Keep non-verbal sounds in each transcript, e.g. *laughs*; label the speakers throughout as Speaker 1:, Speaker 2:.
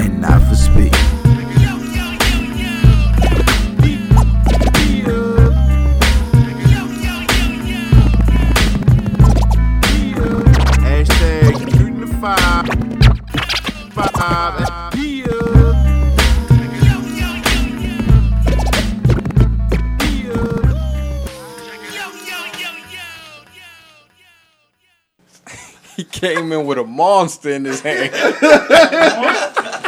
Speaker 1: and not for speed.
Speaker 2: Hashtag shooting the five. Five. Yeah.
Speaker 3: He came in with a monster in his hand.
Speaker 1: *laughs*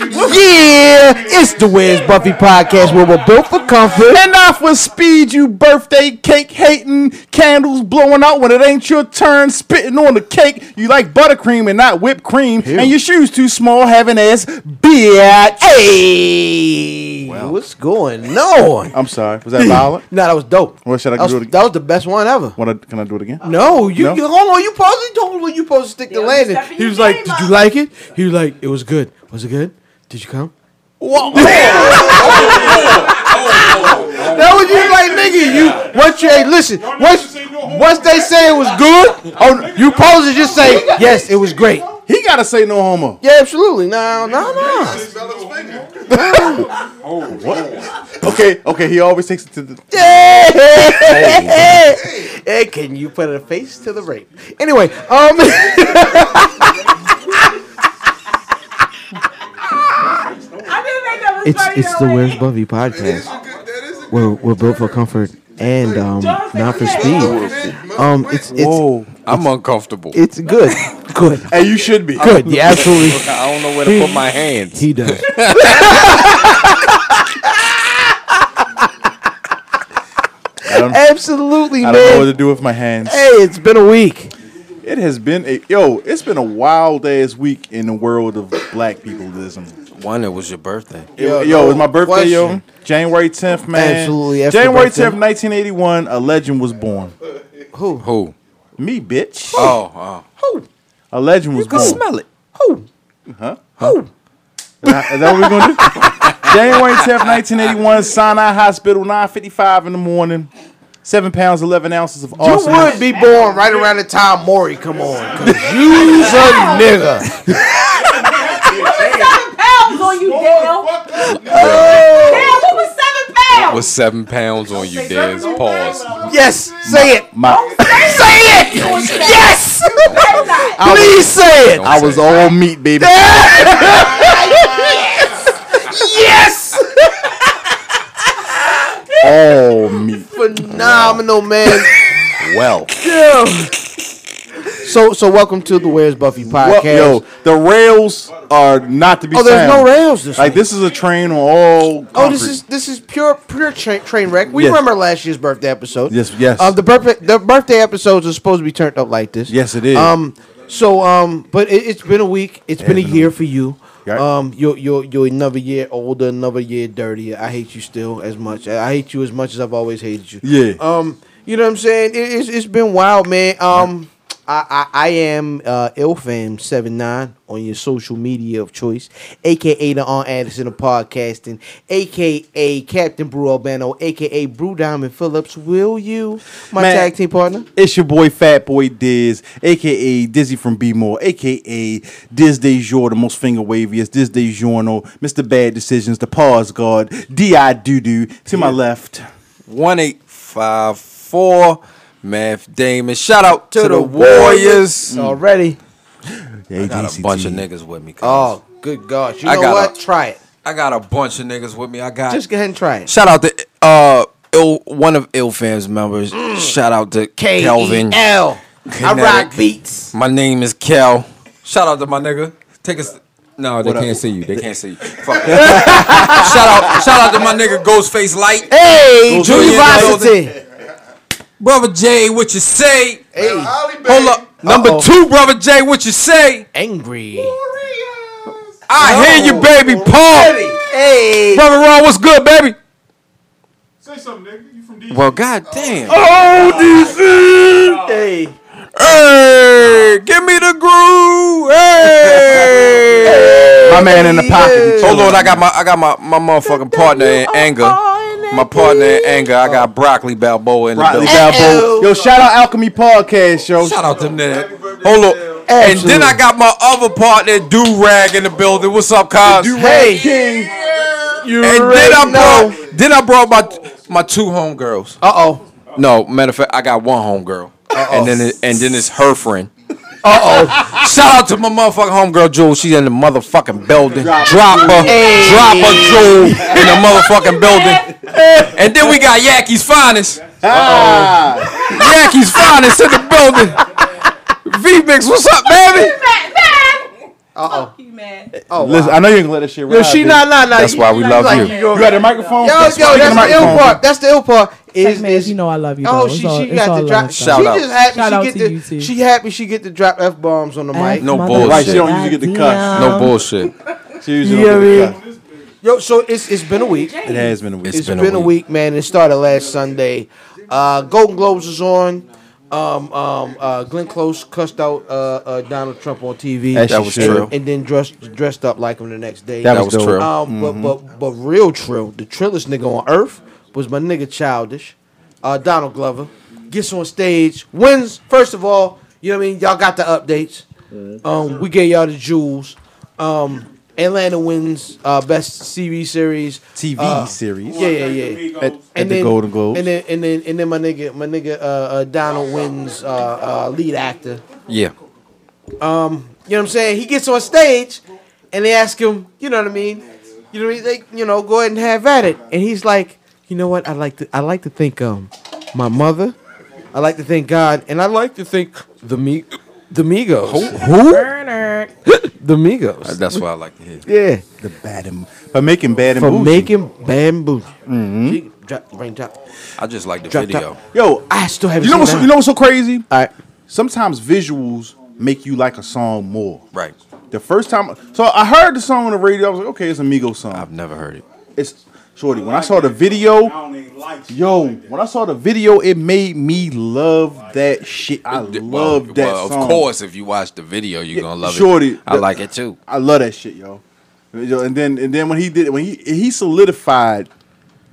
Speaker 1: Yeah, it's the Where's Buffy podcast, where we're built for comfort.
Speaker 3: And off with speed, you birthday cake hating, candles blowing out when it ain't your turn, spitting on the cake. You like buttercream and not whipped cream, and your shoes too small, having ass bitch. Hey,
Speaker 4: What's going on?
Speaker 5: I'm sorry. Was that violent?
Speaker 4: Nah, that was dope.
Speaker 5: Well, should I
Speaker 4: that was,
Speaker 5: do it again?
Speaker 4: That was the best one ever.
Speaker 5: What I, can I do it again?
Speaker 4: No, you,
Speaker 5: No?
Speaker 4: you hold on. You probably told me you supposed to stick the landing. He was like, "Did you like it?" He was like, "It was good. Was it good? Did you come?" *laughs* Oh, oh. That was you like, nigga. You what you hey, listen. Once once they say it was good, oh, you supposed to just say yes, it was great.
Speaker 5: He gotta say no homo.
Speaker 4: Yeah, absolutely. No, no, no.
Speaker 5: Okay, okay. He always takes it to the.
Speaker 4: *laughs* Hey, can you put a face to the rape? Anyway, um. *laughs*
Speaker 6: I didn't think that was
Speaker 4: It's
Speaker 6: funny
Speaker 4: it's the
Speaker 6: already.
Speaker 4: Where's Buffy podcast. We're we're built for comfort and um
Speaker 6: Don't say
Speaker 4: not for
Speaker 6: that.
Speaker 4: speed. Um, it's it's
Speaker 3: Whoa, I'm uncomfortable.
Speaker 4: it's good, good,
Speaker 5: Hey, you should be. *laughs*
Speaker 4: good. Yeah, absolutely.
Speaker 3: I don't know where to put my hands.
Speaker 4: He does.
Speaker 5: I don't, I
Speaker 4: Absolutely,
Speaker 5: don't know what
Speaker 4: man.
Speaker 5: to do with my hands.
Speaker 4: Hey, it's been a week.
Speaker 5: It has been a yo. It's been a wild ass week in the world of black peopleism.
Speaker 3: One, it was your birthday.
Speaker 5: Yo,
Speaker 4: no
Speaker 5: yo it's my birthday, yo.
Speaker 4: question.
Speaker 5: January 10th, man.
Speaker 4: Absolutely, that's your
Speaker 5: January
Speaker 4: birthday.
Speaker 5: 10th, 1981. A legend was born.
Speaker 3: Who?
Speaker 5: Me, bitch.
Speaker 3: Oh, oh.
Speaker 5: A legend was born.
Speaker 3: it.
Speaker 5: Now, Is that what we're gonna do? *laughs* January 10th, 1981, Sinai Hospital, 9:55 in the morning. Seven pounds, eleven ounces of
Speaker 4: You
Speaker 5: arsenic.
Speaker 4: would be born right around the time Maury come on. 'cause You's a *laughs* nigga.
Speaker 6: Seven pounds on you, Dale. Dale, what was seven pounds?
Speaker 3: Was seven pounds on you, Dez. Pause.
Speaker 4: Yes, say it.
Speaker 5: My,
Speaker 4: Say it. Yes.
Speaker 6: That's not.
Speaker 4: Please say it.
Speaker 5: I was all meat, baby.
Speaker 4: Yes.
Speaker 5: all meat.
Speaker 4: Phenomenal man.
Speaker 3: well.
Speaker 4: So so welcome to the Where's Buffy
Speaker 5: Well,
Speaker 4: podcast.
Speaker 5: yo, the rails are not to be.
Speaker 4: oh, there's no
Speaker 5: found.
Speaker 4: rails this
Speaker 5: Like
Speaker 4: week.
Speaker 5: this is a train on all. Concrete.
Speaker 4: Oh, this is this is pure pure tra- train wreck. We
Speaker 5: Yes.
Speaker 4: remember last year's birthday episode.
Speaker 5: Yes, yes.
Speaker 4: Um, the birthday the birthday episodes are supposed to be turned up like this.
Speaker 5: Yes, it is.
Speaker 4: Um, so um, but it, it's been a week. It's been a
Speaker 5: been a
Speaker 4: year for you.
Speaker 5: Right.
Speaker 4: Um, you're you're you're another year older, another year dirtier. I hate you still as much. I hate you as much as I've always hated you.
Speaker 5: Yeah.
Speaker 4: Um, you know what I'm saying? It, it's it's been wild, man. Um, I I, I am uh, ilfam 79 on your social media of choice, aka the On Anderson of podcasting, aka Captain Brew Albano, aka Brew Diamond Phillips. Will you, my
Speaker 5: Man.
Speaker 4: tag team partner?
Speaker 5: It's your boy Fat Boy Diz, aka Dizzy from B More, aka Diz Jour, the most finger waviest, Diz Journo, Mr. Bad Decisions, the Pause God, D.I. Doo Doo, to my left.
Speaker 3: 1854 Math Damon. Shout out to, the Warriors.
Speaker 4: Already.
Speaker 5: I
Speaker 3: Got a bunch of niggas with me. cuz.
Speaker 4: Oh, good gosh! You
Speaker 3: I
Speaker 4: know
Speaker 3: got
Speaker 4: what?
Speaker 3: a-
Speaker 4: Try it.
Speaker 3: I got a bunch of niggas with me. I got
Speaker 4: Just go ahead and try it.
Speaker 3: shout out to uh Ill, one of Ill Fam's members. Shout out to
Speaker 4: K E
Speaker 3: Kelvin.
Speaker 4: L. I rock
Speaker 3: Kinetic.
Speaker 4: beats.
Speaker 3: My name is Kel. Shout out to my nigga. Take us. No, they can't see you. They can't see you. *laughs* Fuck. shout out! Shout out to my nigga Ghostface Light,
Speaker 4: Hey, Julie
Speaker 3: Julian
Speaker 4: Rossington.
Speaker 3: brother Jay. What you say?
Speaker 4: Hey,
Speaker 3: Hold up, number
Speaker 4: Uh-oh.
Speaker 3: two, brother Jay. What you say?
Speaker 4: angry.
Speaker 3: I hear you, baby. Paul.
Speaker 4: Hey.
Speaker 3: Brother Ron, what's good, baby?
Speaker 7: Say something, nigga. You from DC?
Speaker 3: Well, goddamn.
Speaker 4: Hey.
Speaker 3: Hey, give me the groove. Hey.
Speaker 5: My man in the pocket. he
Speaker 3: oh Lord,
Speaker 5: chilling.
Speaker 3: I got my I got my, my motherfucking partner in anger.
Speaker 4: Oh,
Speaker 3: My partner in anger. I got broccoli Balboa in the
Speaker 5: Broccoli
Speaker 3: building.
Speaker 5: Balboa. Yo, shout out Alchemy Podcast, yo.
Speaker 3: Shout out to them. niggas. Hold on. And then I got my other partner, Do Rag, in the building. What's up, Cos?
Speaker 5: Hey, King.
Speaker 3: And then I brought then I brought my my two homegirls. Uh
Speaker 4: Uh-oh.
Speaker 3: No, matter of fact, I got one homegirl, and then it, and then it's her friend. Uh oh! Shout out to my motherfucking homegirl Jewel. She's in the motherfucking building. Drop her, drop her Jewel in the motherfucking building. And then we got Yaki's finest.
Speaker 5: Ah.
Speaker 3: Yankees finest in the building. V Mix, what's up, baby?
Speaker 8: Matt, man. Fuck you, man.
Speaker 5: Oh, Listen, I know you ain't gonna let this shit ride.
Speaker 4: Yo, she
Speaker 5: bitch.
Speaker 4: not, not, not.
Speaker 3: That's why we love you.
Speaker 4: Yo,
Speaker 5: You got the microphone?
Speaker 4: yo, that's
Speaker 5: Speak in
Speaker 4: the ill
Speaker 5: microphone.
Speaker 4: part. That's the ill part. Is,
Speaker 6: Man,
Speaker 4: is
Speaker 6: you know I love you.
Speaker 4: Oh,
Speaker 6: though.
Speaker 4: she
Speaker 6: It's all-
Speaker 4: she
Speaker 6: it's
Speaker 4: got
Speaker 6: all
Speaker 4: to
Speaker 6: love
Speaker 4: drop.
Speaker 6: stuff.
Speaker 4: She
Speaker 3: Shout out.
Speaker 4: just happy.
Speaker 6: Shout out
Speaker 4: she
Speaker 6: to
Speaker 4: get
Speaker 6: you,
Speaker 4: the,
Speaker 6: too.
Speaker 4: She happy. She get to drop f bombs on the mic.
Speaker 3: No
Speaker 6: Motherfucker.
Speaker 3: bullshit. Right, she
Speaker 5: don't usually get the cuss.
Speaker 3: No bullshit.
Speaker 5: She usually don't do that.
Speaker 4: Yo, so it's it's been a week.
Speaker 5: It has been a week.
Speaker 3: It's
Speaker 4: It's been, a, week. man. It started last Sunday. Uh, Golden Globes was on. Um, um, uh, Glenn Close cussed out uh, uh, Donald Trump on TV.
Speaker 5: As
Speaker 3: That was
Speaker 5: she should.
Speaker 3: true.
Speaker 4: and, and then dressed dressed up like him the next day.
Speaker 5: That
Speaker 3: That
Speaker 5: was
Speaker 3: was Mm-hmm.
Speaker 5: dope.
Speaker 4: Um,
Speaker 3: true.
Speaker 4: but but but real trill, the trillest nigga on earth was my nigga Childish, uh, Donald Glover. Gets on stage, wins. First of all, you know what I mean. Y'all got the updates. Um, we gave y'all the jewels. Um, Atlanta wins uh, best TV series.
Speaker 5: TV
Speaker 4: Uh,
Speaker 5: series.
Speaker 4: Yeah, yeah, yeah.
Speaker 5: At, at the Golden Globes.
Speaker 4: And then and then and then my nigga my nigga uh, uh, Donald wins uh, uh, lead actor.
Speaker 3: Yeah.
Speaker 4: You know what I'm saying? He gets on stage and they ask him, you know what I mean? You know, what I mean? they, you know, go ahead and have at it. And he's like, you know what? I like to, I like to thank um, my mother. I like to thank God, and I like to thank the me, the Migos. Who? *laughs* the Migos.
Speaker 3: That's what I like to hear.
Speaker 4: Yeah,
Speaker 5: the bad and, by making bad and
Speaker 4: for
Speaker 5: bougie.
Speaker 4: making bamboo. She- Drop, rain drop.
Speaker 3: I just like the
Speaker 4: Drop
Speaker 3: video.
Speaker 4: top.
Speaker 5: Yo,
Speaker 4: I still haven't.
Speaker 5: you know
Speaker 4: seen
Speaker 5: what's
Speaker 4: that.
Speaker 5: you know what's so crazy?
Speaker 4: All right.
Speaker 5: Sometimes visuals make you like a song more.
Speaker 3: Right.
Speaker 5: The first time, so I heard the song on the radio. I was like, okay, it's a Migos
Speaker 3: I've
Speaker 5: song.
Speaker 3: never heard it.
Speaker 5: It's shorty. When I saw the video, yo, when I saw the video, it made me love that shit. I
Speaker 3: Well,
Speaker 5: love that
Speaker 3: well,
Speaker 5: song.
Speaker 3: Of course, if you watch the video, you're gonna love
Speaker 5: Shorty,
Speaker 3: it. I
Speaker 5: the-
Speaker 3: like it too.
Speaker 5: I love that shit, yo. Yo, And then and then when he did it, when he he solidified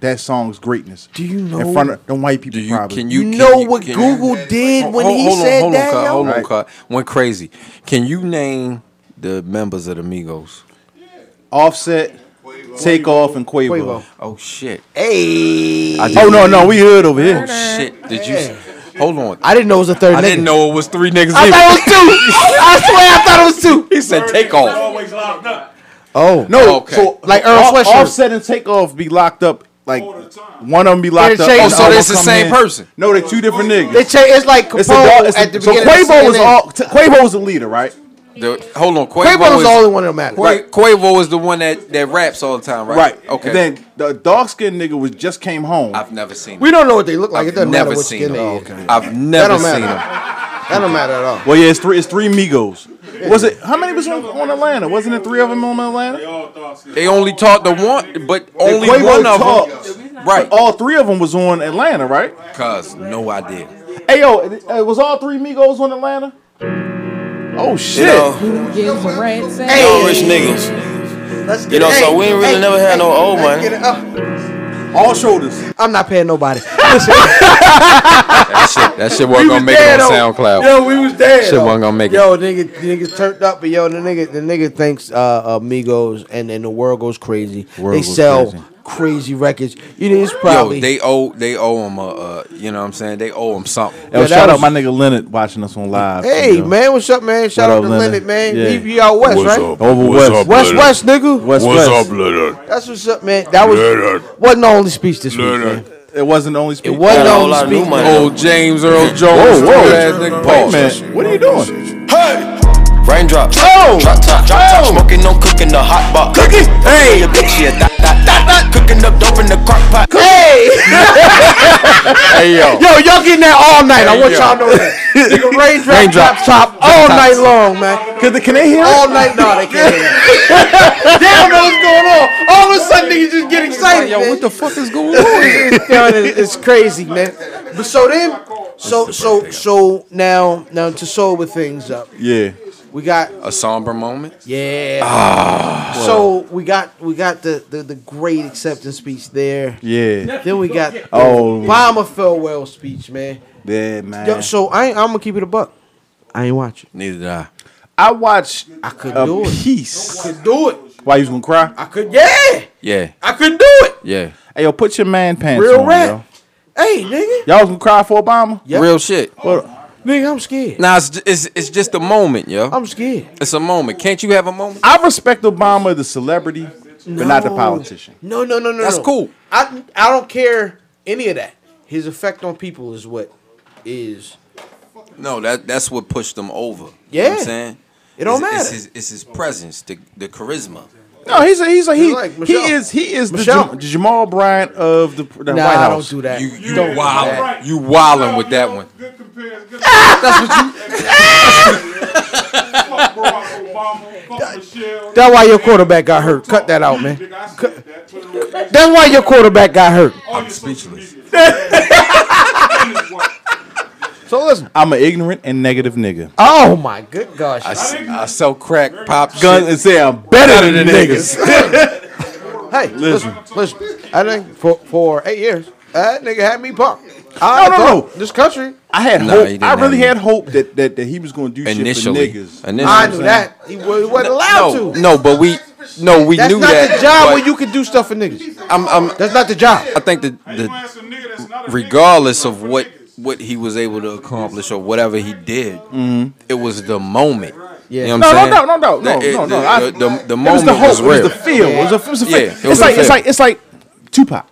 Speaker 5: that song's greatness. Do
Speaker 4: you know-
Speaker 5: in front of them white people?
Speaker 3: Do you
Speaker 5: probably.
Speaker 3: can you,
Speaker 4: You
Speaker 3: can
Speaker 4: know
Speaker 3: you-
Speaker 4: what
Speaker 3: can you-
Speaker 4: Google did when
Speaker 3: Hold-
Speaker 4: he
Speaker 3: hold on,
Speaker 4: said
Speaker 3: hold
Speaker 4: that?
Speaker 3: On, Cut,
Speaker 4: yo?
Speaker 3: hold on,
Speaker 5: Right.
Speaker 3: Cut. Went crazy. Can you name the members of the Migos?
Speaker 5: Offset, Takeoff, and Quavo.
Speaker 4: Quavo.
Speaker 3: Oh shit! Hey! I
Speaker 5: Oh no, no, we hood over
Speaker 3: Oh
Speaker 5: here.
Speaker 3: shit! Did you? s- Hold on. I,
Speaker 4: I didn't know it was a third. nigga.
Speaker 3: didn't know it was three niggas.
Speaker 4: I
Speaker 3: either.
Speaker 4: thought it was two.
Speaker 3: *laughs*
Speaker 4: *laughs* I swear, I thought it was two.
Speaker 3: He said take off.
Speaker 7: Always locked up.
Speaker 4: Oh
Speaker 5: No,
Speaker 3: Okay.
Speaker 5: so
Speaker 4: Like Earl
Speaker 5: Off-
Speaker 4: Sweatshirt.
Speaker 5: Offset and Takeoff be locked up. Like one of them be locked up. the
Speaker 4: They're
Speaker 5: other
Speaker 4: chasing-
Speaker 3: Oh, so
Speaker 5: one
Speaker 3: it's the
Speaker 5: come
Speaker 3: same
Speaker 5: in.
Speaker 3: person.
Speaker 5: No, they two different
Speaker 4: They
Speaker 5: niggas.
Speaker 4: cha- it's like Capone
Speaker 5: It's a dog. It's
Speaker 4: at
Speaker 5: a,
Speaker 4: the
Speaker 5: so
Speaker 4: beginning.
Speaker 5: Quavo
Speaker 4: of
Speaker 5: was
Speaker 4: CNN.
Speaker 5: all. T- Quavo was the leader, right?
Speaker 3: The, hold on. Quavo,
Speaker 4: Quavo was
Speaker 3: is,
Speaker 4: the only one that mattered.
Speaker 3: Qua- Quavo is the one that, that raps all the time, right? Okay.
Speaker 5: And then the dark skinned nigga was just came home.
Speaker 3: I've never seen.
Speaker 4: We don't know what they look like.
Speaker 3: I've
Speaker 4: it doesn't
Speaker 3: never
Speaker 4: matter what
Speaker 3: seen
Speaker 4: skin
Speaker 3: them.
Speaker 4: they
Speaker 3: Oh,
Speaker 4: is.
Speaker 3: it. I've
Speaker 4: That
Speaker 3: never
Speaker 4: don't
Speaker 3: seen
Speaker 4: matter.
Speaker 3: him.
Speaker 4: That don't matter at all.
Speaker 5: well, yeah, it's three. It's three Migos. Was it? How many was on, on Atlanta? Wasn't it three of them on Atlanta?
Speaker 3: They only talked the one, but only
Speaker 5: Quavo
Speaker 3: one of
Speaker 5: talks.
Speaker 3: them. Right.
Speaker 5: All three of them was on Atlanta, right?
Speaker 3: Cuz no idea.
Speaker 5: Hey yo, it, it was all three Migos on Atlanta? Oh shit!
Speaker 6: Who gives a rat's ass?
Speaker 4: Hey,
Speaker 9: rich niggas.
Speaker 4: let's get
Speaker 9: You know,
Speaker 4: it.
Speaker 9: so
Speaker 4: Hey,
Speaker 9: we ain't really
Speaker 4: hey,
Speaker 9: never had
Speaker 4: hey,
Speaker 9: no old
Speaker 4: let's
Speaker 9: money.
Speaker 4: get it up.
Speaker 5: All shoulders.
Speaker 4: I'm not paying *laughs* nobody.
Speaker 3: That shit, that shit
Speaker 4: We
Speaker 3: wasn't
Speaker 4: was
Speaker 3: gonna make
Speaker 4: there,
Speaker 3: it on
Speaker 4: though.
Speaker 3: SoundCloud.
Speaker 4: Yo, we was there.
Speaker 3: Shit
Speaker 4: though.
Speaker 3: wasn't gonna make it.
Speaker 4: Yo, nigga, niggas turned up, but yo, the nigga, the nigga thinks uh, amigos, and and the world goes crazy.
Speaker 5: World
Speaker 4: they
Speaker 5: goes
Speaker 4: sell
Speaker 5: crazy.
Speaker 4: crazy. records. You know, it's probably
Speaker 3: Yo, they owe they owe him a uh, you know what I'm saying they owe him something.
Speaker 5: Yo,
Speaker 4: Yeah, that
Speaker 5: shout out
Speaker 4: was-
Speaker 5: my nigga Leonard watching us on live.
Speaker 4: Hey
Speaker 5: you know.
Speaker 4: man, what's up, man? Shout
Speaker 5: What
Speaker 4: out
Speaker 5: up,
Speaker 4: to
Speaker 5: Leonard?
Speaker 4: Leonard, man.
Speaker 5: Yeah.
Speaker 4: He, he out west, right?
Speaker 5: Over West.
Speaker 4: West, west, nigga.
Speaker 5: West, West.
Speaker 9: Leonard?
Speaker 4: That's what's up, man. That was wasn't the only speech this week, man.
Speaker 5: It wasn't the only speech.
Speaker 4: It wasn't
Speaker 9: Got
Speaker 4: the
Speaker 9: a whole lot
Speaker 4: only
Speaker 9: of
Speaker 4: speech.
Speaker 9: new money.
Speaker 3: Oh James Earl Jones,
Speaker 5: Whoa,
Speaker 3: whoa,
Speaker 5: whoa.
Speaker 3: ass nigga.
Speaker 5: Wait,
Speaker 3: Pause.
Speaker 5: man. What are you doing?
Speaker 9: Raindrop.
Speaker 5: Oh!
Speaker 9: Drop top. Drop top.
Speaker 5: Oh!
Speaker 9: Smoking, no cooking the hot box.
Speaker 5: Cookie!
Speaker 9: Hey, your bitch, yeah, dot, dot, dot, dot. Cooking up dope in the crock pot.
Speaker 5: Hey!
Speaker 3: Hey
Speaker 4: *laughs*
Speaker 3: yo.
Speaker 4: Yo, y'all getting that all night. I want
Speaker 3: Yo.
Speaker 4: y'all to know that. Nigga, raindrop,
Speaker 3: Raindrop.
Speaker 4: drop top all
Speaker 3: Drop
Speaker 4: night
Speaker 3: tops.
Speaker 4: long, man.
Speaker 5: Cause the, can they hear it?
Speaker 4: *laughs* All night, no, they can't hear that. *laughs* They don't know what's going on. All of a sudden, niggas just get excited.
Speaker 3: Yo,
Speaker 4: man.
Speaker 3: what the fuck is
Speaker 4: *laughs*
Speaker 3: going on?
Speaker 4: it's, yo, it- it's crazy, man. But so then, so so so now now to sober things up,
Speaker 5: Yeah.
Speaker 4: we got
Speaker 3: A somber moment.
Speaker 4: yeah. so we got we got the, the the great acceptance speech there.
Speaker 5: Yeah.
Speaker 4: Then we got the
Speaker 5: Oh.
Speaker 4: Obama farewell speech, man.
Speaker 5: Yeah,
Speaker 4: Yo,
Speaker 5: man.
Speaker 4: so I I'm gonna keep it a buck. I ain't watching.
Speaker 3: Neither did I.
Speaker 5: I watched
Speaker 4: I couldn't
Speaker 5: a
Speaker 4: do it.
Speaker 5: piece.
Speaker 4: Could do it.
Speaker 5: Why you was gonna cry?
Speaker 4: I could. Yeah,
Speaker 3: Yeah,
Speaker 4: I could do it.
Speaker 3: yeah.
Speaker 5: Hey, yo, put your man pants
Speaker 4: Real
Speaker 5: on,
Speaker 4: rap.
Speaker 5: yo.
Speaker 4: Hey, nigga.
Speaker 5: Y'all was gonna cry for Obama?
Speaker 4: Yep.
Speaker 3: Real shit.
Speaker 4: Nigga, I'm scared.
Speaker 3: Nah, it's, it's it's just a moment, yo.
Speaker 4: I'm scared.
Speaker 3: It's a moment. Can't you have a moment?
Speaker 5: I respect Obama, the celebrity, but not the politician.
Speaker 4: No, no, no, no.
Speaker 3: That's
Speaker 4: no.
Speaker 3: cool.
Speaker 4: I I don't care any of that. His effect on people is what is.
Speaker 3: No, that that's what pushed them over. You know
Speaker 4: Yeah.
Speaker 3: what I'm saying?
Speaker 4: It don't
Speaker 3: It's- It's
Speaker 4: matter.
Speaker 3: his, it's his presence, the, the charisma.
Speaker 5: No, he's a he's a he
Speaker 4: He's like
Speaker 5: he
Speaker 4: Michelle.
Speaker 5: is he is the,
Speaker 4: Michelle.
Speaker 5: Jam- Jamal Bryant of the, the
Speaker 4: Nah,
Speaker 5: White
Speaker 4: I
Speaker 5: House.
Speaker 4: don't do that.
Speaker 3: You you
Speaker 7: don't do
Speaker 3: wild
Speaker 7: that.
Speaker 3: you wilding with that one.
Speaker 7: Good compares. Good That's what you. Fuck Barack Obama. Fuck Michelle.
Speaker 4: That's why your quarterback got hurt. Cut that out, man.
Speaker 7: Nigga, I said that. Put it on Facebook,
Speaker 4: That's why your quarterback got hurt.
Speaker 7: all your social media.
Speaker 5: So listen, I'm an ignorant and negative nigga.
Speaker 4: Oh my good gosh.
Speaker 3: I, s- I sell crack, pop
Speaker 5: Gun
Speaker 3: shit.
Speaker 5: and say I'm better than niggas.
Speaker 4: hey, listen, listen. I think for for eight years that nigga had me pumped. I
Speaker 5: No, no,
Speaker 4: thought
Speaker 5: no.
Speaker 4: This country.
Speaker 5: *laughs* I had
Speaker 3: Nah, he
Speaker 5: hope.
Speaker 3: didn't
Speaker 5: I really had
Speaker 3: have
Speaker 5: hope that, that, that he was going to do
Speaker 3: Initially,
Speaker 5: shit for niggas.
Speaker 3: initially,
Speaker 4: I knew that. He wa- he wasn't allowed
Speaker 3: no,
Speaker 4: to.
Speaker 3: no, but we no we
Speaker 4: That's
Speaker 3: knew
Speaker 4: not
Speaker 3: that.
Speaker 4: the job
Speaker 3: but
Speaker 4: where you can do stuff for niggas.
Speaker 3: I'm, I'm
Speaker 4: That's not the job.
Speaker 3: I think the,
Speaker 7: How you gonna
Speaker 3: the
Speaker 7: ask a nigga that's not a nigga?
Speaker 3: regardless
Speaker 7: Run
Speaker 3: of
Speaker 7: for
Speaker 3: what
Speaker 7: niggas.
Speaker 3: what he was able to accomplish or whatever he did, it was the moment.
Speaker 4: Mm-hmm. Yeah.
Speaker 3: You know
Speaker 5: No,
Speaker 3: what
Speaker 5: no,
Speaker 3: I'm
Speaker 5: no,
Speaker 3: saying?
Speaker 5: no, no, no,
Speaker 3: The- it-
Speaker 5: no, no.
Speaker 3: the-
Speaker 5: I-
Speaker 3: The, the, the
Speaker 5: It was
Speaker 3: moment
Speaker 5: the hope. It
Speaker 3: real.
Speaker 5: was the feel. It was a, it was a
Speaker 3: Yeah,
Speaker 5: feel.
Speaker 3: it was
Speaker 5: it's
Speaker 3: a
Speaker 5: like it's
Speaker 3: feel.
Speaker 5: like it's like Tupac.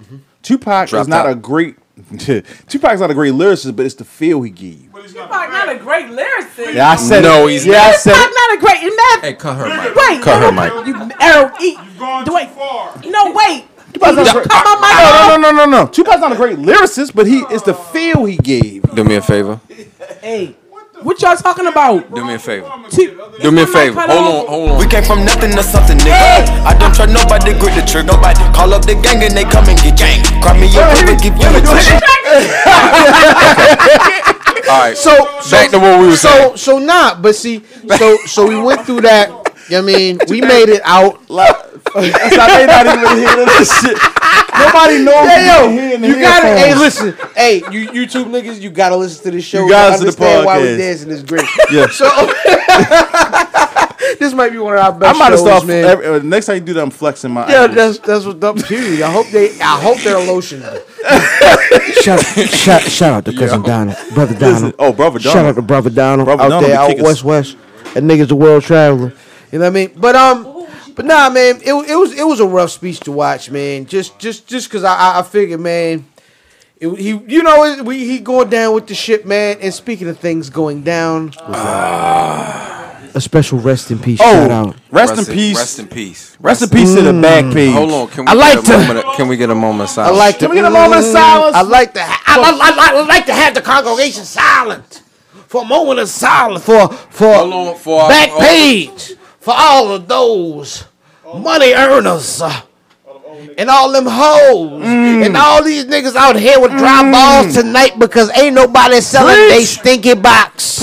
Speaker 7: Mm-hmm.
Speaker 5: Tupac
Speaker 3: Drop
Speaker 5: is not
Speaker 3: top.
Speaker 5: a great. *laughs* Tupac's not a great lyricist, but it's the feel he give you.
Speaker 7: But he's
Speaker 8: You
Speaker 7: not
Speaker 8: are not a great lyricist.
Speaker 5: Yeah, I said
Speaker 3: No,
Speaker 5: it.
Speaker 3: he's
Speaker 5: yeah, I
Speaker 8: You're
Speaker 5: said
Speaker 8: not,
Speaker 5: it.
Speaker 8: not a great. You're not.
Speaker 3: Hey, cut her mic.
Speaker 8: wait,
Speaker 3: cut
Speaker 8: no,
Speaker 3: her mic.
Speaker 8: no, You arrow eat.
Speaker 7: You've gone too
Speaker 8: Wait.
Speaker 7: far.
Speaker 8: No, wait.
Speaker 5: Tupac's not a
Speaker 8: Come
Speaker 5: great-
Speaker 8: on, my
Speaker 5: No, no, no, no, no. Tupac's not a great lyricist, but he
Speaker 7: Oh.
Speaker 5: it's the feel he
Speaker 3: *laughs*
Speaker 5: gave.
Speaker 3: Do me a favor.
Speaker 8: Hey, what y'all talking about?
Speaker 3: Do me a favor.
Speaker 8: T-
Speaker 3: Do me
Speaker 8: Somebody
Speaker 3: a favor.
Speaker 8: cut
Speaker 3: Hold
Speaker 8: off.
Speaker 3: on, hold on.
Speaker 9: We came from nothing to something, nigga. I don't trust nobody, grip the trigger. Nobody call up the gang and they come and get gang. Cry me up, river, give you a tissue.
Speaker 3: All right. So
Speaker 4: So
Speaker 3: back to what we were saying.
Speaker 4: So so not, but see, so so we went through that. You know what I mean, we made it out.
Speaker 5: That's how they not even hearing this *laughs* shit. Nobody knows.
Speaker 4: Hey
Speaker 5: what
Speaker 4: yo,
Speaker 5: we hear in the
Speaker 4: you gotta.
Speaker 5: earphones.
Speaker 4: Hey, listen. Hey, you YouTube niggas, you gotta listen to this show.
Speaker 5: You guys to the
Speaker 4: understand why we
Speaker 5: podcast.
Speaker 4: dancing is great.
Speaker 5: Yeah.
Speaker 4: So *laughs* this might be one of our
Speaker 5: I
Speaker 4: best.
Speaker 5: might have
Speaker 4: shows,
Speaker 5: started.
Speaker 4: man.
Speaker 5: Every, uh, next time you do that, I'm flexing my.
Speaker 4: yeah,
Speaker 5: ankles.
Speaker 4: that's that's what dumb period. I hope they. I hope they're lotion. shout, shout, shout out to cousin Donald, brother Donald.
Speaker 5: oh, brother
Speaker 4: Shout
Speaker 5: Donald.
Speaker 4: out to brother Donald
Speaker 5: Brother
Speaker 4: out
Speaker 5: Donald
Speaker 4: there
Speaker 5: be
Speaker 4: out
Speaker 5: kicking-
Speaker 4: west west. That nigga's a world traveler. You know what I mean? But um, but nah, man, it, wa- it was it was a rough speech to watch, man. Just just just cause I I, I figured, man. It, he, you know, it, we, he going down with the ship, man. And speaking of things going down, a special rest in peace shout
Speaker 5: Oh,
Speaker 4: out.
Speaker 5: rest, in peace.
Speaker 3: Rest in peace.
Speaker 5: Rest in peace to the back page.
Speaker 3: Hold on. Can we
Speaker 4: I like
Speaker 3: get a
Speaker 4: to-
Speaker 3: moment of, Can we get a moment of
Speaker 4: I
Speaker 3: silence?
Speaker 4: like
Speaker 5: Can
Speaker 4: to-
Speaker 5: we get a moment of silence?
Speaker 4: I like to. ha- I, I, I, I like to have the congregation silent for a moment of silence for for
Speaker 3: Hold on for our-
Speaker 4: back
Speaker 3: oh.
Speaker 4: page for all of those money earners. uh, And all them hoes
Speaker 5: Mm.
Speaker 4: and all these niggas out here with dry balls tonight because ain't nobody selling they stinky box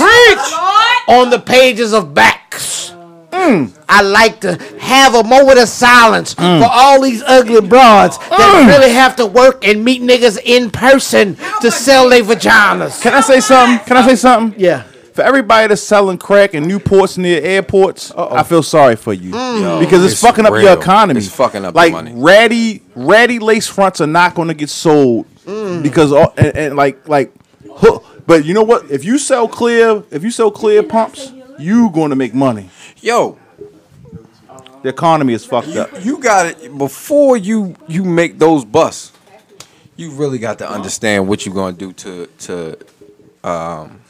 Speaker 4: on the pages of backs.
Speaker 5: Mm.
Speaker 4: I like to have a moment of silence for all these ugly broads
Speaker 5: Mm.
Speaker 4: that really have to work and meet niggas in person to sell their vaginas.
Speaker 5: Can I say something? Can I say something?
Speaker 4: Yeah.
Speaker 5: For everybody that's selling crack in Newports near airports, I feel sorry for you
Speaker 4: Mm.
Speaker 5: because it's,
Speaker 3: it's
Speaker 5: fucking up
Speaker 3: real.
Speaker 5: your economy.
Speaker 3: It's fucking up
Speaker 5: like
Speaker 3: the money.
Speaker 5: ratty, ratty lace fronts are not going to get sold
Speaker 4: Mm.
Speaker 5: because all, and, and like like, huh. but you know what? If you sell clear, if you sell clear pumps, you going to make money.
Speaker 3: Yo,
Speaker 5: The economy is fucked
Speaker 4: *laughs*
Speaker 5: up.
Speaker 3: you got it before you you make those busts. You really got to understand what you're gonna do to to um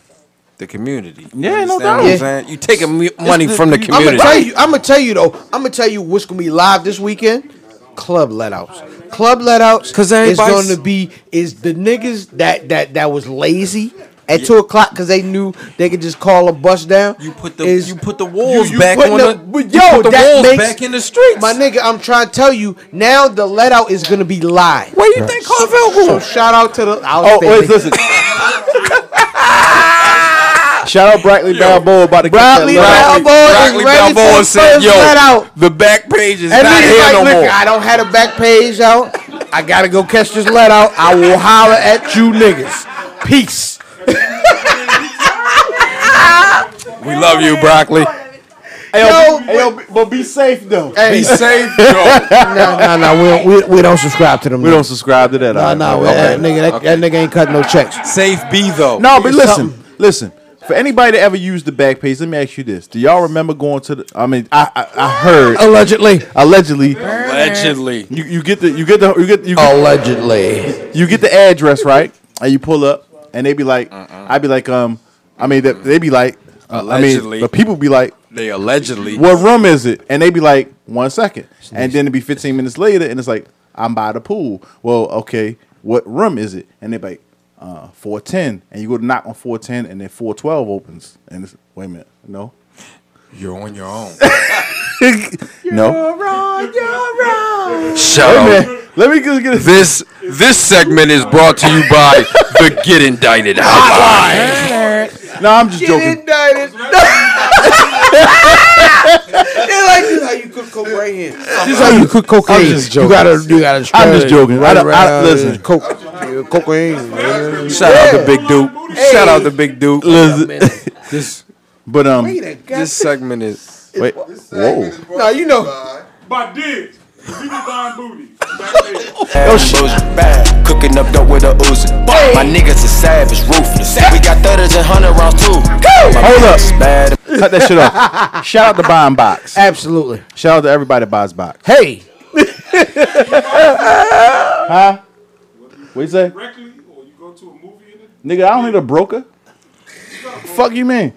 Speaker 3: the community. You
Speaker 5: Yeah, no
Speaker 3: understand
Speaker 5: doubt.
Speaker 3: What
Speaker 4: Yeah.
Speaker 3: I'm saying? You taking mu- money from the
Speaker 4: I'm gonna
Speaker 3: community.
Speaker 4: tell you. I'm gonna tell you though. I'm gonna tell you what's gonna be live this weekend. Club letouts. club letouts
Speaker 3: 'Cause
Speaker 4: is
Speaker 3: everybody's-
Speaker 4: going to be is the niggas that that that was lazy at two o'clock because they knew they could just call a bus down.
Speaker 3: You put the
Speaker 4: is-
Speaker 3: you put the walls
Speaker 4: you
Speaker 3: back
Speaker 4: putting
Speaker 3: on
Speaker 4: the-
Speaker 3: the,
Speaker 4: but
Speaker 3: you
Speaker 4: yo,
Speaker 3: put the
Speaker 4: that
Speaker 3: walls
Speaker 4: makes-
Speaker 3: back in the streets.
Speaker 4: My nigga, I'm trying to tell you now. The letout is going to be live.
Speaker 3: Where you think Carvel
Speaker 4: So
Speaker 3: going?
Speaker 4: shout out to the. I was
Speaker 5: Oh,
Speaker 4: thinking-
Speaker 5: wait,
Speaker 4: *laughs*
Speaker 5: listen. Shout out Brackley Balboa about the
Speaker 4: Bradley Balboa is
Speaker 3: Broccoli
Speaker 4: ready for
Speaker 3: Balboa
Speaker 4: his first
Speaker 3: said, "Yo,
Speaker 4: letout.
Speaker 3: the back page is
Speaker 4: And
Speaker 3: not
Speaker 4: niggas
Speaker 3: here
Speaker 4: like,
Speaker 3: no
Speaker 4: "Look,
Speaker 3: more."
Speaker 4: I don't have a back page out. I gotta go catch this let out. I will holler at you niggas. Peace.
Speaker 3: We love you, broccoli.
Speaker 4: Yo,
Speaker 5: but be safe though.
Speaker 4: hey,
Speaker 3: Be safe, yo.
Speaker 4: *laughs* no, no, no. We, we, we don't subscribe to them.
Speaker 5: We don't subscribe to that.
Speaker 4: No, no, that, nigga, that, that nigga ain't cutting no checks.
Speaker 3: Safe be though.
Speaker 5: No, but
Speaker 4: It's
Speaker 5: listen,
Speaker 4: something.
Speaker 5: listen. For anybody that ever used the back page, let me ask you this: Do y'all remember going to the? I mean, I I, I heard
Speaker 4: Allegedly.
Speaker 5: allegedly.
Speaker 3: allegedly.
Speaker 5: You, you get the you get the you get you,
Speaker 4: Allegedly.
Speaker 5: you get the address right, and you pull up, and they be like, I'd be like, um, I mean, they, they be like, uh, I
Speaker 3: Allegedly.
Speaker 5: mean, the people be like,
Speaker 3: They allegedly.
Speaker 5: what room is it? And they be like, one second. And then it'd be 15 minutes later, and it's like, I'm by the pool. Well, okay, what room is it? And they be like, uh, 410. And you go to knock on 410, and then 412 opens. And it's, wait a minute, no.
Speaker 3: You're on
Speaker 4: *laughs*
Speaker 3: your own.
Speaker 5: *laughs* no.
Speaker 3: Shut
Speaker 5: Let
Speaker 3: up.
Speaker 5: me- Let me just get a
Speaker 3: This this segment is brought to you by the Get Indicted Hotline.
Speaker 5: No, I'm just joking.
Speaker 4: *laughs* Indicted. They're like, this how you cook coke right here. This is how you cook cocaine.
Speaker 5: I'm just joking.
Speaker 4: You gotta, you gotta.
Speaker 5: I'm just joking. I don't- I- listen.
Speaker 4: coke, yeah, cocaine. man.
Speaker 3: Shout out to Big Duke. Shout out to Big Duke. This
Speaker 5: But, um,
Speaker 4: Wait a
Speaker 3: this segment is
Speaker 5: wait. Whoa.
Speaker 4: Now you know.
Speaker 7: By dicks. You be buying booty. Back there.
Speaker 9: Bad, cooking up dope with a Uzi. My niggas is savage, ruthless. We got thudders and hundred rounds too. My
Speaker 5: Hold up.
Speaker 9: niggas Bad.
Speaker 5: Cut that shit off. Shout out to Buying
Speaker 4: *laughs*
Speaker 5: Box.
Speaker 4: Absolutely.
Speaker 5: Shout out to everybody that buys Box.
Speaker 4: Hey,
Speaker 5: What you say?
Speaker 7: Directly, or you go to a movie in it.
Speaker 5: Nigga, I don't need a broker. Fuck you, man.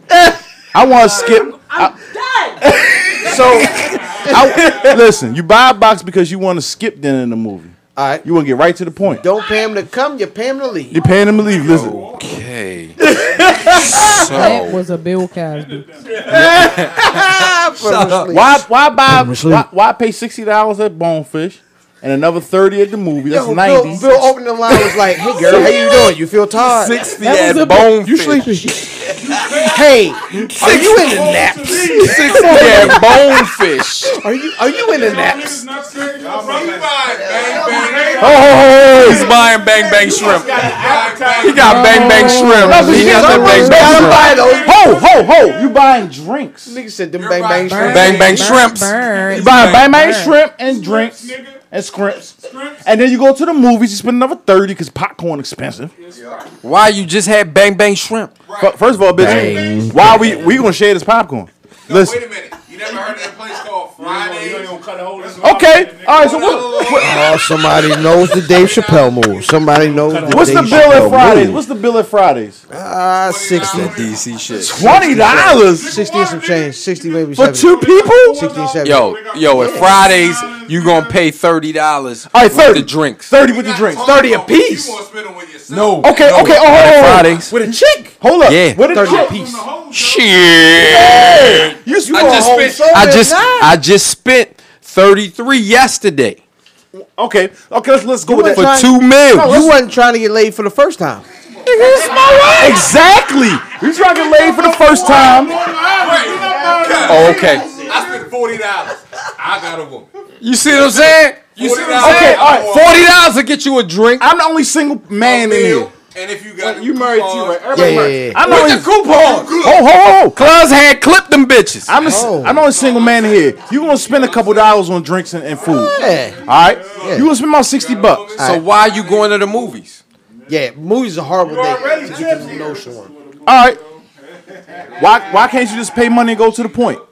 Speaker 5: I want to skip.
Speaker 8: Done.
Speaker 4: *laughs*
Speaker 5: I, listen, you buy a box because you want to skip dinner in the movie.
Speaker 4: all right.
Speaker 5: You want to get right to the point.
Speaker 4: Don't pay him to come. You pay him to leave.
Speaker 5: You're paying him to leave. Listen,
Speaker 3: okay.
Speaker 6: That
Speaker 3: So
Speaker 6: was a Bill Cosby.
Speaker 4: Ah,
Speaker 5: why why buy
Speaker 4: him to sleep.
Speaker 5: why, why pay sixty dollars at Bonefish and another thirty at the movie? That's
Speaker 4: Yo, Bill,
Speaker 5: ninety.
Speaker 4: Bill opened the line was like, "Hey girl, how you doing? You feel tired?
Speaker 3: sixty
Speaker 6: That was a
Speaker 3: at bone.
Speaker 6: You sleepy?
Speaker 4: Hey, are you in the naps?
Speaker 3: Sixty
Speaker 4: oh.
Speaker 5: *laughs*
Speaker 4: *laughs*
Speaker 3: at bonefish.
Speaker 4: Are you are you in the naps?
Speaker 7: Niggas not serious. I'm bang,
Speaker 5: Oh,
Speaker 7: bang.
Speaker 5: oh,
Speaker 3: He's buying bang bang shrimp. He
Speaker 7: Appetite.
Speaker 3: got bang bang shrimp. He got the bang bang shrimp.
Speaker 5: oh,
Speaker 4: buy those.
Speaker 5: ho, ho, ho! You buying drinks? You
Speaker 4: Nigga said them bang bang shrimp.
Speaker 3: Bang bang shrimps.
Speaker 6: Burn.
Speaker 5: buying bang bang
Speaker 6: Burn.
Speaker 5: shrimp and drinks
Speaker 7: nigga.
Speaker 5: and scrimps,
Speaker 7: Shrimps.
Speaker 5: and then you go to the movies. You spend another thirty because popcorn expensive.
Speaker 3: Why you just had bang bang *laughs* shrimp?
Speaker 5: Fu- First of all, bitch, why we we gonna share this popcorn? Listen,
Speaker 10: Wait a minute. You never heard of that place called
Speaker 7: You ain't
Speaker 10: Fridays?
Speaker 7: gonna cut a hole. That's
Speaker 5: okay, all right. So what?
Speaker 4: Oh, somebody knows the Dave Chappelle move. Somebody knows the
Speaker 5: What's
Speaker 4: Dave
Speaker 5: the bill
Speaker 4: Chappelle
Speaker 5: at Fridays?
Speaker 4: move.
Speaker 5: What's the bill at Fridays?
Speaker 4: Ah, sixty,
Speaker 3: That DC shit.
Speaker 5: Twenty dollars
Speaker 4: sixty and some change. Sixty maybe
Speaker 5: for
Speaker 4: seven.
Speaker 5: two people?
Speaker 4: sixty and seven.
Speaker 3: Yo, yo, at Fridays, you gonna pay thirty dollars
Speaker 5: All right,
Speaker 3: for
Speaker 5: thirty
Speaker 3: the drinks.
Speaker 5: Thirty with the drinks. Thirty a
Speaker 10: You
Speaker 5: piece.
Speaker 10: want to spend them with yourself.
Speaker 3: No.
Speaker 5: Okay,
Speaker 3: no,
Speaker 5: okay. Oh,
Speaker 3: not
Speaker 5: hold
Speaker 3: at
Speaker 5: on.
Speaker 3: Fridays.
Speaker 5: with a chick. Hold up.
Speaker 3: Yeah.
Speaker 5: with a
Speaker 4: Thirty
Speaker 5: chick.
Speaker 4: a piece.
Speaker 3: Shit.
Speaker 5: You, you
Speaker 3: I
Speaker 5: want
Speaker 3: just
Speaker 5: a whole-
Speaker 3: spent.
Speaker 4: soda
Speaker 3: I
Speaker 4: is
Speaker 3: just.
Speaker 4: nice.
Speaker 3: I just spent thirty three yesterday
Speaker 5: okay, okay. Let's let's go
Speaker 4: You
Speaker 5: with
Speaker 4: went
Speaker 5: that.
Speaker 3: for
Speaker 4: Trying-
Speaker 3: two meals.
Speaker 4: You wasn't trying to get laid for the first time.
Speaker 5: Exactly. You trying to get laid for the first time?
Speaker 3: Oh, okay.
Speaker 10: I spent forty dollars. I got a woman.
Speaker 3: You see what I'm saying? You see what I'm
Speaker 5: Okay,
Speaker 3: saying?
Speaker 5: all right. Four-
Speaker 3: Forty dollars to get you a drink.
Speaker 5: I'm the only single man in here.
Speaker 10: Bill, And if you got
Speaker 5: You married too,
Speaker 10: coupons,
Speaker 5: right?
Speaker 4: Yeah,
Speaker 5: Everybody
Speaker 4: yeah,
Speaker 5: married.
Speaker 4: yeah.
Speaker 5: I'm the only.
Speaker 3: With the coupons.
Speaker 5: Ho, ho, ho.
Speaker 3: Cuz had clipped them bitches.
Speaker 5: I'm a,
Speaker 4: Oh.
Speaker 5: I'm the only single man in here. You gonna spend a couple dollars on drinks and, and food?
Speaker 4: Yeah,
Speaker 5: All right. You gonna spend about sixty bucks?
Speaker 3: So why you going to the movies?
Speaker 4: yeah. Movies are horrible date. Just give them no showing.
Speaker 5: All right. Why why can't you just pay money and go to the point?
Speaker 3: Or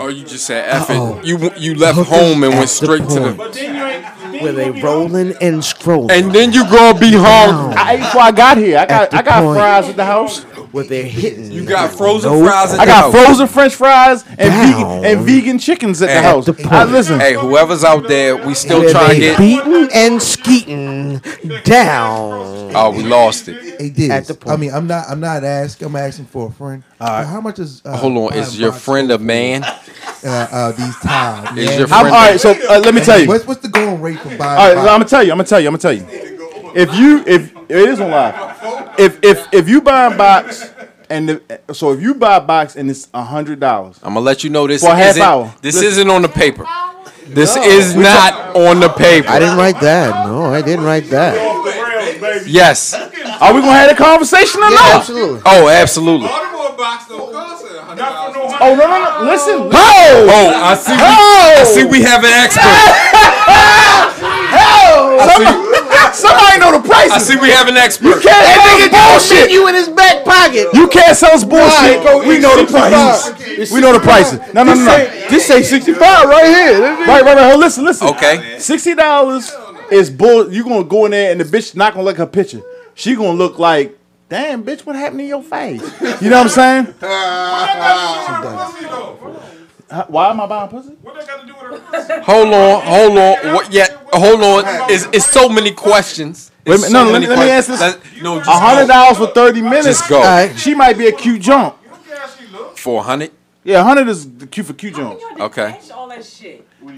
Speaker 3: Oh, you just said F it. You you left home and went
Speaker 4: at the
Speaker 3: straight to the
Speaker 4: point.
Speaker 7: Then you ain't. then you
Speaker 4: Where they
Speaker 7: gonna be
Speaker 4: rolling and scrolling.
Speaker 3: and then you gonna be hungry.
Speaker 5: I ate before I got here. I got
Speaker 4: At the
Speaker 5: I got
Speaker 4: point.
Speaker 5: fries at the house.
Speaker 4: what they're hitting.
Speaker 3: You got frozen fries at
Speaker 5: I
Speaker 3: the
Speaker 5: got
Speaker 3: house.
Speaker 5: frozen French fries and vegan
Speaker 4: Down.
Speaker 5: and vegan chickens at the
Speaker 3: At
Speaker 5: house.
Speaker 4: the
Speaker 5: I,
Speaker 4: point.
Speaker 5: listen,
Speaker 3: Hey, whoever's out there, we still
Speaker 4: Where
Speaker 3: trying to
Speaker 4: they
Speaker 3: get.
Speaker 4: beaten and skeeting down.
Speaker 3: Oh, we lost it.
Speaker 11: Hey, Diz,
Speaker 4: At the
Speaker 11: I
Speaker 4: point.
Speaker 11: mean, I'm not. I'm not asking. I'm asking for a friend. Uh, how much is? Uh,
Speaker 3: Hold on, is
Speaker 11: buying
Speaker 3: your
Speaker 11: box
Speaker 3: friend a man?
Speaker 11: Uh, uh, these times.
Speaker 3: Is your
Speaker 5: I'm,
Speaker 3: friend?
Speaker 5: all right. So uh, let me tell you.
Speaker 11: What's, what's the going rate for buying?
Speaker 5: All right,
Speaker 11: box?
Speaker 5: I'm gonna tell you. I'm gonna tell you. I'm gonna tell you. If you if it is on live, if if if you buy a box and the, so if you buy a box and it's a hundred dollars,
Speaker 3: I'm gonna let you know this
Speaker 5: For a half
Speaker 3: isn't.
Speaker 5: hour.
Speaker 3: This
Speaker 5: Listen.
Speaker 3: isn't on the paper. This is not on the paper.
Speaker 4: I didn't write that. No, I didn't write that.
Speaker 7: Off the rails, baby.
Speaker 3: Yes.
Speaker 5: are we gonna have a conversation or
Speaker 4: Yeah,
Speaker 5: not?
Speaker 4: absolutely.
Speaker 3: Oh, absolutely.
Speaker 12: Baltimore box don't cost a hundred
Speaker 7: Not for no
Speaker 12: dollars.
Speaker 5: Oh
Speaker 7: hundred.
Speaker 5: no no no! Listen,
Speaker 3: Oh, I see. We, I see. We have an expert.
Speaker 5: somebody know the
Speaker 3: I
Speaker 5: prices.
Speaker 3: see. We have an expert.
Speaker 5: Can't that nigga
Speaker 4: Oh,
Speaker 5: bullshit.
Speaker 4: You in his back pocket.
Speaker 5: You can't sell us bullshit. we know the prices. We know the prices. No, no, no, no. This say sixty-five right here. Right, right, right. Hold, listen, listen.
Speaker 3: Okay.
Speaker 5: Sixty dollars is bull. You gonna go in there and the bitch not gonna like her picture. She gonna look like, damn, bitch, what happened to your face? You know what I'm saying?
Speaker 3: Oh,
Speaker 5: Huh, Why am I buying pussy?
Speaker 7: What that got to do with her pussy?
Speaker 3: Hold on. Hold on. What? Yeah. Hold on. It's, it's so many questions.
Speaker 5: Wait a
Speaker 3: It's
Speaker 5: minute,
Speaker 3: so
Speaker 5: no, let
Speaker 3: many
Speaker 5: me- let me ask
Speaker 3: questions.
Speaker 5: this.
Speaker 3: Let- No, just
Speaker 5: hundred
Speaker 3: go.
Speaker 5: dollars for thirty minutes.
Speaker 3: Just go.
Speaker 4: Alright.
Speaker 5: She might be a cute jump.
Speaker 7: Look how she look.
Speaker 3: For a hundred.
Speaker 5: Yeah, hundred is the cute for cute jump.
Speaker 13: You
Speaker 3: Okay.
Speaker 13: detach all that shit. How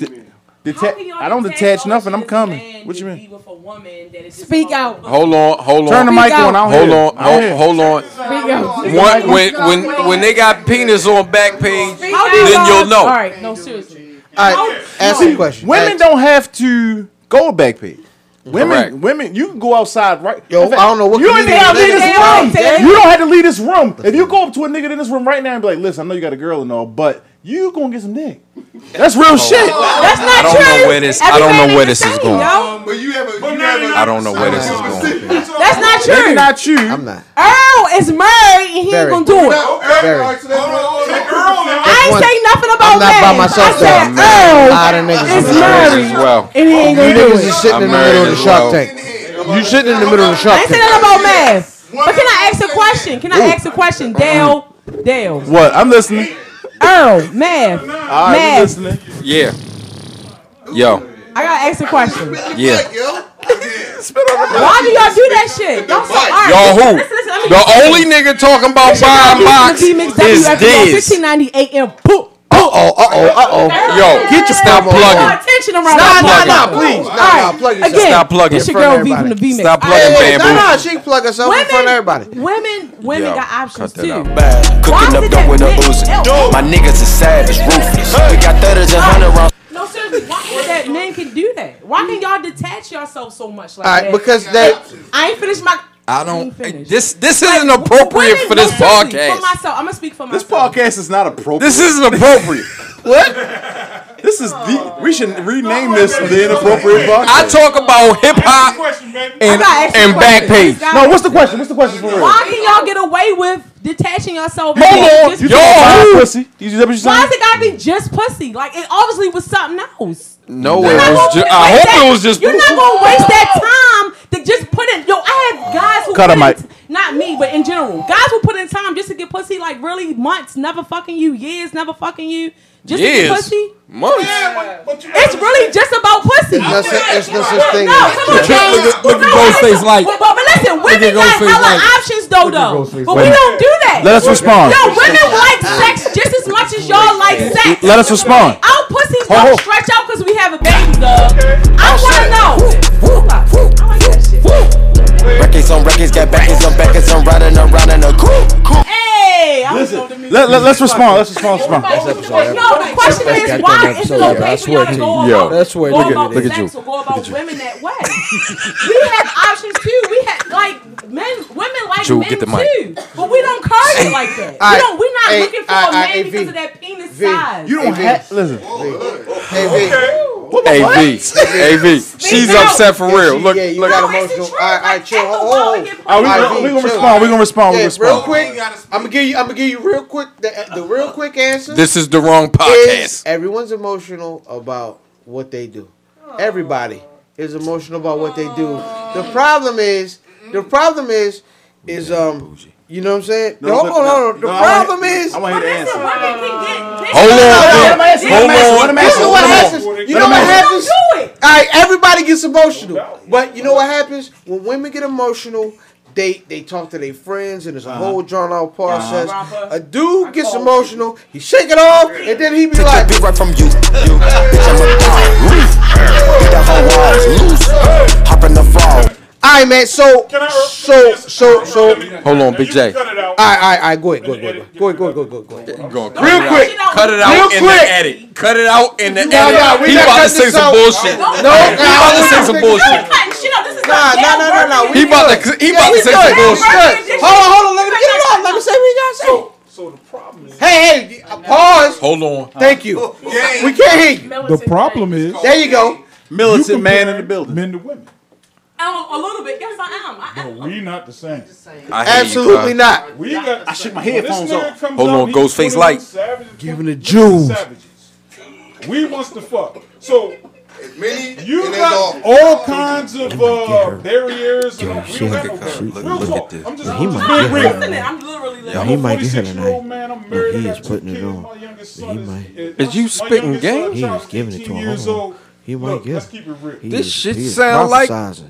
Speaker 5: Deta-
Speaker 13: can y'all
Speaker 5: I don't
Speaker 13: detach
Speaker 5: detach
Speaker 13: all
Speaker 5: nothing.
Speaker 13: that
Speaker 5: I'm
Speaker 13: shit as a man
Speaker 5: coming. What
Speaker 13: to
Speaker 5: you
Speaker 13: be
Speaker 5: mean?
Speaker 13: with a woman that is just
Speaker 6: Speak
Speaker 13: about
Speaker 6: out.
Speaker 13: to
Speaker 3: Hold on. Hold on.
Speaker 5: Turn the mic on. I don't
Speaker 3: Hold
Speaker 5: hear it.
Speaker 3: on,
Speaker 5: I don't
Speaker 3: hold,
Speaker 5: hear it.
Speaker 3: hold on. One, when when when they got penis on back page,
Speaker 6: How do you
Speaker 3: then you'll
Speaker 6: guys- All
Speaker 3: know.
Speaker 6: right, no, seriously.
Speaker 4: All right, ask a question.
Speaker 5: Women
Speaker 4: Ask-
Speaker 5: don't have to go back pay. Women,
Speaker 3: Correct.
Speaker 5: women, you can go outside right.
Speaker 4: Yo,
Speaker 5: In fact,
Speaker 4: I don't know what
Speaker 5: you don't
Speaker 4: community
Speaker 5: even have to leave
Speaker 6: that
Speaker 5: this
Speaker 6: is.
Speaker 5: room.
Speaker 6: Damn.
Speaker 5: You don't have to leave this room. If you go up to a nigga in this room right now and be like, "Listen, I know you got a girl and all, but you gonna get some dick." That's real shit.
Speaker 6: That's not
Speaker 3: I don't
Speaker 6: true.
Speaker 3: know where this. I
Speaker 6: Every
Speaker 3: don't
Speaker 6: man
Speaker 3: know where
Speaker 6: ain't
Speaker 3: this
Speaker 6: the
Speaker 3: is
Speaker 6: same,
Speaker 3: going.
Speaker 6: yo.
Speaker 12: But you have a.
Speaker 7: But
Speaker 12: You
Speaker 7: now you
Speaker 12: have a.
Speaker 3: I don't know where this is going.
Speaker 6: That's not
Speaker 5: They
Speaker 6: true.
Speaker 5: did not you.
Speaker 4: I'm not.
Speaker 6: Earl is married and he
Speaker 4: Very.
Speaker 6: ain't gonna do it.
Speaker 4: Very.
Speaker 6: I ain't
Speaker 4: One-
Speaker 6: say nothing about
Speaker 4: I'm not
Speaker 6: that.
Speaker 4: by myself.
Speaker 6: I said
Speaker 4: though.
Speaker 6: Earl
Speaker 4: A lot of niggas.
Speaker 6: is
Speaker 4: is married.
Speaker 6: married
Speaker 3: As well,
Speaker 6: and he ain't
Speaker 4: Oh, You
Speaker 6: gonna do
Speaker 4: niggas
Speaker 6: it.
Speaker 4: is sitting in the middle of the
Speaker 3: as
Speaker 4: Shark
Speaker 3: well.
Speaker 4: Tank. You sitting in the middle of the
Speaker 6: I
Speaker 4: Shark
Speaker 6: ain't say
Speaker 4: Tank.
Speaker 6: nothing about math. But can I ask a question? Can I ask a question?
Speaker 4: Uh-uh.
Speaker 6: Dale, Dale,
Speaker 5: What? I'm listening.
Speaker 6: Earl, math.
Speaker 5: All right,
Speaker 6: Man.
Speaker 5: we listening.
Speaker 3: yeah, yo,
Speaker 6: I gotta ask a question.
Speaker 3: yeah.
Speaker 6: Why do y'all do that shit? Y'all so all right.
Speaker 3: Y'all
Speaker 6: Listen,
Speaker 3: who?
Speaker 6: listen, let me
Speaker 3: The
Speaker 6: get this.
Speaker 3: only nigga talking about
Speaker 6: Shout out
Speaker 3: buying
Speaker 6: to
Speaker 3: box
Speaker 6: the Mix W
Speaker 3: is
Speaker 6: F M,
Speaker 3: this.
Speaker 6: 1590 AM. Poop.
Speaker 4: Oh, uh oh, uh oh.
Speaker 3: Yo,
Speaker 6: Get
Speaker 3: your stop plugging.
Speaker 6: attention
Speaker 4: Nah,
Speaker 6: around that
Speaker 4: nah,
Speaker 6: plug.
Speaker 4: nah, please. Nah, nah,
Speaker 6: Alright,
Speaker 4: plug yourself.
Speaker 6: Again,
Speaker 3: Stop plugging.
Speaker 6: It's your
Speaker 4: In front
Speaker 6: girl
Speaker 4: of
Speaker 6: V from the
Speaker 4: everybody.
Speaker 6: V Mix.
Speaker 3: Stop plugging,
Speaker 4: Hey, nah,
Speaker 3: bamboo.
Speaker 4: nah, "Oh, she can plug herself in front of everybody.
Speaker 6: Women, women
Speaker 3: Yo,
Speaker 6: got options
Speaker 3: cut that
Speaker 6: too.
Speaker 3: out.
Speaker 9: Bad. Cooking
Speaker 6: Why
Speaker 9: up
Speaker 6: is
Speaker 9: dope
Speaker 6: it
Speaker 9: with a
Speaker 6: that men-
Speaker 9: boozy.
Speaker 6: Yo.
Speaker 9: My niggas is savage, ruthless. We got thudders and hundred rounds.
Speaker 6: No, seriously, why is it that men can do that? Why can y'all detach yourself so much like
Speaker 4: All right,
Speaker 6: that?
Speaker 4: because they.
Speaker 6: I ain't finished my.
Speaker 3: I
Speaker 6: ain't
Speaker 3: don't.
Speaker 6: finished.
Speaker 3: This this isn't appropriate
Speaker 6: Women-
Speaker 3: for this
Speaker 6: no, seriously, For
Speaker 3: podcast.
Speaker 6: myself, I'm gonna speak for
Speaker 5: This
Speaker 6: myself.
Speaker 5: podcast is not appropriate.
Speaker 3: This isn't appropriate.
Speaker 5: This is the. We should rename this the inappropriate
Speaker 3: I
Speaker 5: podcast.
Speaker 3: talk about hip
Speaker 7: Ask the
Speaker 3: hop
Speaker 7: question, baby.
Speaker 6: I
Speaker 3: and
Speaker 6: gotta ask you a
Speaker 3: and back
Speaker 6: question.
Speaker 3: page.
Speaker 6: Guys,
Speaker 5: No, what's the question? What's the question for real?
Speaker 6: Why can y'all get away with detaching yourself?
Speaker 5: Hold on.
Speaker 6: Just-
Speaker 5: You talking about pussy? You is that what you
Speaker 6: Why
Speaker 5: saying?
Speaker 6: does it gotta be just pussy? Like it obviously was something else.
Speaker 3: No,
Speaker 6: You're
Speaker 3: it
Speaker 6: not
Speaker 3: was
Speaker 6: gonna
Speaker 3: just.
Speaker 6: waste
Speaker 3: I hope
Speaker 6: that-
Speaker 3: it was just.
Speaker 6: You're not gonna waste that time to just put in. Yo, I have guys who
Speaker 5: Cut him,
Speaker 6: put in-
Speaker 5: Mike.
Speaker 6: Not me, but in general, guys who put in time just to get pussy. Like really, months never fucking you, years never fucking you, just to get
Speaker 3: Years,
Speaker 6: pussy.
Speaker 3: months.
Speaker 6: It's really just about pussy.
Speaker 4: That's it. It's no such thing.
Speaker 6: No, come on, man.
Speaker 3: Look at- look at
Speaker 6: No,
Speaker 3: Ghostface
Speaker 6: I-
Speaker 3: like-
Speaker 6: But, but listen, women got
Speaker 3: Ghostface
Speaker 6: hella
Speaker 3: like-
Speaker 6: options though, though. But we don't do that.
Speaker 5: Let us respond.
Speaker 6: Yo, women like sex just as much as y'all like sex.
Speaker 5: Let us respond.
Speaker 6: Our pussies
Speaker 5: Ho, ho.
Speaker 6: don't stretch out because we have a baby, dog. I want to know. I like that shit.
Speaker 9: Records on records, got backers on backers. I'm riding around in a coupe. coupe.
Speaker 6: Hey, I was going to
Speaker 5: Let, let, let's respond. Let's respond. respond.
Speaker 6: No, the question is why is it okay for y'all to go
Speaker 3: Yo,
Speaker 6: about,
Speaker 4: that's where
Speaker 6: go
Speaker 4: it is.
Speaker 6: about
Speaker 3: Look at
Speaker 6: sex
Speaker 3: you.
Speaker 6: or go about women that way? we have options too. We have like men, women like
Speaker 3: Jewel,
Speaker 6: men
Speaker 3: get the
Speaker 6: too,
Speaker 3: mic.
Speaker 6: but we don't curve it like that.
Speaker 4: All
Speaker 6: we
Speaker 4: right.
Speaker 6: don't. We're not
Speaker 4: Hey,
Speaker 6: looking for
Speaker 4: all
Speaker 6: a
Speaker 4: right, all
Speaker 6: man
Speaker 4: right,
Speaker 6: because
Speaker 4: V.
Speaker 6: of that penis
Speaker 4: V.
Speaker 6: size.
Speaker 5: You don't
Speaker 4: Hey,
Speaker 5: have listen.
Speaker 4: Hey,
Speaker 3: Av, *laughs* Av, she's
Speaker 6: out.
Speaker 3: upset for real.
Speaker 4: she-
Speaker 3: Look,
Speaker 4: yeah, you
Speaker 3: look.
Speaker 4: got
Speaker 6: No, it's the
Speaker 4: emotional. All
Speaker 6: truth.
Speaker 4: right, all right,
Speaker 6: Like,
Speaker 4: chill. Oh.
Speaker 6: that's the
Speaker 4: Hold
Speaker 6: law
Speaker 4: on.
Speaker 6: against
Speaker 5: All right, we gonna,
Speaker 4: All right,
Speaker 5: we gonna
Speaker 4: chill.
Speaker 5: respond. We gonna respond. We
Speaker 4: Yeah,
Speaker 5: gonna
Speaker 4: real
Speaker 5: respond.
Speaker 4: quick. I'm gonna give you. I'm gonna give you real quick. The, the real quick answer.
Speaker 3: This is the wrong
Speaker 4: is
Speaker 3: podcast.
Speaker 4: everyone's emotional about what they do. Everybody is emotional about what they do. The problem is, the problem is, is um, You know what I'm saying?
Speaker 5: No,
Speaker 4: No,
Speaker 5: but-
Speaker 4: hold on, hold on. The
Speaker 5: no, I wanna hear-
Speaker 4: problem is.
Speaker 5: I wanna hear the answer.
Speaker 4: Hold
Speaker 5: on, hold on.
Speaker 4: This is what
Speaker 5: Hold on.
Speaker 4: happens. You
Speaker 5: Let
Speaker 4: know
Speaker 5: him
Speaker 4: what
Speaker 5: answer.
Speaker 4: happens? All right, everybody gets emotional. But you know what happens? When women get emotional, they they talk to their friends and it's
Speaker 5: Uh-huh.
Speaker 4: a whole drawn out process. A dude gets emotional, he shake it off, and then he be like,
Speaker 9: be right from you. You bitch, I'm a dog. Roof. The whole wall's loose. Hop in the fall.
Speaker 4: All right, man. So, so, so, so.
Speaker 3: Hold on, Big J.
Speaker 4: All right, all right, all right. Go ahead, go ahead, go ahead, go ahead, go ahead, go ahead, go ahead.
Speaker 3: *laughs* Go on,
Speaker 4: Real
Speaker 3: it out.
Speaker 4: quick.
Speaker 3: Cut it
Speaker 4: Real
Speaker 3: out in
Speaker 4: quick.
Speaker 3: the edit. Cut it out in the
Speaker 4: No,
Speaker 3: edit.
Speaker 4: no, we
Speaker 3: he
Speaker 4: not
Speaker 3: about to
Speaker 4: cutting
Speaker 3: say
Speaker 4: this
Speaker 3: some
Speaker 4: out.
Speaker 3: bullshit.
Speaker 4: No,
Speaker 3: he
Speaker 4: no,
Speaker 3: about to
Speaker 4: no,
Speaker 3: say
Speaker 4: no, no,
Speaker 3: some bullshit.
Speaker 4: Nah, nah, nah, nah, nah.
Speaker 3: He about to. He about to say some bullshit.
Speaker 4: Hold on, hold on. Let me get it off. Let me say what you gotta say. So, so the problem is. Hey, hey. uh, Pause.
Speaker 3: Hold on.
Speaker 4: Thank you. We can't hear you.
Speaker 13: The problem is
Speaker 4: There you go.
Speaker 5: Militant man in the
Speaker 13: comparing
Speaker 5: building.
Speaker 13: Men to women.
Speaker 6: Um, a little bit. Yes, I am. I,
Speaker 13: But we not the same.
Speaker 3: I hear you,
Speaker 4: Absolutely
Speaker 3: cuz.
Speaker 4: not.
Speaker 13: We got. I
Speaker 5: shook my headphones off.
Speaker 3: Hold on, Ghostface Light.
Speaker 4: Giving the Jews.
Speaker 7: Savages. We wants to fuck. So
Speaker 10: Many
Speaker 7: you
Speaker 10: and they
Speaker 7: got
Speaker 10: all.
Speaker 7: all kinds of uh, barriers. And all, we don't got no
Speaker 3: Look at-
Speaker 7: barriers.
Speaker 3: look-
Speaker 7: Real
Speaker 3: look at
Speaker 7: talk.
Speaker 3: this.
Speaker 7: I'm
Speaker 4: Now,
Speaker 7: just,
Speaker 4: he
Speaker 7: I'm just
Speaker 4: might
Speaker 7: being
Speaker 4: get
Speaker 7: real.
Speaker 4: her tonight.
Speaker 6: I'm literally
Speaker 4: Now,
Speaker 6: listening.
Speaker 4: he might get her
Speaker 7: 46-year-old
Speaker 4: tonight.
Speaker 7: Man, I'm
Speaker 4: Now,
Speaker 7: married,
Speaker 4: he
Speaker 7: I
Speaker 4: is
Speaker 7: got two
Speaker 4: putting it
Speaker 7: kids.
Speaker 4: on.
Speaker 7: My youngest
Speaker 4: Now,
Speaker 7: son
Speaker 4: he might.
Speaker 3: Is you
Speaker 7: my
Speaker 3: spitting
Speaker 7: youngest
Speaker 3: game?
Speaker 7: son,
Speaker 4: He
Speaker 7: child,
Speaker 4: is giving it to
Speaker 7: 18
Speaker 4: her.
Speaker 7: years
Speaker 4: Hold
Speaker 7: old.
Speaker 4: on. He might
Speaker 7: Look,
Speaker 4: get
Speaker 7: let's
Speaker 4: her.
Speaker 7: keep it real.
Speaker 4: He
Speaker 3: This
Speaker 4: is-
Speaker 3: shit
Speaker 4: he is
Speaker 3: sound like-
Speaker 4: prophesizing.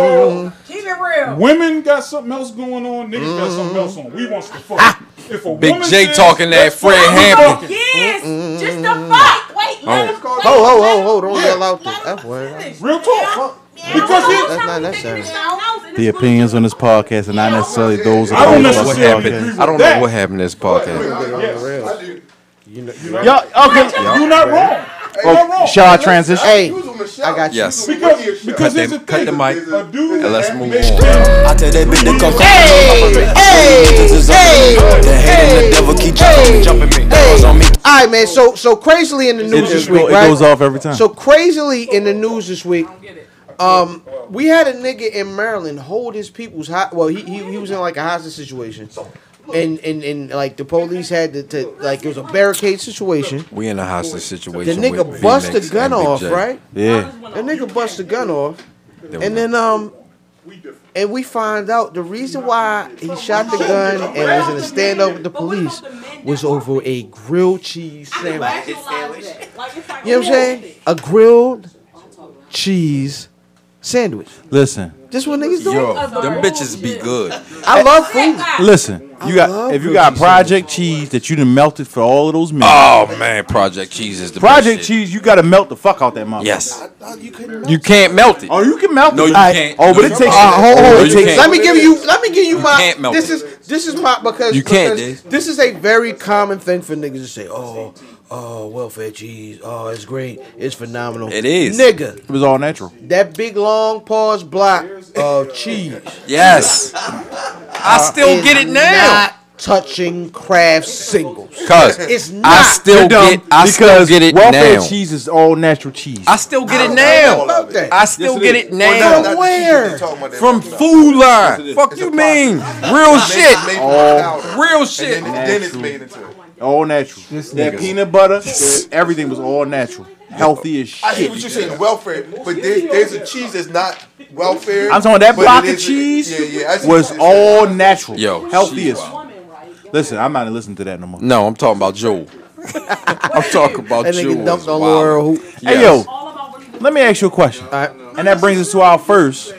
Speaker 8: Keep it real.
Speaker 7: Women got something else going on. Niggas got
Speaker 4: Mm-hmm.
Speaker 7: something else on. We wants to
Speaker 4: Ah!
Speaker 7: fuck. If a
Speaker 3: Big
Speaker 7: woman
Speaker 3: J
Speaker 7: says,
Speaker 3: talking that
Speaker 7: "Let's
Speaker 3: Fred
Speaker 7: fuck," we
Speaker 3: Hampton.
Speaker 7: fucking.
Speaker 8: Yes, just the fuck. Wait, let
Speaker 3: Oh.
Speaker 8: him. Ho,
Speaker 4: Ho, ho, ho, ho. Don't yell out the F word.
Speaker 7: Real talk.
Speaker 8: Because
Speaker 7: he-
Speaker 4: That's not necessary.
Speaker 13: Mm-hmm.
Speaker 5: The opinions on this podcast are not necessarily those of
Speaker 7: I don't
Speaker 5: those
Speaker 3: What
Speaker 7: necessarily
Speaker 5: on this
Speaker 7: agree
Speaker 5: podcast.
Speaker 3: happened? I don't know what happened to this podcast.
Speaker 7: Yes.
Speaker 5: Y'all, okay.
Speaker 7: You're not wrong.
Speaker 3: Oh,
Speaker 7: You're not wrong.
Speaker 5: Shall I transition?
Speaker 4: Hey,
Speaker 10: was on the show.
Speaker 4: I got you.
Speaker 3: Yes.
Speaker 7: Because, because
Speaker 3: Cut
Speaker 7: here's
Speaker 3: the-
Speaker 7: the
Speaker 3: cut
Speaker 7: thing.
Speaker 3: the mic
Speaker 7: A dude
Speaker 3: and let's
Speaker 7: that
Speaker 3: move
Speaker 7: makes
Speaker 3: on.
Speaker 7: sense-
Speaker 9: I tell that bitch to come
Speaker 4: Hey, hey, hey,
Speaker 9: The hate and the devil keep jumping me, jumping me. That was on me.
Speaker 4: All right, man. So, so crazily in the news
Speaker 5: It,
Speaker 4: this
Speaker 5: just
Speaker 4: week,
Speaker 5: go, it
Speaker 4: right?
Speaker 5: goes off every time.
Speaker 4: So crazily in the news this week. Um, we had a nigga in Maryland hold his people's hot. Well, he, he he was in like a hostage situation, and and and like the police had to, to like it was a barricade situation.
Speaker 3: We in a hostage
Speaker 4: The
Speaker 3: situation. with
Speaker 4: nigga bust the
Speaker 3: V-Mix
Speaker 4: gun
Speaker 3: and Big
Speaker 4: off,
Speaker 3: J.
Speaker 4: right?
Speaker 5: yeah.
Speaker 4: The nigga bust the gun off,
Speaker 3: Then
Speaker 4: and
Speaker 3: we-
Speaker 4: then um. And we find out the reason why he shot the gun and was in a standoff with the police was over a grilled cheese sandwich. You know what I'm saying? A grilled cheese sandwich.
Speaker 5: Listen.
Speaker 4: This what niggas doing.
Speaker 3: Yo, them bitches be good.
Speaker 4: I love food.
Speaker 5: Listen, you got
Speaker 4: love
Speaker 5: if you
Speaker 4: grilled
Speaker 5: got
Speaker 4: cheese
Speaker 5: Project Cheese that you done melted for all of those men.
Speaker 3: Oh man, Project Cheese is the best
Speaker 5: Project
Speaker 3: shit.
Speaker 5: Cheese, you gotta melt the fuck out that motherfucker.
Speaker 3: Yes. You can't melt it.
Speaker 5: Oh, you can melt
Speaker 3: No,
Speaker 5: it.
Speaker 3: you
Speaker 5: Alright.
Speaker 3: can't.
Speaker 5: Oh, but
Speaker 3: No,
Speaker 5: it
Speaker 3: you
Speaker 5: takes.
Speaker 3: can't.
Speaker 5: Uh, hold, hold,
Speaker 3: No,
Speaker 5: it
Speaker 3: you
Speaker 5: takes.
Speaker 3: can't.
Speaker 4: Let me give you. Let me give you my.
Speaker 3: can't melt
Speaker 4: This
Speaker 3: it.
Speaker 4: is this is my because
Speaker 3: You can't,
Speaker 4: because
Speaker 3: Diz.
Speaker 4: This is a very common thing for niggas to say. Oh, oh, welfare cheese. Oh, it's great. It's phenomenal.
Speaker 3: It is.
Speaker 4: nigga.
Speaker 5: It was all natural.
Speaker 4: That big long pause block of cheese.
Speaker 3: Yes. I still
Speaker 4: is
Speaker 3: get it now.
Speaker 4: Not touching craft singles.
Speaker 3: Cause
Speaker 4: It's
Speaker 3: I
Speaker 4: not.
Speaker 3: still get. I still get it
Speaker 5: welfare
Speaker 3: now.
Speaker 5: cheese is all natural cheese.
Speaker 3: I still get it
Speaker 4: What
Speaker 3: now.
Speaker 4: about that?
Speaker 3: I still get it Oh,
Speaker 10: Not-
Speaker 3: now.
Speaker 10: not-
Speaker 4: where?
Speaker 10: you talking about that.
Speaker 3: From Food Line. Fuck you mean? Real shit.
Speaker 10: Made from
Speaker 5: Oh,
Speaker 10: powder.
Speaker 3: Real
Speaker 10: And
Speaker 3: shit.
Speaker 10: then- then it's made into. it.
Speaker 5: all natural. that peanut butter, that everything was all natural, healthy as
Speaker 10: I hear
Speaker 5: shit.
Speaker 10: what you're saying, welfare, but there, there's a cheese that's not welfare.
Speaker 5: I'm talking that
Speaker 10: but it
Speaker 5: block of
Speaker 10: is a-
Speaker 5: cheese
Speaker 10: Yeah, yeah. I see
Speaker 5: was
Speaker 10: what you're saying.
Speaker 5: all natural,
Speaker 3: Yo,
Speaker 5: healthy
Speaker 3: she's
Speaker 5: as. Listen, I'm not listening to that no more.
Speaker 3: No, I'm talking about *laughs* Joel. I'm talking about
Speaker 4: That
Speaker 3: Joel.
Speaker 4: nigga dumped on
Speaker 3: Wow.
Speaker 4: Laurel. Hoop.
Speaker 5: Hey
Speaker 3: Yes.
Speaker 5: yo, let me ask you a question,
Speaker 4: right.
Speaker 5: and that brings us to our first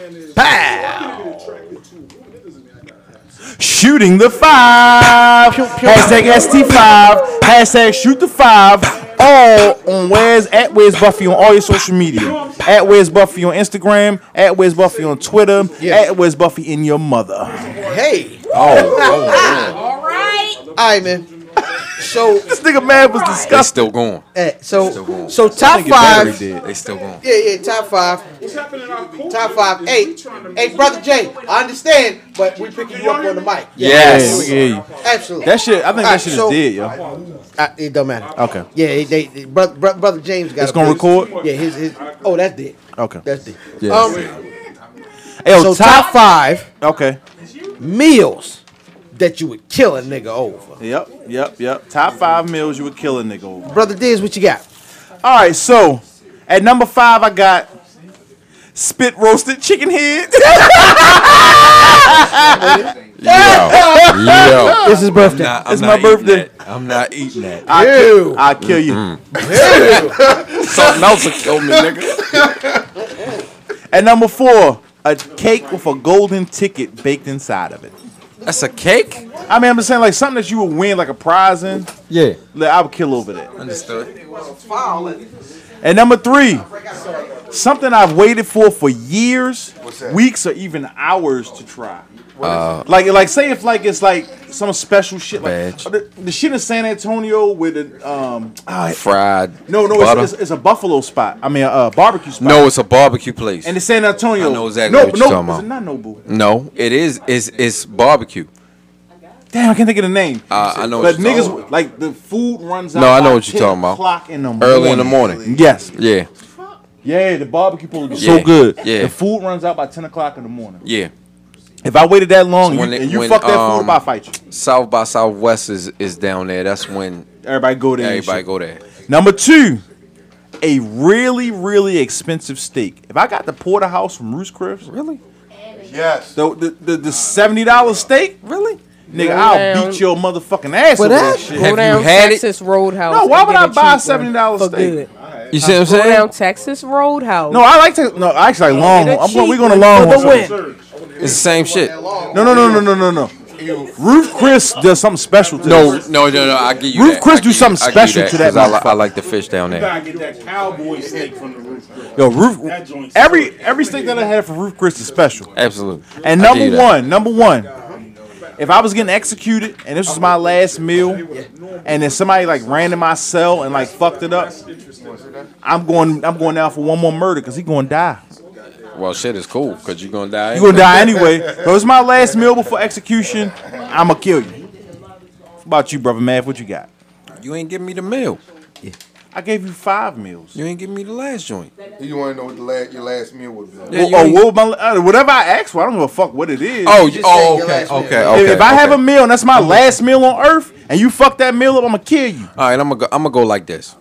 Speaker 5: Shooting the five. Hashtag ST5. Hashtag shoot the five. All on Where's at Where's Buffy on all your social media. At Where's Buffy on Instagram. At Where's Buffy on Twitter. At Where's Buffy in your mother.
Speaker 4: Hey.
Speaker 3: Oh, *laughs*
Speaker 8: All right.
Speaker 4: All right, man. So,
Speaker 5: This nigga mad was
Speaker 3: They
Speaker 5: disgusting.
Speaker 3: still going.
Speaker 4: eh, so,
Speaker 3: going.
Speaker 4: so top five.
Speaker 3: They still going.
Speaker 4: Yeah, yeah, top five.
Speaker 7: What's happening in our culture
Speaker 4: Top five.
Speaker 7: is
Speaker 4: Hey,
Speaker 7: we trying to
Speaker 4: hey, brother Jay, I understand, but we picking you up on the mic.
Speaker 5: Yeah, we
Speaker 3: Yes.
Speaker 5: can hear you.
Speaker 4: absolutely.
Speaker 5: That shit, I think that
Speaker 4: Alright,
Speaker 5: shit
Speaker 4: so-
Speaker 5: is dead, yo.
Speaker 4: Uh, it don't matter.
Speaker 5: Okay.
Speaker 4: Yeah, they, they, they- bro, bro, brother James got.
Speaker 5: It's
Speaker 4: a
Speaker 5: gonna
Speaker 4: place.
Speaker 5: record?
Speaker 4: Yeah, his, his. Oh, that's dead.
Speaker 5: Okay.
Speaker 4: That's dead.
Speaker 3: Yes.
Speaker 4: Um,
Speaker 5: Hey, yo,
Speaker 4: so top five
Speaker 5: Okay.
Speaker 4: meals that you would kill a nigga over.
Speaker 5: Yep, yep, yep. Top five meals you would kill a nigga over.
Speaker 4: Brother Diz, what you got?
Speaker 5: All right, so at number five, I got spit roasted chicken head.
Speaker 3: Yo,
Speaker 4: This is birthday.
Speaker 3: Nah, I'm
Speaker 4: It's
Speaker 3: not
Speaker 4: my
Speaker 3: eating
Speaker 4: birthday.
Speaker 3: that. I'm not eating that.
Speaker 5: *laughs* I kill, I kill you.
Speaker 3: *laughs* Something else will kill me, nigga.
Speaker 5: And number four, a cake with a golden ticket baked inside of it.
Speaker 3: That's a cake.
Speaker 5: I mean, I'm just saying like something that you would win, like a prize in.
Speaker 3: Yeah.
Speaker 5: Like, I would kill over that.
Speaker 3: Understood.
Speaker 5: And number three, something I've waited for for years,
Speaker 10: that?
Speaker 5: weeks, or even hours to try. Like, like say if like it's like some special shit, like
Speaker 3: Badge.
Speaker 5: the, the shit in San Antonio with an um, ah,
Speaker 3: Fried.
Speaker 5: no, no,
Speaker 3: butter.
Speaker 5: it's, it's, it's a buffalo spot. I mean, a uh, barbecue spot.
Speaker 3: no, it's a barbecue place.
Speaker 5: and it's San Antonio.
Speaker 3: I know exactly
Speaker 5: no,
Speaker 3: what
Speaker 5: no,
Speaker 3: you're talking
Speaker 5: is
Speaker 3: about.
Speaker 5: it not Nobu.
Speaker 3: no, it is. It's it's barbecue.
Speaker 5: Damn, I can't think of the name.
Speaker 3: Uh, I know
Speaker 5: But
Speaker 3: what you're talking
Speaker 5: niggas, like the food runs out.
Speaker 3: No, I know
Speaker 5: by
Speaker 3: what you're
Speaker 5: 10
Speaker 3: talking about.
Speaker 5: o'clock In the
Speaker 3: Early in the morning.
Speaker 5: Yes.
Speaker 3: Yeah,
Speaker 5: Yeah, the barbecue pool is
Speaker 3: Yeah,
Speaker 5: so good.
Speaker 3: yeah.
Speaker 5: The food runs out by ten o'clock in the morning.
Speaker 3: yeah.
Speaker 5: If I waited that long,
Speaker 3: So when
Speaker 5: you,
Speaker 3: it-
Speaker 5: and you
Speaker 3: when,
Speaker 5: fuck that
Speaker 3: um,
Speaker 5: food, up, I fight you.
Speaker 3: South by Southwest is is down there. That's when
Speaker 5: Everybody go there. and
Speaker 3: everybody
Speaker 5: shit.
Speaker 3: go there.
Speaker 5: Number two, a really, really expensive steak. If I got the porterhouse from Roost Chris, really,
Speaker 10: Yes.
Speaker 5: the the, the, the seventy dollars steak,
Speaker 3: Really?
Speaker 5: nigga,
Speaker 14: Go
Speaker 5: I'll
Speaker 14: down.
Speaker 5: beat your motherfucking ass
Speaker 14: For
Speaker 5: over
Speaker 14: that,
Speaker 5: that
Speaker 14: go
Speaker 5: shit.
Speaker 3: Have
Speaker 14: down
Speaker 3: you had it?
Speaker 14: Texas Roadhouse.
Speaker 5: No,
Speaker 14: and
Speaker 5: why would
Speaker 14: get
Speaker 5: I
Speaker 14: a
Speaker 5: buy a
Speaker 14: cheap one
Speaker 5: seventy dollars
Speaker 14: for
Speaker 5: steak?
Speaker 14: good.
Speaker 3: You see what I'm
Speaker 14: Go down
Speaker 3: saying?
Speaker 14: Texas Roadhouse.
Speaker 5: No, I like to. No, I actually like long.
Speaker 14: Get a
Speaker 5: I'm
Speaker 14: cheap
Speaker 5: going. We're going to
Speaker 14: one
Speaker 5: long
Speaker 14: for
Speaker 5: one.
Speaker 14: the win.
Speaker 3: It's the same shit. No,
Speaker 5: No, no, no, no, no, no, no. Ruth Chris does something special to
Speaker 3: no,
Speaker 5: this.
Speaker 3: no, no. I give you
Speaker 5: Ruth
Speaker 3: that.
Speaker 5: Chris
Speaker 3: I
Speaker 5: do
Speaker 3: give you-
Speaker 5: something
Speaker 3: I give you
Speaker 5: special to that
Speaker 3: 'cause I, li-
Speaker 5: motherfucker.
Speaker 3: I like the fish down there.
Speaker 7: gotta get that cowboy steak from the roof.
Speaker 5: Yo, Ruth.
Speaker 7: That joint's
Speaker 5: Every every steak that I had from Ruth Chris is special.
Speaker 3: Absolutely.
Speaker 5: And
Speaker 3: I give
Speaker 5: number
Speaker 3: you that.
Speaker 5: one, number one, if I was getting executed and this was my last meal, and then somebody like ran in my cell and like fucked it up, I'm going I'm going down for one more murder because he going to die.
Speaker 3: Well, shit is cool because you're gonna die.
Speaker 5: You going to die anyway. So it's my last meal before execution. I'm gonna kill you. What about you, brother Math? What you got?
Speaker 3: You ain't giving me the meal.
Speaker 5: I gave you five meals.
Speaker 3: You ain't giving me the last joint.
Speaker 10: You want to know what the last, your last meal would be?
Speaker 3: Yeah, you
Speaker 5: Well,
Speaker 3: ain't-
Speaker 5: oh, well, my, uh, whatever I ask for, I don't give a fuck what it is.
Speaker 3: Oh,
Speaker 5: If-
Speaker 3: you,
Speaker 10: just said
Speaker 3: oh,
Speaker 10: your
Speaker 3: okay,
Speaker 10: last meal.
Speaker 3: okay, okay.
Speaker 5: if, I have a
Speaker 3: okay.
Speaker 5: meal and that's my last meal on earth, and you fuck that meal up, I'm gonna kill you.
Speaker 3: all right, I'm gonna go, I'm gonna go like this.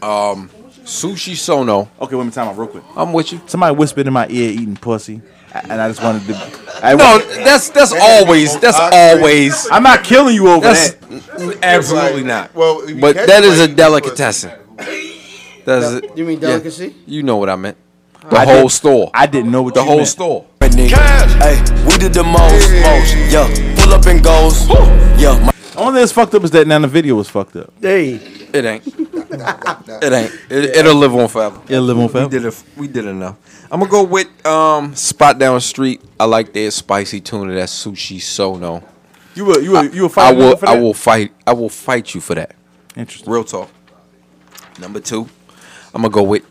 Speaker 3: Um, sushi Sono,
Speaker 5: Okay, wait a minute, time out real quick.
Speaker 3: I'm with you.
Speaker 5: Somebody whispered in my ear eating pussy, a- and I just wanted to. I,
Speaker 3: No, that's that's always that's always
Speaker 5: I'm not killing you over
Speaker 3: that's
Speaker 5: that.
Speaker 3: absolutely not.
Speaker 10: Well, if you
Speaker 3: But
Speaker 10: catch
Speaker 3: that is
Speaker 10: somebody
Speaker 3: a
Speaker 10: eating
Speaker 3: delicatessen. That's it.
Speaker 4: You mean
Speaker 3: Yeah.
Speaker 4: delicacy?
Speaker 3: You know what I meant. The
Speaker 5: I
Speaker 3: whole
Speaker 5: did-
Speaker 3: store.
Speaker 5: I didn't know what
Speaker 3: the
Speaker 5: you
Speaker 3: whole
Speaker 5: meant.
Speaker 3: store.
Speaker 9: Hey, we did the most, most. Yeah, pull up and goes. Yeah, my
Speaker 5: Only thing that's fucked up is that now the video was fucked up.
Speaker 4: Hey,
Speaker 3: It ain't. It ain't. It, it'll live on forever.
Speaker 5: Yeah, live on
Speaker 3: We did it. We did enough. I'm gonna go with um spot down the street. I like their spicy tuna. That sushi Sono.
Speaker 5: You were you were you were
Speaker 3: I
Speaker 5: fighting
Speaker 3: will.
Speaker 5: for that?
Speaker 3: I will fight. I will fight you for that.
Speaker 5: Interesting.
Speaker 3: Real talk. Number two, I'm gonna go with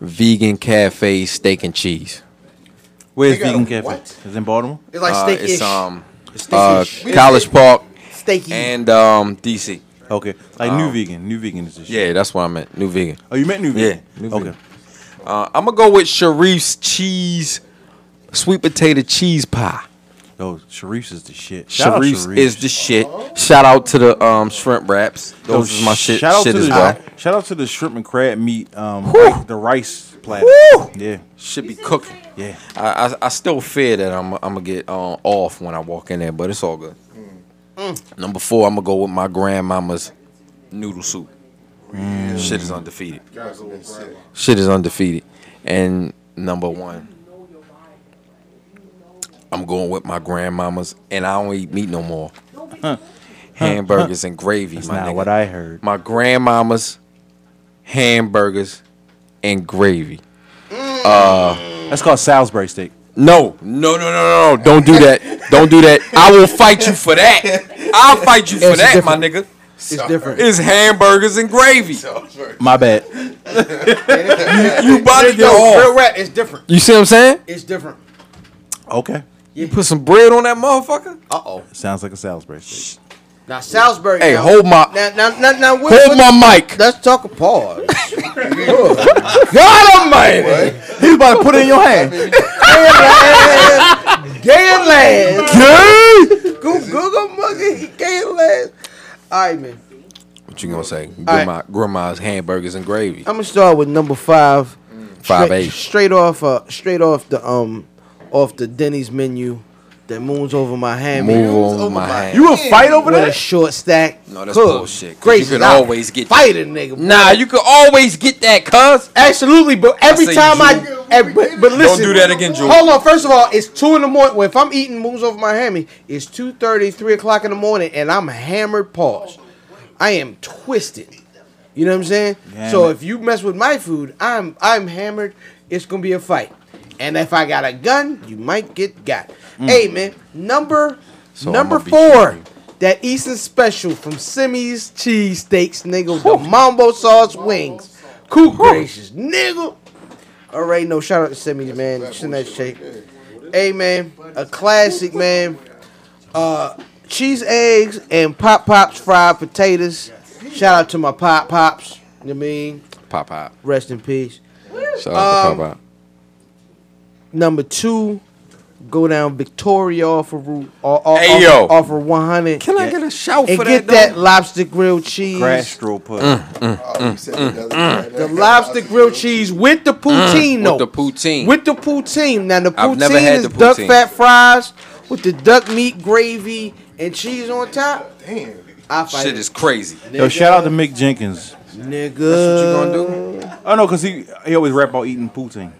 Speaker 3: vegan cafe steak and cheese.
Speaker 5: Where's
Speaker 10: They got
Speaker 5: vegan
Speaker 10: a
Speaker 5: cafe?
Speaker 10: what?
Speaker 5: It's in Baltimore.
Speaker 4: it's like
Speaker 3: Uh,
Speaker 4: steakish.
Speaker 3: it's um uh,
Speaker 4: steakish.
Speaker 3: College Park
Speaker 4: steaky.
Speaker 3: and um DC.
Speaker 5: Okay, like new vegan. New vegan is this. shit.
Speaker 3: Oh. Yeah, that's what I meant. New vegan.
Speaker 5: Oh, you meant new vegan.
Speaker 3: Yeah, new
Speaker 5: okay.
Speaker 3: vegan. Uh, I'm gonna go with Sharif's cheese, sweet potato cheese pie.
Speaker 5: Yo, Sharif's is the shit. Shout out
Speaker 3: Sharif's
Speaker 5: Sharif's.
Speaker 3: is the shit. Shout out to the um shrimp wraps.
Speaker 5: Yo,
Speaker 3: Those is my shit.
Speaker 5: Shout out
Speaker 3: shit
Speaker 5: to
Speaker 3: as
Speaker 5: the
Speaker 3: well.
Speaker 5: shout out to the shrimp and crab meat. Um, like the rice platter. Yeah,
Speaker 3: Should be cooking.
Speaker 5: yeah.
Speaker 3: I, I I still fear that I'm I'm gonna get uh, off when I walk in there, but it's all good. Number four, I'm gonna go with my grandmama's noodle soup. Shit is undefeated. Shit is undefeated. And number one, I'm going with my grandmama's, and I don't eat meat no more. *laughs* Hamburgers and gravy,
Speaker 5: That's
Speaker 3: my
Speaker 5: not
Speaker 3: nigga.
Speaker 5: what I heard.
Speaker 3: My grandmama's hamburgers and gravy.
Speaker 5: That's called Salisbury steak.
Speaker 3: No, no, no, no, no, no. Don't do that. Don't do that. I will fight you for that. I'll fight you for
Speaker 4: It's
Speaker 3: that, my
Speaker 4: different.
Speaker 3: nigga.
Speaker 4: it's different.
Speaker 3: It's hamburgers and gravy.
Speaker 5: My bad.
Speaker 3: You about to get
Speaker 4: Yo,
Speaker 3: off.
Speaker 4: real rap. It's different.
Speaker 3: You see what I'm saying?
Speaker 4: It's different.
Speaker 5: Okay.
Speaker 3: You put some bread on that motherfucker.
Speaker 4: Uh oh.
Speaker 5: Sounds like a Salisbury steak.
Speaker 4: Now Salisbury.
Speaker 3: Hey,
Speaker 4: now,
Speaker 3: hold my-
Speaker 4: Now, now, now, now what,
Speaker 3: Hold
Speaker 4: what-
Speaker 3: my mic.
Speaker 4: Let's talk a pause. *laughs*
Speaker 3: God almighty.
Speaker 5: He was about to put it in your
Speaker 4: *laughs*
Speaker 5: hand.
Speaker 4: Gay and last.
Speaker 3: *laughs* Gay.
Speaker 4: Google, Google muggy. Gay and last. All right, man.
Speaker 3: What you gonna say?
Speaker 4: right.
Speaker 3: Grandma, Grandma's hamburgers and gravy.
Speaker 4: I'm gonna start with number five.
Speaker 3: Five
Speaker 4: straight,
Speaker 3: eight.
Speaker 4: Straight off, uh, straight off the um, off the Denny's menu. The moon's over my hand.
Speaker 3: Move
Speaker 4: man.
Speaker 3: over my hand.
Speaker 4: You will fight over that? With a short stack.
Speaker 3: No, that's
Speaker 4: Good
Speaker 3: bullshit. 'cause
Speaker 4: gracious,
Speaker 3: you could
Speaker 4: I
Speaker 3: always get
Speaker 4: fight a nigga.
Speaker 3: Nah, you could always get that, cuz.
Speaker 4: Absolutely, but every
Speaker 3: say
Speaker 4: time
Speaker 3: you.
Speaker 4: I, eh, but, but listen,
Speaker 3: do that again, Jewel.
Speaker 4: Hold on. First of all, it's two in the morning. If I'm eating moons over my hammy, it's 2.30, 3 o'clock in the morning, and I'm hammered. Pause. I am twisted. You know what I'm saying?
Speaker 5: Yeah,
Speaker 4: so
Speaker 5: man.
Speaker 4: if you mess with my food, I'm I'm hammered. It's gonna be a fight. And if I got a gun, you might get got.
Speaker 3: Mm.
Speaker 4: Hey man, number
Speaker 3: So
Speaker 4: number
Speaker 3: I'ma be
Speaker 4: four. That Easton special from Simi's Cheesesteaks, nigga. The Mambo Sauce Wings. Cool gracious, nigga. All right, no, shout out to Simi's, man. Send that shake. Hey, man, a classic, man. Uh, cheese, eggs, and Pop Pops fried potatoes. Shout out to my Pop Pops. You know what I mean?
Speaker 3: Pop pop.
Speaker 4: Rest in peace.
Speaker 3: Shout out
Speaker 4: Um,
Speaker 3: to pop pop.
Speaker 4: Number two, go down Victoria off of Route or, or,
Speaker 3: Hey,
Speaker 4: off,
Speaker 3: yo.
Speaker 4: off of 100. Can
Speaker 3: I get a shout
Speaker 4: and
Speaker 3: for
Speaker 4: get
Speaker 3: that,
Speaker 4: that lobster grilled cheese.
Speaker 5: Grass stroll put.
Speaker 4: The lobster grilled cheese with the poutine,
Speaker 3: Mm, With
Speaker 4: though.
Speaker 3: the poutine.
Speaker 4: With the poutine. Now the
Speaker 3: I've never
Speaker 4: poutine
Speaker 3: had
Speaker 4: is
Speaker 3: the
Speaker 4: duck
Speaker 3: poutine.
Speaker 4: fat fries with the duck meat gravy and cheese on top. Damn. I fight
Speaker 3: Shit
Speaker 4: it.
Speaker 3: is crazy.
Speaker 5: Yo, shout out to Mick Jenkins.
Speaker 4: Nigga.
Speaker 3: That's what you gonna do?
Speaker 5: Oh no, cause he he always rap about eating poutine.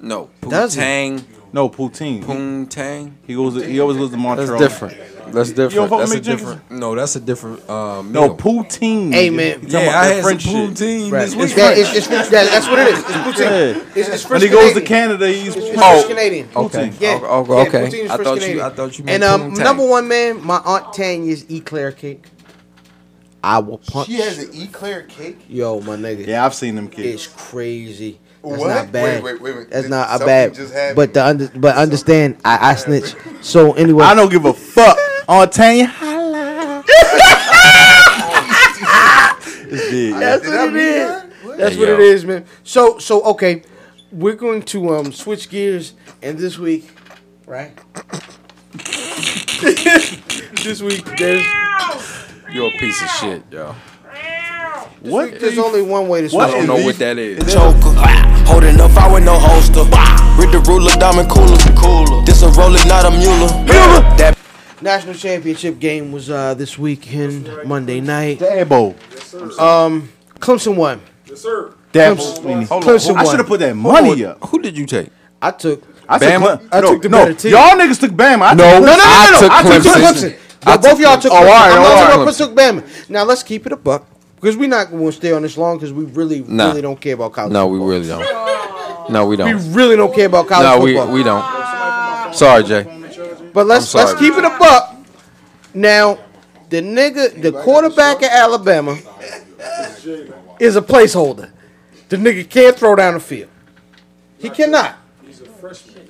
Speaker 3: No.
Speaker 4: Does it?
Speaker 3: Poutang.
Speaker 5: No poutine.
Speaker 3: Poutang.
Speaker 5: He goes. He always goes to Montreal.
Speaker 14: That's different. That's different.
Speaker 5: fuck with
Speaker 14: that's a
Speaker 5: Mick Jenkins?
Speaker 14: different. No, that's a
Speaker 3: uh,
Speaker 14: different. Um,
Speaker 5: No poutine.
Speaker 4: Hey,
Speaker 5: nigga.
Speaker 4: man.
Speaker 5: You talking about
Speaker 14: Yeah, I
Speaker 5: that
Speaker 14: had
Speaker 5: French
Speaker 14: some
Speaker 5: shit. *laughs*
Speaker 14: poutine
Speaker 4: Right.
Speaker 14: this week.
Speaker 4: It's that- it's- it's- it's- that- that's what it is. It's poutine.
Speaker 5: Yeah.
Speaker 4: It's, it's
Speaker 5: When
Speaker 4: French
Speaker 5: he goes to
Speaker 4: Canadian.
Speaker 5: Canada, he uses
Speaker 4: It's
Speaker 5: French.
Speaker 4: French
Speaker 3: Oh.
Speaker 4: Canadian.
Speaker 14: Okay.
Speaker 4: Yeah.
Speaker 14: Okay.
Speaker 4: yeah,
Speaker 14: okay.
Speaker 4: poutine is
Speaker 14: I
Speaker 4: French
Speaker 14: thought you-
Speaker 4: Canadian.
Speaker 14: I thought you meant
Speaker 4: And um,
Speaker 14: poutine.
Speaker 4: number one, man, my aunt Tanya's eclair cake. I will punch.
Speaker 10: She has an eclair cake.
Speaker 4: Yo, my nigga.
Speaker 5: Yeah, I've seen them kids.
Speaker 4: It's crazy. That's
Speaker 10: What?
Speaker 4: not bad.
Speaker 10: Wait, wait, wait, wait.
Speaker 4: That's
Speaker 10: Did-
Speaker 4: not a
Speaker 10: something
Speaker 4: bad.
Speaker 10: just happened?
Speaker 4: But the under, but understand, I, I snitch. So anyway,
Speaker 5: I don't give a fuck. Aunt Tanya. *laughs* it's big. yeah.
Speaker 4: That's what it is. That's
Speaker 3: Hey,
Speaker 4: what
Speaker 3: yo.
Speaker 4: it is, man. So so okay, we're going to um switch gears, and this week, right? *laughs* this week there's
Speaker 3: You a piece of shit, yo.
Speaker 4: this
Speaker 5: What
Speaker 4: week,
Speaker 5: do
Speaker 4: there's
Speaker 5: you-
Speaker 4: only one way to
Speaker 5: what
Speaker 3: I
Speaker 4: switch.
Speaker 5: is
Speaker 4: gears.
Speaker 3: don't know
Speaker 5: these-
Speaker 3: what that is.
Speaker 9: Joker, holding up, I with no holster. Read the ruler, diamond cooler, cooler. This a roller, not a mule. That
Speaker 4: National championship game was uh this weekend, Monday night.
Speaker 5: Dabo.
Speaker 4: Um, Clemson won.
Speaker 7: Yes, sir.
Speaker 5: Dabo.
Speaker 3: Hold
Speaker 4: Clemson
Speaker 3: on.
Speaker 5: I
Speaker 4: won.
Speaker 5: should have put that
Speaker 3: Who,
Speaker 5: money up.
Speaker 3: who did you take?
Speaker 4: I took.
Speaker 5: I took,
Speaker 3: Bama?
Speaker 5: Cle-
Speaker 4: I
Speaker 5: no,
Speaker 4: took the
Speaker 5: no,
Speaker 4: better team.
Speaker 5: Y'all niggas took Bama. I took
Speaker 14: No,
Speaker 5: Clemson.
Speaker 4: No, no,
Speaker 14: I
Speaker 4: no, no,
Speaker 14: took
Speaker 4: no. I took
Speaker 14: Clemson.
Speaker 4: Clemson.
Speaker 14: I
Speaker 4: Yeah,
Speaker 14: took
Speaker 4: both y'all took
Speaker 14: Clemson. Oh,
Speaker 4: Clemson.
Speaker 14: all right,
Speaker 4: I'm
Speaker 14: all
Speaker 4: not
Speaker 14: right.
Speaker 4: gonna took Bama. Now let's keep it a buck because we're not going to stay on this long because we really,
Speaker 3: Nah.
Speaker 4: really don't care about college.
Speaker 3: No, we
Speaker 4: football.
Speaker 3: really don't. No, we
Speaker 4: we
Speaker 3: don't.
Speaker 4: really don't care about college
Speaker 3: No, we
Speaker 4: football.
Speaker 3: we don't. Sorry, Jay.
Speaker 4: but let's
Speaker 3: I'm sorry.
Speaker 4: let's keep it a buck. Now, the nigga, the quarterback of Alabama is a placeholder. The nigga can't throw down the field. He cannot.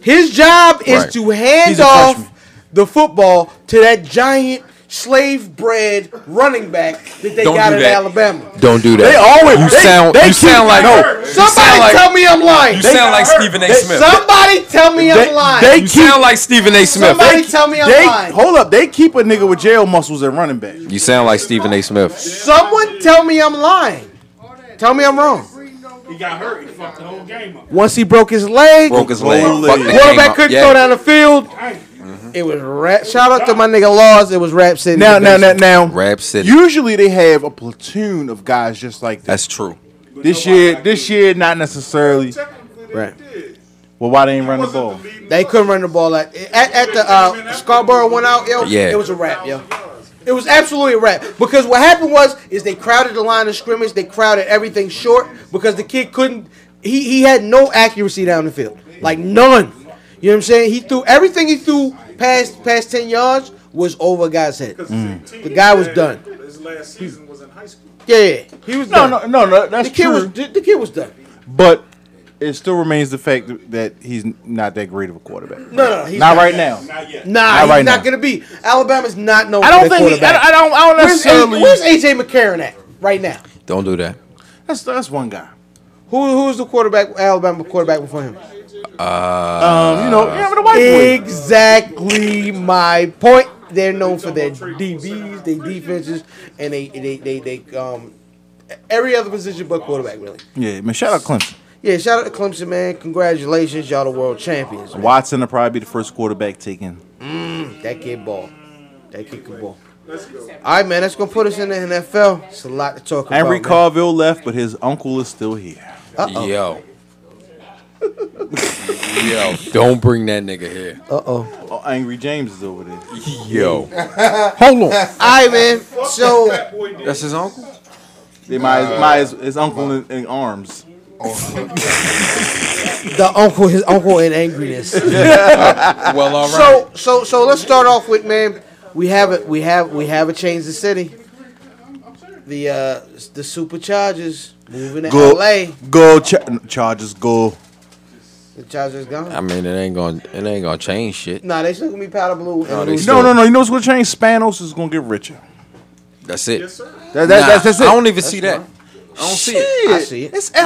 Speaker 4: His job is
Speaker 3: Right.
Speaker 4: to hand
Speaker 5: a
Speaker 4: off
Speaker 5: freshman.
Speaker 4: the football to that giant slave bred running back that they
Speaker 3: Don't
Speaker 4: got
Speaker 3: do
Speaker 4: in
Speaker 3: that.
Speaker 4: Alabama.
Speaker 3: Don't do that.
Speaker 5: They always-
Speaker 3: You
Speaker 5: they-
Speaker 3: sound.
Speaker 5: they
Speaker 3: you sound
Speaker 5: keep-
Speaker 3: like.
Speaker 5: no.
Speaker 3: you sound
Speaker 4: Somebody
Speaker 3: like-
Speaker 4: tell me I'm lying.
Speaker 3: You sound like Stephen A. Smith.
Speaker 4: Somebody tell me
Speaker 5: They-
Speaker 4: I'm lying.
Speaker 5: they
Speaker 3: You sound like Stephen A. Smith.
Speaker 4: Somebody tell me I'm
Speaker 5: They
Speaker 4: lying.
Speaker 5: hold up. They keep a nigga with jail muscles at running back.
Speaker 3: You sound like Stephen A. Smith.
Speaker 4: Someone tell me I'm lying. Tell me I'm wrong.
Speaker 7: He got hurt. He fucked the whole game up.
Speaker 4: Once he broke his leg,
Speaker 3: Broke his leg.
Speaker 5: Holy.
Speaker 3: Fucked the game
Speaker 4: quarterback
Speaker 3: up.
Speaker 4: couldn't
Speaker 3: Yeah.
Speaker 4: throw down the field.
Speaker 7: Dang.
Speaker 4: It was rap. Shout out to my nigga Laws. It was rap city.
Speaker 5: Now, now, now, now.
Speaker 3: Rap City.
Speaker 5: Usually they have a platoon of guys just like that.
Speaker 3: That's true.
Speaker 5: This year, this year, not necessarily.
Speaker 4: Right.
Speaker 5: Well, why they ain't run the ball?
Speaker 4: They couldn't run the ball at at, at the uh, Scarborough went out, yo.
Speaker 3: Yeah.
Speaker 4: It was a wrap, yo. It was absolutely a wrap because what happened was is they crowded the line of scrimmage, they crowded everything short because the kid couldn't. He he had no accuracy down the field, like none. You know what I'm saying? He threw everything he threw past past ten yards was over a guy's head.
Speaker 5: Mm.
Speaker 4: The guy was done.
Speaker 7: His last season was in high school.
Speaker 4: Yeah, he was
Speaker 5: No,
Speaker 4: done.
Speaker 5: no, no, no. That's
Speaker 4: the kid
Speaker 5: true.
Speaker 4: was the, the kid was done.
Speaker 5: but it still remains the fact th- that he's not that great of a quarterback.
Speaker 4: No, no, he's
Speaker 5: not
Speaker 4: not.
Speaker 5: right now.
Speaker 7: Not yet.
Speaker 4: Nah,
Speaker 5: Not
Speaker 4: he's
Speaker 5: right
Speaker 4: not
Speaker 5: now.
Speaker 4: gonna be. Alabama's not known.
Speaker 5: I
Speaker 4: for
Speaker 5: don't think.
Speaker 4: their
Speaker 5: He,
Speaker 4: quarterback.
Speaker 5: I, I don't. I don't
Speaker 4: Where's, A-
Speaker 5: necessarily.
Speaker 4: where's AJ McCarron at right now?
Speaker 3: Don't do that.
Speaker 5: that's that's one guy.
Speaker 4: Who who's the quarterback? Alabama quarterback before him?
Speaker 5: Um, you know, yeah, but a white boy.
Speaker 4: Exactly my point. They're known for their DBs, their defenses, and they they they, they um every other position but quarterback really.
Speaker 5: Yeah, man. Shout out Clemson.
Speaker 4: Yeah, shout out to Clemson, man. Congratulations, y'all the world champions. man.
Speaker 5: Watson will probably be the first quarterback taken
Speaker 4: That kid ball. That kid can ball.
Speaker 10: Let's go.
Speaker 4: All right, man. That's gonna put us in the NFL. It's a lot to talk about.
Speaker 5: Henry
Speaker 4: man.
Speaker 5: Carville left, but his uncle is still here.
Speaker 4: Uh-oh.
Speaker 3: Yo. Yo, don't bring that nigga here.
Speaker 4: Uh oh.
Speaker 5: Oh, Angry James is over there.
Speaker 3: Yo.
Speaker 5: Hold on.
Speaker 4: All right, man. So
Speaker 3: That's his uncle?
Speaker 5: They my, my his, his uncle in, in arms.
Speaker 4: the uncle, his uncle, in angriness.
Speaker 3: Well, all right.
Speaker 4: So so so let's start off with man. We have it. We have we have a change the city. The uh the superchargers moving to
Speaker 5: Go,
Speaker 4: LA.
Speaker 5: go, cha- Chargers, go.
Speaker 4: The Chargers gone.
Speaker 3: I mean, it ain't gonna it ain't gonna change shit.
Speaker 4: nah, they still gonna be powder blue. and
Speaker 3: No, they
Speaker 4: blue.
Speaker 3: still-
Speaker 5: No, no, no. You know what's going to change? Spanos is going to get richer.
Speaker 3: That's it.
Speaker 5: That, that,
Speaker 3: Nah,
Speaker 5: that's, that's it.
Speaker 3: I don't even see that. I don't see it.
Speaker 4: I see it.
Speaker 5: It's LA.
Speaker 3: I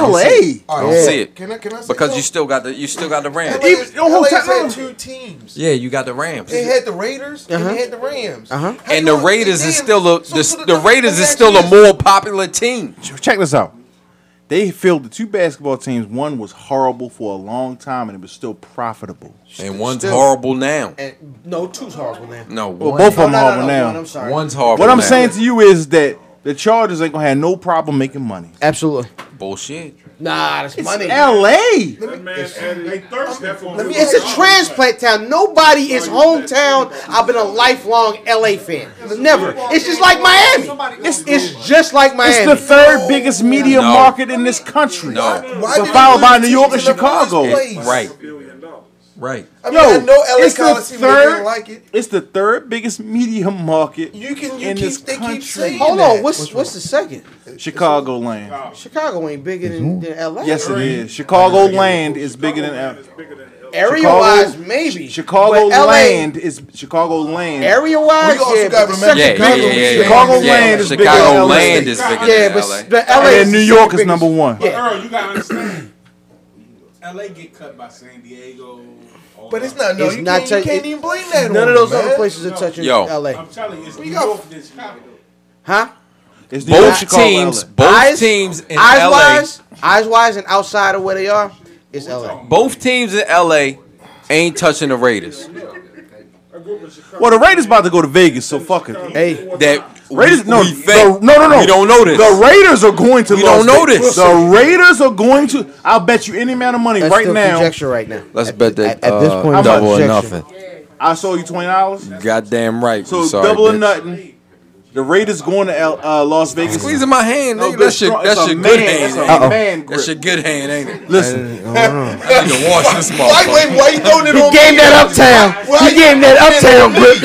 Speaker 10: All
Speaker 3: don't
Speaker 10: right,
Speaker 3: see it
Speaker 10: Can I? Can I say
Speaker 3: because
Speaker 10: something?
Speaker 3: you still got the you still got the Rams.
Speaker 10: LA's,
Speaker 5: Even- oh,
Speaker 10: LA's had
Speaker 5: technology.
Speaker 10: two teams.
Speaker 3: Yeah, you got the Rams.
Speaker 10: They had the Raiders
Speaker 4: Uh-huh.
Speaker 10: and they had the Rams.
Speaker 4: Uh-huh.
Speaker 10: How
Speaker 3: And
Speaker 10: you
Speaker 3: the
Speaker 10: gonna-
Speaker 3: Raiders
Speaker 10: and
Speaker 3: is
Speaker 10: then-
Speaker 3: still a
Speaker 10: so
Speaker 3: the,
Speaker 10: for
Speaker 3: the Raiders is still a
Speaker 10: transaction
Speaker 3: more popular team.
Speaker 5: Check this out. They fielded two basketball teams. One was horrible for a long time, and it was still profitable.
Speaker 3: And one's
Speaker 4: Still.
Speaker 3: horrible now.
Speaker 4: And, no, two's horrible now. Oh,
Speaker 3: No,
Speaker 5: Well,
Speaker 3: one-
Speaker 5: both of them
Speaker 4: no,
Speaker 5: horrible
Speaker 4: no,
Speaker 5: now.
Speaker 4: one, I'm sorry.
Speaker 3: one's horrible.
Speaker 5: What I'm
Speaker 3: now.
Speaker 5: saying to you is that the Chargers ain't gonna have no problem making money.
Speaker 4: Absolutely.
Speaker 3: bullshit.
Speaker 4: Nah, that's money.
Speaker 5: L.A.
Speaker 7: That man added. They thirsty for
Speaker 10: Let
Speaker 7: him.
Speaker 10: me
Speaker 4: It's a transplant town. Nobody is hometown. I've been a lifelong LA fan. Never. It's just like Miami. It's, it's just like
Speaker 5: It's the
Speaker 4: Miami.
Speaker 5: third biggest media
Speaker 3: No.
Speaker 5: market in this country.
Speaker 3: No.
Speaker 10: Why
Speaker 5: So
Speaker 10: did
Speaker 5: followed
Speaker 10: they
Speaker 5: by
Speaker 10: lose
Speaker 5: New
Speaker 10: to
Speaker 5: York and
Speaker 10: teams in the first
Speaker 5: Chicago.
Speaker 10: place?
Speaker 3: Right,
Speaker 7: Billion dollars.
Speaker 3: right.
Speaker 10: I mean, I
Speaker 5: Yo,
Speaker 10: know LA
Speaker 5: it's the
Speaker 10: Coliseum they
Speaker 5: third.
Speaker 10: didn't like it.
Speaker 5: It's the third biggest media market
Speaker 10: You can- you
Speaker 5: in
Speaker 10: keep-
Speaker 5: this
Speaker 10: they keep
Speaker 5: country.
Speaker 10: saying-
Speaker 4: Hold on. What's what's the second?
Speaker 5: Chicago land.
Speaker 4: Chicago ain't bigger than, than LA.
Speaker 5: Yes, it is. Chicago land is bigger than
Speaker 7: Land
Speaker 5: ever.
Speaker 7: is bigger than LA.
Speaker 4: Area
Speaker 5: Chicago-
Speaker 4: wise, maybe.
Speaker 5: Chicago
Speaker 4: But LA,
Speaker 5: land is Chicago land.
Speaker 4: Area wise,
Speaker 10: We also
Speaker 4: yeah,
Speaker 10: gotta
Speaker 4: but
Speaker 10: remember-
Speaker 3: Yeah, yeah,
Speaker 4: Chicago-
Speaker 3: yeah, yeah, yeah.
Speaker 5: Chicago
Speaker 3: yeah.
Speaker 5: land is bigger
Speaker 3: Chicago
Speaker 5: than LA.
Speaker 3: land is bigger
Speaker 4: Yeah,
Speaker 3: than
Speaker 4: but
Speaker 3: LA.
Speaker 4: s- but LA
Speaker 5: and
Speaker 4: is
Speaker 5: then New York is
Speaker 4: biggest.
Speaker 5: number one.
Speaker 4: Yeah.
Speaker 7: Earl, you gotta understand.
Speaker 14: LA get cut by San Diego. all
Speaker 10: But
Speaker 14: that.
Speaker 10: it's not. No,
Speaker 4: It's
Speaker 10: you,
Speaker 4: not
Speaker 10: can't,
Speaker 4: check-
Speaker 10: you can't
Speaker 4: it-
Speaker 10: even blame that.
Speaker 4: None
Speaker 10: on
Speaker 4: of those
Speaker 10: them,
Speaker 4: other
Speaker 10: man.
Speaker 4: places are touching
Speaker 3: Yo.
Speaker 4: LA.
Speaker 7: I'm telling you, it's
Speaker 10: We
Speaker 7: New
Speaker 10: got-
Speaker 7: York than Chicago.
Speaker 4: Huh?
Speaker 5: It's New York,
Speaker 3: Both
Speaker 5: Chicago,
Speaker 3: teams,
Speaker 5: LA.
Speaker 3: both
Speaker 4: Eyes-
Speaker 3: teams in
Speaker 4: eyes
Speaker 3: LA.
Speaker 4: wise, eyes wise, and outside of where they are, it's LA.
Speaker 3: Both teams in LA ain't touching the Raiders.
Speaker 5: Well, the Raiders about to go to Vegas, so fuck it.
Speaker 4: Hey,
Speaker 3: That
Speaker 5: Raiders,
Speaker 3: we-
Speaker 5: no,
Speaker 3: we
Speaker 5: the-
Speaker 3: think-
Speaker 5: no, no, no.
Speaker 3: We don't know this.
Speaker 5: The Raiders are going to.
Speaker 3: We
Speaker 5: Las
Speaker 3: don't know
Speaker 5: Vegas.
Speaker 3: this.
Speaker 5: The Raiders are going to. I'll bet you any amount of money
Speaker 4: that's
Speaker 5: right
Speaker 4: still
Speaker 5: now.
Speaker 4: conjecture right now.
Speaker 3: Let's
Speaker 4: At-
Speaker 3: bet
Speaker 4: at,
Speaker 3: that
Speaker 4: at this
Speaker 3: uh,
Speaker 4: point, it's
Speaker 3: double or
Speaker 4: conjecture.
Speaker 3: nothing.
Speaker 5: I sold you twenty dollars.
Speaker 3: Goddamn right.
Speaker 5: So
Speaker 3: I'm sorry,
Speaker 5: double or
Speaker 3: bitch.
Speaker 5: nothing. The Raiders going to L, uh, Las Vegas.
Speaker 3: Squeezing my hand.
Speaker 5: No,
Speaker 3: nigga.
Speaker 5: good,
Speaker 3: that's your,
Speaker 5: strong-
Speaker 3: that's
Speaker 5: it's a
Speaker 3: your
Speaker 5: man-
Speaker 3: good hand.
Speaker 5: it's a
Speaker 3: ain't it?
Speaker 5: man grip.
Speaker 3: That's your good hand,
Speaker 5: *laughs*
Speaker 3: ain't it?
Speaker 5: Listen,
Speaker 3: I need to wash this
Speaker 10: Why, wait,
Speaker 3: motherfucker.
Speaker 10: why you throwing it
Speaker 4: He
Speaker 10: on
Speaker 4: gave
Speaker 10: me?
Speaker 4: that uptown.
Speaker 10: Why
Speaker 4: He
Speaker 10: you-
Speaker 4: gave him that uptown grip,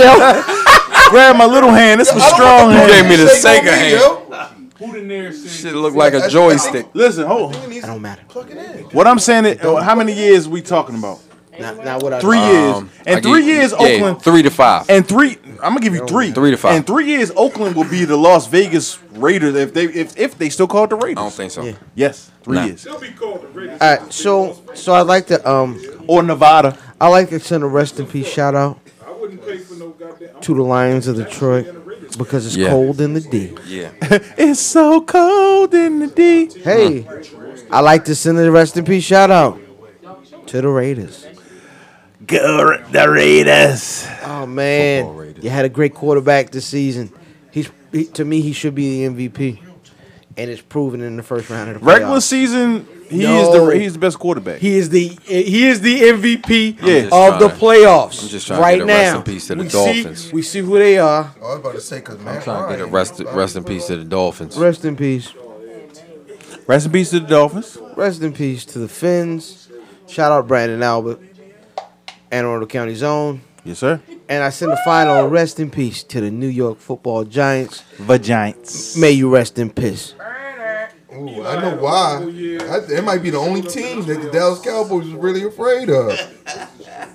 Speaker 4: yo.
Speaker 5: grab my little hand. This was
Speaker 10: I don't want
Speaker 5: strong
Speaker 10: the
Speaker 5: hand.
Speaker 3: You gave me the
Speaker 10: police to shake
Speaker 3: Sega
Speaker 10: on me,
Speaker 3: hand.
Speaker 10: yo.
Speaker 7: Who the nearest city?
Speaker 3: Shit look like a
Speaker 10: That's-
Speaker 3: joystick.
Speaker 5: Listen, hold. on.
Speaker 10: It
Speaker 4: don't matter.
Speaker 10: Plug it in.
Speaker 5: What I'm saying is, uh, how many years we talking about?
Speaker 4: Not, not what I
Speaker 5: Three years.
Speaker 3: Um, I
Speaker 5: And three
Speaker 3: get-
Speaker 5: years,
Speaker 3: yeah,
Speaker 5: Oakland.
Speaker 3: Three to five.
Speaker 5: And three, I'm gonna give you three.
Speaker 3: Three to five.
Speaker 5: And three years, Oakland will be the Las Vegas Raiders if they if, if they still call it the Raiders.
Speaker 3: I don't think so.
Speaker 4: Yeah.
Speaker 5: Yes, three
Speaker 3: Nah.
Speaker 5: years.
Speaker 7: They'll be called the Raiders.
Speaker 4: All right, so so I'd like to um
Speaker 5: Or Nevada.
Speaker 4: I like to send a rest in peace shout out
Speaker 7: I wouldn't pay for no goddamn.
Speaker 4: to the Lions of Detroit because it's
Speaker 3: Yeah.
Speaker 4: cold in the D.
Speaker 3: *laughs* Yeah.
Speaker 5: It's so cold in the D.
Speaker 4: Hey, I like to send a rest in peace shout out to the Raiders.
Speaker 5: Go the Raiders.
Speaker 4: Oh man, you had a great quarterback this season. He's he, to me he should be the MVP, and it's proven in the first round of the
Speaker 5: Regular
Speaker 4: playoffs.
Speaker 5: season, he
Speaker 4: No.
Speaker 5: is the he's the best quarterback.
Speaker 4: He is the he is the MVP
Speaker 5: Yeah.
Speaker 4: of
Speaker 5: just
Speaker 4: the
Speaker 3: trying-
Speaker 4: playoffs.
Speaker 3: I'm just trying to
Speaker 4: right
Speaker 3: get a
Speaker 4: now.
Speaker 3: rest in peace to the
Speaker 4: we
Speaker 3: Dolphins.
Speaker 4: See, we see who they are.
Speaker 10: Oh, I was about to say, because, man.
Speaker 3: I'm trying to get a
Speaker 10: Ryan-
Speaker 3: rest, rest in peace to the Dolphins.
Speaker 4: Rest in peace.
Speaker 5: Rest in peace to the Dolphins.
Speaker 4: Rest in peace to the Finns. Shout out Brandon Albert, Anne Arundel County Zone.
Speaker 5: Yes, sir.
Speaker 4: And I send a final rest in peace to the New York Football Giants.
Speaker 5: Vagiants.
Speaker 4: May you rest in peace.
Speaker 10: Ooh, I know why. I, that might be the only team that the Dallas Cowboys was really afraid of.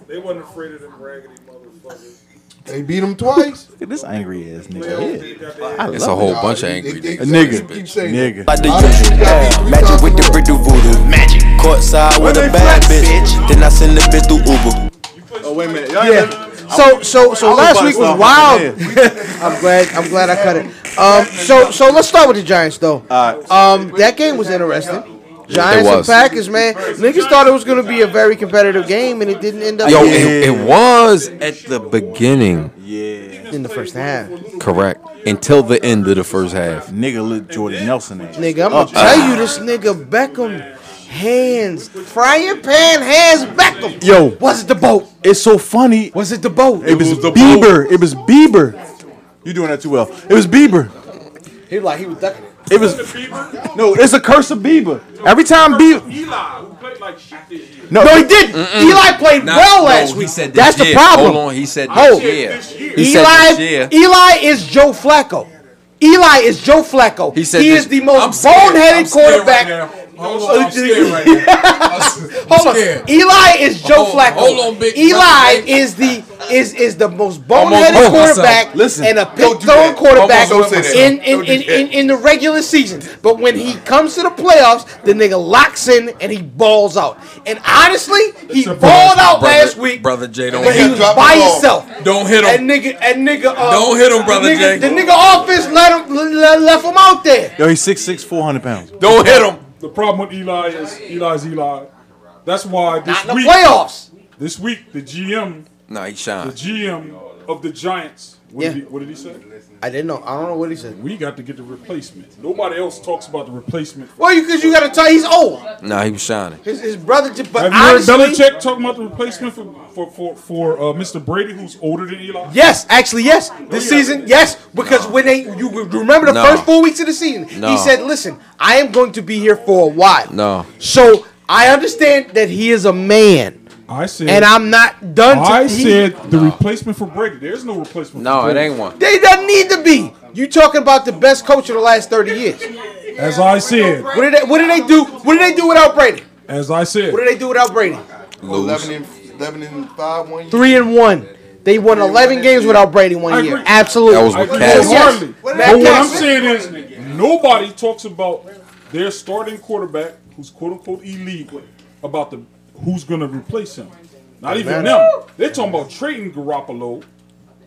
Speaker 7: They wasn't afraid of them raggedy motherfuckers.
Speaker 10: They beat them twice.
Speaker 5: Look at this angry ass
Speaker 7: They
Speaker 5: nigga.
Speaker 7: did that
Speaker 5: I
Speaker 3: It's a
Speaker 5: love
Speaker 3: whole
Speaker 10: Nah,
Speaker 3: bunch of
Speaker 10: they-
Speaker 3: angry
Speaker 10: they-
Speaker 3: niggas.
Speaker 10: they-
Speaker 5: it. nigga.
Speaker 10: Keep saying it.
Speaker 5: Nigga.
Speaker 9: By the
Speaker 10: All the
Speaker 9: usual,
Speaker 10: shit y'all be three
Speaker 9: magic
Speaker 10: times
Speaker 9: with the
Speaker 10: a
Speaker 9: Riddle voodoo. Magic. Courtside with a bad bitch. Then I send the bitch through Uber.
Speaker 5: Oh wait a minute. Y'all
Speaker 4: Yeah. So so so
Speaker 5: was about
Speaker 4: last
Speaker 5: to
Speaker 4: week was
Speaker 5: stop
Speaker 4: wild.
Speaker 5: right
Speaker 4: I'm glad I'm glad I cut it. Um so so let's start with the Giants though.
Speaker 5: All right.
Speaker 4: Um that game was interesting. Giants
Speaker 3: It
Speaker 4: and
Speaker 3: was.
Speaker 4: Packers, man. Niggas thought it was going to be a very competitive game, and it didn't end up.
Speaker 3: Yo, it, it was at the beginning,
Speaker 4: in the first half.
Speaker 3: correct, until the end of the first half.
Speaker 5: Nigga, look, Jordan Nelson ass. Uh,
Speaker 4: Nigga, I'm
Speaker 3: Oh,
Speaker 4: gonna tell
Speaker 3: uh.
Speaker 4: you this nigga Beckham hands, frying pan hands Beckham.
Speaker 5: Yo,
Speaker 4: was it the boat?
Speaker 5: It's so funny.
Speaker 4: Was it the boat?
Speaker 5: It was, Bieber. It was Bieber. You doing that too well. It was Bieber.
Speaker 4: He like he was ducking it.
Speaker 5: It was no. It's a curse of Bieber. Every time Bieber. No, he didn't.
Speaker 3: Mm-mm.
Speaker 4: Eli played
Speaker 3: Nah,
Speaker 4: well
Speaker 3: no,
Speaker 4: last
Speaker 3: he
Speaker 4: week.
Speaker 3: said this
Speaker 4: That's the
Speaker 3: year.
Speaker 4: problem.
Speaker 3: Hold on, he said this
Speaker 4: Hold.
Speaker 3: year. He said
Speaker 4: Eli,
Speaker 3: this year.
Speaker 4: Eli is Joe Flacco. Eli is Joe Flacco. He,
Speaker 3: said
Speaker 4: is the
Speaker 3: this- I'm
Speaker 4: most
Speaker 3: scared. I'm
Speaker 4: boneheaded
Speaker 3: scared right
Speaker 4: quarterback. *laughs* Oh,
Speaker 7: Hold on, I'm scared right
Speaker 4: Hold on. Eli is Joe
Speaker 7: Hold on,
Speaker 4: Flacco.
Speaker 7: hold on, big-
Speaker 4: Eli
Speaker 7: big-
Speaker 4: is the is is the most
Speaker 7: Almost
Speaker 4: boneheaded
Speaker 7: broke myself.
Speaker 4: quarterback
Speaker 7: Listen,
Speaker 4: and a
Speaker 7: don't
Speaker 4: pick
Speaker 7: do
Speaker 4: throwing
Speaker 7: that.
Speaker 4: quarterback
Speaker 7: Almost broke myself.
Speaker 4: in in,
Speaker 7: Don't do
Speaker 4: in,
Speaker 7: that.
Speaker 4: in in the regular season. But when he comes to the playoffs, the nigga locks in and he balls out. And honestly, he balled out
Speaker 3: brother,
Speaker 4: last week.
Speaker 3: brother Jay. Don't
Speaker 4: But he
Speaker 3: hit
Speaker 4: was
Speaker 3: him.
Speaker 4: by himself.
Speaker 3: Don't hit
Speaker 4: And
Speaker 3: him.
Speaker 4: nigga, and nigga, uh,
Speaker 3: Don't hit him, brother
Speaker 4: the nigga,
Speaker 3: Jay.
Speaker 4: The nigga offense let him le- left him out there.
Speaker 5: Yo, he's 6'6", 400 pounds.
Speaker 3: Don't hit him.
Speaker 7: The problem with Eli is Eli's Eli. That's why this
Speaker 4: in the
Speaker 7: week,
Speaker 4: playoffs.
Speaker 7: This week, the GM,
Speaker 3: No, he
Speaker 7: the
Speaker 3: shined.
Speaker 7: GM of the Giants. What, did,
Speaker 4: Yeah.
Speaker 7: he, what did he say?
Speaker 4: I didn't know. I don't know what he said.
Speaker 7: We got to get the replacement. Nobody else talks about the replacement.
Speaker 4: Well, because you, got to tell he's old.
Speaker 3: Nah, he was shining.
Speaker 4: His, his brother, just, but
Speaker 7: Have you heard
Speaker 4: honestly,
Speaker 7: Belichick talking about the replacement for for for, for uh, Mr. Brady, who's older than Eli?
Speaker 4: Yes, actually, yes. This season, yes, because when they you remember the
Speaker 3: Oh, No.
Speaker 4: first four weeks of the season, he
Speaker 3: No.
Speaker 4: said, "Listen, I am going to be here for a while."
Speaker 3: No.
Speaker 4: So I understand that he is a man,
Speaker 7: I said,
Speaker 4: and I'm not done. To,
Speaker 7: I
Speaker 4: he-
Speaker 7: said the replacement for Brady. There's no replacement.
Speaker 3: No,
Speaker 7: for
Speaker 3: it
Speaker 7: Brady.
Speaker 3: ain't one.
Speaker 4: they don't need to be. You talking about the best coach of the last thirty years?
Speaker 7: As I said,
Speaker 4: What did they? What did they do? What did they do without Brady?
Speaker 7: as I said,
Speaker 4: What did they do without Brady?
Speaker 10: Eleven and eleven and five one year.
Speaker 4: Three and one. They won eleven games without Brady
Speaker 7: I
Speaker 4: one year.
Speaker 7: agree.
Speaker 4: Absolutely.
Speaker 3: That was with Cass.
Speaker 4: Yes.
Speaker 7: Hardly.
Speaker 4: Matt
Speaker 7: But what I'm
Speaker 4: Cass.
Speaker 7: saying is, nobody talks about their starting quarterback, who's quote unquote elite, about the who's going to replace him. Not even them. They're talking about trading Garoppolo.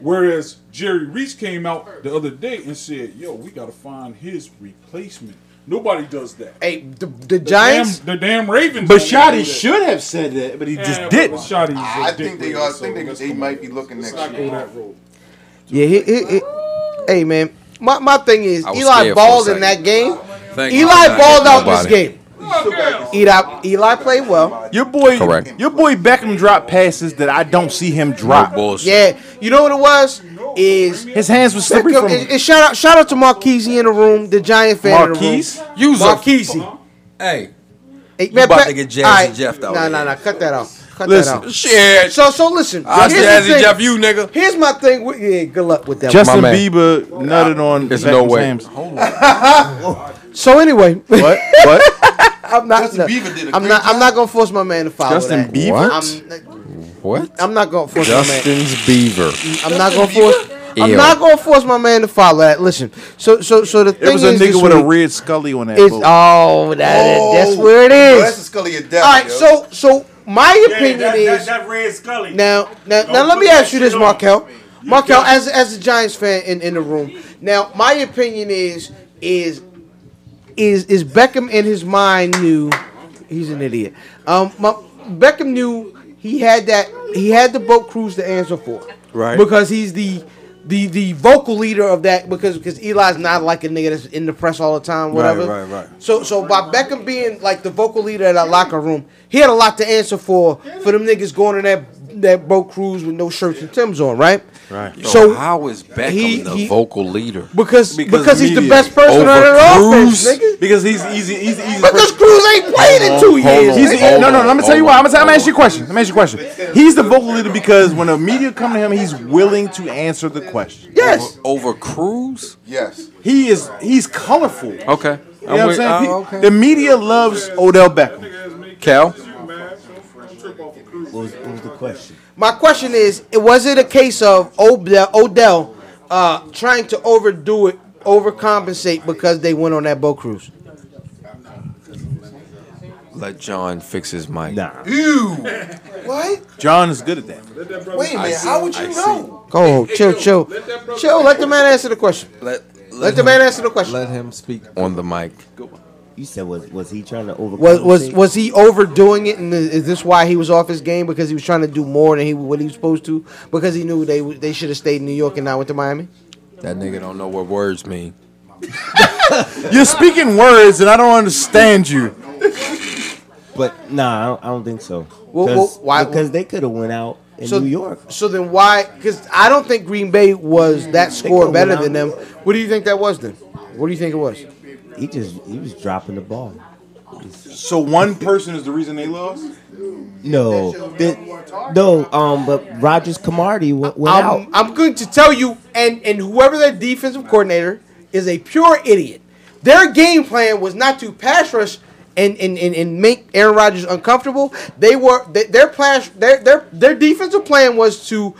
Speaker 7: Whereas Jerry Reese came out the other day and said, "Yo, we got to find his replacement." Nobody does that.
Speaker 4: Hey, the, the Giants.
Speaker 7: Damn, the damn Ravens.
Speaker 5: But
Speaker 7: don't do
Speaker 5: Shoddy
Speaker 7: that.
Speaker 5: should have said that, but he
Speaker 7: Yeah,
Speaker 5: just
Speaker 7: but
Speaker 5: didn't.
Speaker 7: Shoddy's a
Speaker 10: I
Speaker 7: dick
Speaker 10: think they
Speaker 7: rider,
Speaker 10: are. I
Speaker 7: so
Speaker 10: think
Speaker 7: let's
Speaker 10: they, they might be looking next
Speaker 7: not
Speaker 10: year.
Speaker 7: go that road.
Speaker 4: Yeah, he, he, he- hey man, my, my thing is
Speaker 3: I was
Speaker 4: Eli
Speaker 3: scared for a
Speaker 4: balled in
Speaker 3: second.
Speaker 4: that game.
Speaker 3: Thank you.
Speaker 4: Eli
Speaker 3: Nah,
Speaker 4: balled out this
Speaker 3: nobody.
Speaker 4: game. Eli, Eli played well.
Speaker 5: Your boy,
Speaker 3: Correct.
Speaker 5: your boy Beckham dropped passes that I don't see him drop.
Speaker 3: Bullshit.
Speaker 4: Yeah, you know what it was is
Speaker 5: His hands were slippery from
Speaker 4: and, and shout out shout out to Marquise in the room, the Giant fan
Speaker 5: Marquise?
Speaker 4: in the room.
Speaker 3: Use a-
Speaker 4: Marquise.
Speaker 3: Hey,
Speaker 4: Hey,
Speaker 3: about
Speaker 4: Pat-
Speaker 3: to get
Speaker 4: all
Speaker 3: Jazzy
Speaker 4: right.
Speaker 3: Jeff out
Speaker 4: Nah,
Speaker 3: here.
Speaker 4: nah, nah. Cut that out. Cut
Speaker 5: Listen,
Speaker 4: that out.
Speaker 3: shit.
Speaker 4: So so listen.
Speaker 3: I
Speaker 4: here's the
Speaker 3: Ah, Jazzy
Speaker 4: thing-
Speaker 3: Jeff you, nigga.
Speaker 4: Here's my thing. With, yeah, good luck with that. one.
Speaker 5: Justin
Speaker 3: man.
Speaker 5: Bieber nutted on
Speaker 3: There's
Speaker 5: Beckham's
Speaker 3: no way.
Speaker 5: hands.
Speaker 4: so anyway, *laughs*
Speaker 5: What? *laughs* What?
Speaker 4: I'm not.
Speaker 10: Justin Bieber did a
Speaker 4: I'm
Speaker 10: great
Speaker 4: not. I'm
Speaker 10: job.
Speaker 4: not gonna force my man to follow
Speaker 5: Justin
Speaker 4: that.
Speaker 5: Bieber?
Speaker 4: I'm,
Speaker 3: What?
Speaker 4: I'm not gonna force my man.
Speaker 3: Justin's Beaver.
Speaker 4: I'm not gonna force. I'm
Speaker 3: Ew.
Speaker 4: not gonna force my man to follow that. Listen, so so so the thing
Speaker 5: There was a
Speaker 4: is
Speaker 5: nigga
Speaker 4: this
Speaker 5: with a
Speaker 4: week
Speaker 5: red scully on that
Speaker 4: is
Speaker 5: boat.
Speaker 4: oh that is- that's where it
Speaker 10: Yo,
Speaker 4: is.
Speaker 10: that's the Scully of death.
Speaker 4: All right,
Speaker 10: yo.
Speaker 4: so so my opinion
Speaker 14: that,
Speaker 4: is
Speaker 14: that, that Red Scully.
Speaker 4: now now now
Speaker 14: Don't
Speaker 4: let me
Speaker 14: put
Speaker 4: ask
Speaker 14: Oh, that
Speaker 4: you this,
Speaker 14: shit on.
Speaker 4: Markel.
Speaker 14: You
Speaker 4: Markel,
Speaker 14: got it.
Speaker 4: as as a Giants fan in in the room, now my opinion is is is is Beckham in his mind knew he's an idiot. Um, my, Beckham knew he had that he had the boat cruise to answer for.
Speaker 3: Right.
Speaker 4: Because he's the the the vocal leader of that because because Eli's not like a nigga that's in the press all the time whatever.
Speaker 3: right, right.
Speaker 4: So so by Beckham being like the vocal leader of that locker room, he had a lot to answer for for them niggas going on that that boat cruise with no shirts and Tim's on, right?
Speaker 5: Right.
Speaker 3: So,
Speaker 4: So
Speaker 3: how is Beckham
Speaker 4: he-
Speaker 3: the
Speaker 4: he-
Speaker 3: vocal leader?
Speaker 4: because because,
Speaker 5: Because
Speaker 4: he's the
Speaker 5: media.
Speaker 4: best person on
Speaker 3: Over
Speaker 4: that offense,
Speaker 3: Cruz?
Speaker 4: nigga.
Speaker 5: Because he's easy. He's easy.
Speaker 4: Because Cruz ain't played in two
Speaker 3: Hold on,
Speaker 4: years.
Speaker 5: He's
Speaker 4: nigga.
Speaker 5: no, no, no. Let me tell you why. I'm
Speaker 3: Hold
Speaker 5: gonna, I'm gonna ask you a question. Let me ask you a question. He's the vocal leader because when the media come to him, he's willing to answer the question.
Speaker 4: Yes.
Speaker 3: Over Cruz?
Speaker 10: yes,
Speaker 5: He is. He's colorful. You know
Speaker 3: Okay. I'm
Speaker 5: what I'm
Speaker 3: with-
Speaker 5: saying?
Speaker 3: uh,
Speaker 5: Pe-
Speaker 3: okay.
Speaker 5: The media loves Odell Beckham.
Speaker 3: Cal?
Speaker 4: My question is, it- was it a case of Odell, Odell uh, trying to overdo it, overcompensate because they went on that boat cruise?
Speaker 3: Let John fix his mic.
Speaker 5: Nah.
Speaker 4: What?
Speaker 5: John is good at that.
Speaker 10: Wait a minute. How would you know?
Speaker 4: Go, chill, chill, chill. Let the man answer the question.
Speaker 3: Let,
Speaker 4: Let the man answer the question.
Speaker 3: Let him speak on the mic.
Speaker 15: You said was was he trying to overcome?
Speaker 4: Was was
Speaker 15: it?
Speaker 4: was he overdoing it? And is is this why he was off his game because he was trying to do more than he what he was supposed to because he knew they they should have stayed in New York and not went to Miami?
Speaker 3: That nigga don't know what words mean.
Speaker 16: You're speaking words and I don't understand you.
Speaker 15: But nah, I don't, I don't think so.
Speaker 4: Well, well,
Speaker 15: 'Cause-
Speaker 4: why-
Speaker 15: Because they could have went out in New York. Mm-hmm.
Speaker 4: So then why? Because I don't think Green Bay was that score
Speaker 15: could've
Speaker 4: better
Speaker 15: went out.
Speaker 4: than them. What do you think that was then? What do you think it was?
Speaker 15: He just he was dropping the ball.
Speaker 5: So one person is the reason they lost.
Speaker 15: No, Th- no. Um, but Rogers Camardi went, went
Speaker 4: I'm,
Speaker 15: out.
Speaker 4: I'm going to tell you, and and whoever their defensive coordinator is a pure idiot. Their game plan was not to pass rush and and, and, and make Aaron Rodgers uncomfortable. They were th- their plan their their their defensive plan was to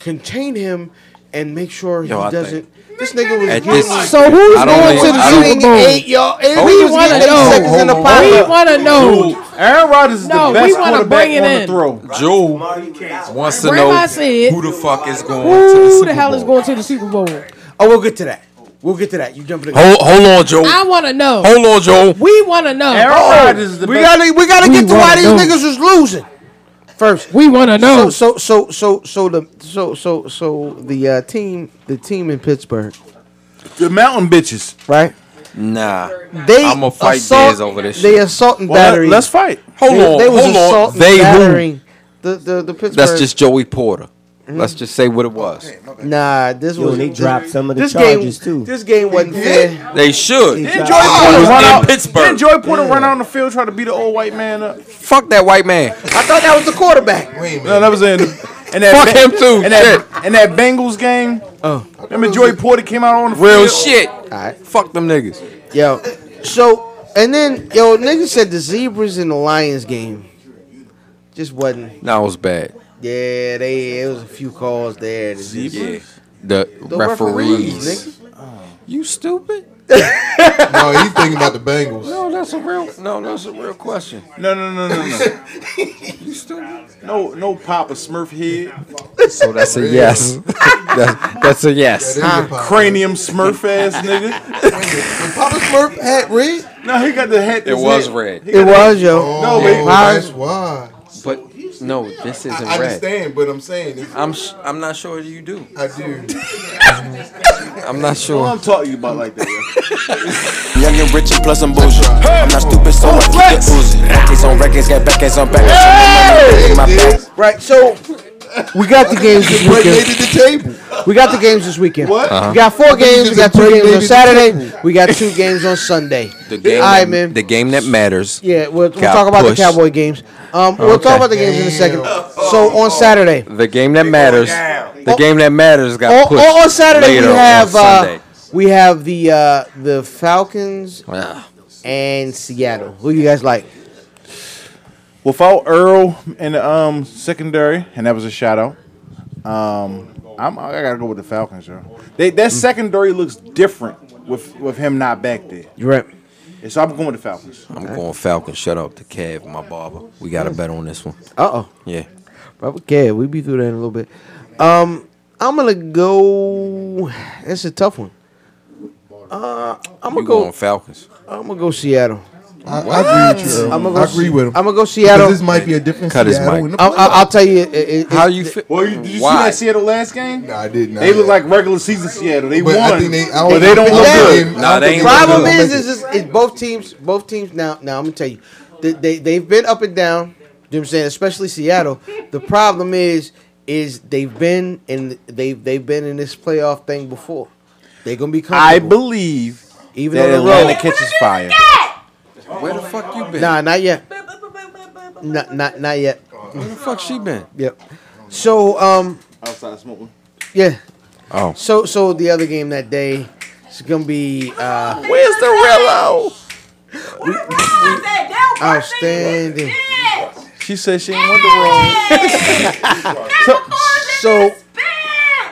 Speaker 4: contain him and make sure
Speaker 3: Yo,
Speaker 4: he
Speaker 3: I think-
Speaker 4: doesn't. This nigga was
Speaker 3: At
Speaker 4: getting
Speaker 3: this-
Speaker 4: like-
Speaker 3: So who's I don't going think- to the I don't- Super Bowl?
Speaker 4: Eight, yo, and
Speaker 3: Hold
Speaker 4: he
Speaker 3: on,
Speaker 4: was getting
Speaker 3: hold
Speaker 4: eight
Speaker 3: on,
Speaker 4: seconds in the
Speaker 3: hold
Speaker 4: pocket.
Speaker 3: on.
Speaker 5: Aaron Rodgers is
Speaker 17: No,
Speaker 5: the best
Speaker 17: we wanna
Speaker 5: quarterback
Speaker 17: bring it
Speaker 5: on
Speaker 17: in.
Speaker 5: the throw.
Speaker 3: Jewel wants to
Speaker 17: Bring
Speaker 3: know
Speaker 17: my seed.
Speaker 3: who the fuck is going to the
Speaker 17: Who
Speaker 3: Super
Speaker 17: the hell is
Speaker 3: Bowl.
Speaker 17: going to the Super Bowl?
Speaker 4: Oh, we'll get to that. We'll get to that. You jumping. the
Speaker 3: Hold- hold on, Joe.
Speaker 17: I want to know.
Speaker 5: Oh.
Speaker 3: Hold on, Joe.
Speaker 17: We want to know.
Speaker 4: Aaron Oh, Rodgers is the we best. gotta- we gotta get to why these niggas was losing. First,
Speaker 17: we want to
Speaker 15: Oh.
Speaker 17: know.
Speaker 4: So, so, so, so, so the so so so the uh, team, the team in Pittsburgh,
Speaker 5: the Mountain Bitches,
Speaker 4: right?
Speaker 3: Nah,
Speaker 4: They
Speaker 3: I'm gonna fight
Speaker 4: assault-
Speaker 3: Dez over this.
Speaker 4: They
Speaker 3: shit.
Speaker 4: assault and battery.
Speaker 3: Hold
Speaker 4: They-
Speaker 3: on,
Speaker 4: they was
Speaker 3: hold
Speaker 4: assault
Speaker 3: on.
Speaker 4: and
Speaker 3: They
Speaker 4: battering
Speaker 3: who?
Speaker 4: The the the Pittsburgh.
Speaker 3: That's just Joey Porter. Let's just say what it was.
Speaker 4: nah. This
Speaker 15: Yo,
Speaker 4: was
Speaker 15: they
Speaker 4: this-
Speaker 15: dropped some of the
Speaker 4: this
Speaker 15: charges,
Speaker 4: game,
Speaker 15: too.
Speaker 4: This game wasn't fair.
Speaker 3: They should.
Speaker 4: Enjoy
Speaker 3: It
Speaker 4: Porter
Speaker 3: was
Speaker 4: run
Speaker 3: in
Speaker 4: out.
Speaker 3: Pittsburgh.
Speaker 5: Didn't Joy Porter run out on the field trying to beat the old white man up?
Speaker 3: Fuck that white man.
Speaker 4: I thought that was the quarterback.
Speaker 5: No, that was in. And that
Speaker 3: Fuck him too, Uh.
Speaker 5: And that, and that Bengals game. Remember Joy Porter came out on the
Speaker 3: Real
Speaker 5: field?
Speaker 3: shit. Fuck them niggas.
Speaker 4: Yo, so and then yo nigga said the zebras and the lions game just wasn't.
Speaker 3: That was bad.
Speaker 4: Yeah, they it was a few calls there. that just-
Speaker 3: Yeah. The,
Speaker 4: The
Speaker 3: referees.
Speaker 4: referees,
Speaker 3: You stupid?
Speaker 10: no, he's thinking about the Bengals.
Speaker 3: No, that's a real. No, that's a real question.
Speaker 5: No, no, no, no, no.
Speaker 3: You stupid?
Speaker 5: No, no, Papa Smurf head.
Speaker 3: So that's a yes. *laughs* that's, that's a yes.
Speaker 5: Cranium Smurf
Speaker 3: *laughs*
Speaker 5: ass nigga.
Speaker 10: Papa Smurf hat red?
Speaker 5: No, he got the hat. Oh,
Speaker 3: It was red.
Speaker 4: It was yo.
Speaker 10: No,
Speaker 3: but-
Speaker 10: that's why.
Speaker 3: But no, this isn't
Speaker 10: I
Speaker 3: red.
Speaker 10: understand, but I'm saying it's,
Speaker 3: I'm sh- I'm not sure you do.
Speaker 10: I do.
Speaker 3: I'm not
Speaker 5: Sure.
Speaker 3: sure.
Speaker 5: I'm talking about like that. *laughs*
Speaker 9: Young and rich and plus I'm bougie. I'm not stupid, so I keep the Uzi. Records on records, got back ass on back. ass. My back.
Speaker 4: Right, so we got the games this weekend.
Speaker 10: the table.
Speaker 4: We got the games this weekend.
Speaker 10: What?
Speaker 3: Uh-huh.
Speaker 4: We got four games. We got two
Speaker 10: Brady
Speaker 4: games on
Speaker 10: Davis
Speaker 4: Saturday. We got two games on Sunday.
Speaker 3: The game.
Speaker 4: All right,
Speaker 3: that,
Speaker 4: man.
Speaker 3: The game that matters.
Speaker 4: Yeah, we'll, we'll
Speaker 3: Got
Speaker 4: talk about
Speaker 3: pushed.
Speaker 4: the Cowboy games. Um, we'll
Speaker 3: Okay.
Speaker 4: talk about the games in a second. So on Saturday,
Speaker 3: The game that matters. The game that matters got
Speaker 4: on,
Speaker 3: pushed.
Speaker 4: on- on Saturday we
Speaker 3: later on
Speaker 4: have uh,
Speaker 3: Sunday.
Speaker 4: we have the uh, the Falcons
Speaker 3: Ah.
Speaker 4: and Seattle. Who you guys like?
Speaker 5: Without Earl in the um, secondary, and that was a shout out. Um, I'm, I gotta go with the Falcons, yo. They, that secondary looks different with with him not back there.
Speaker 4: You're right.
Speaker 5: And so I'm going with the Falcons.
Speaker 3: I'm going Falcon. Shut up, the Cav, my barber. We got to bet on this one.
Speaker 4: Uh oh.
Speaker 3: Yeah.
Speaker 4: Robert Gadd. We'll be through that in a little bit. Um, I'm gonna go. That's a tough one. Uh, I'm gonna
Speaker 3: You
Speaker 4: go.
Speaker 3: going Falcons?
Speaker 4: I'm gonna go Seattle.
Speaker 10: I, I agree with you. I'm
Speaker 4: I'm gonna
Speaker 10: going
Speaker 4: go
Speaker 10: I agree
Speaker 4: Se-
Speaker 10: with him.
Speaker 4: I'm gonna go
Speaker 10: Because
Speaker 4: Seattle.
Speaker 10: This might be a different
Speaker 3: Cut his
Speaker 10: Seattle
Speaker 3: mic.
Speaker 10: in the
Speaker 4: I'll, I'll, I'll tell you. It, it,
Speaker 3: How you feel?
Speaker 5: Well, you, did you see
Speaker 3: Why?
Speaker 5: that Seattle last game?
Speaker 10: Nah, I did not.
Speaker 5: They look like regular season Seattle. They
Speaker 10: But I
Speaker 5: won,
Speaker 10: think they- I don't
Speaker 5: but they
Speaker 10: think
Speaker 5: don't
Speaker 10: they
Speaker 5: look
Speaker 10: did.
Speaker 5: good.
Speaker 3: Nah, they
Speaker 4: the
Speaker 3: ain't
Speaker 4: problem
Speaker 3: gonna do
Speaker 4: is, is, is, is both teams. Both teams now. Now I'm gonna tell you. They, they they've been up and down. You know what I'm saying, especially Seattle. The problem is, is they've been in they've they've been in this playoff thing before. They're gonna be comfortable.
Speaker 5: I believe
Speaker 4: even
Speaker 5: that
Speaker 4: on the
Speaker 5: Atlanta
Speaker 4: road.
Speaker 5: catches fire.
Speaker 3: it. Where the fuck you been?
Speaker 4: Nah, not yet. Not not not yet.
Speaker 3: Where the fuck she been?
Speaker 4: Yep. So um
Speaker 5: Outside smoking.
Speaker 4: yeah.
Speaker 3: Oh.
Speaker 4: So so the other game that day is gonna be uh
Speaker 3: Where's the Rello?
Speaker 4: outstanding.
Speaker 5: She said she ain't want the roll. so,
Speaker 4: So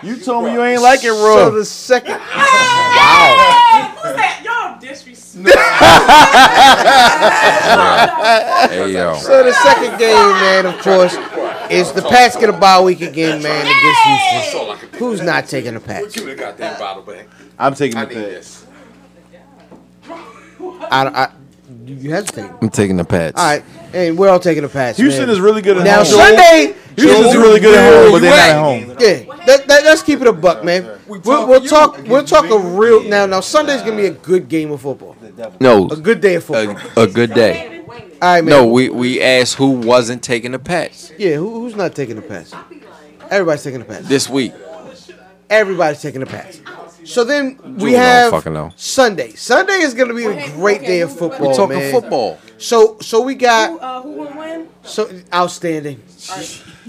Speaker 4: *laughs*
Speaker 5: you told me you ain't like it,
Speaker 4: so
Speaker 5: Roy.
Speaker 4: the second
Speaker 8: Y'all disrespect.
Speaker 3: *laughs* Hey yo.
Speaker 4: so the second game, man, of course, is the Pats get a bye week again, man, against Houston. Who's not taking the Pats?
Speaker 5: I'm taking the
Speaker 4: I, I You- You hesitate.
Speaker 3: I'm taking the Pats.
Speaker 4: All right, and we're all taking a pass.
Speaker 3: Houston
Speaker 4: man.
Speaker 3: is really good at
Speaker 4: now,
Speaker 3: home.
Speaker 4: Sunday,
Speaker 3: Houston is really good at home, but they're not at home.
Speaker 4: Yeah, that, that, let's keep it a buck, man. We'll, we'll talk. We'll talk a real now. Now Sunday's gonna be a good game of football.
Speaker 3: No.
Speaker 4: a good day of football.
Speaker 3: A good day.
Speaker 4: All right, man.
Speaker 3: No, we, we asked who wasn't taking the Pats
Speaker 4: Yeah, who, who's not taking the pass? Everybody's taking the pass.
Speaker 3: this week.
Speaker 4: Everybody's taking the pass. So then we
Speaker 3: Dude, I don't
Speaker 4: have
Speaker 3: fucking know.
Speaker 4: Sunday. Sunday is gonna be a great day of football.
Speaker 3: We talking
Speaker 4: Oh, man.
Speaker 3: football.
Speaker 4: So so we got
Speaker 6: Uh, who will win?
Speaker 4: so outstanding.
Speaker 6: I'm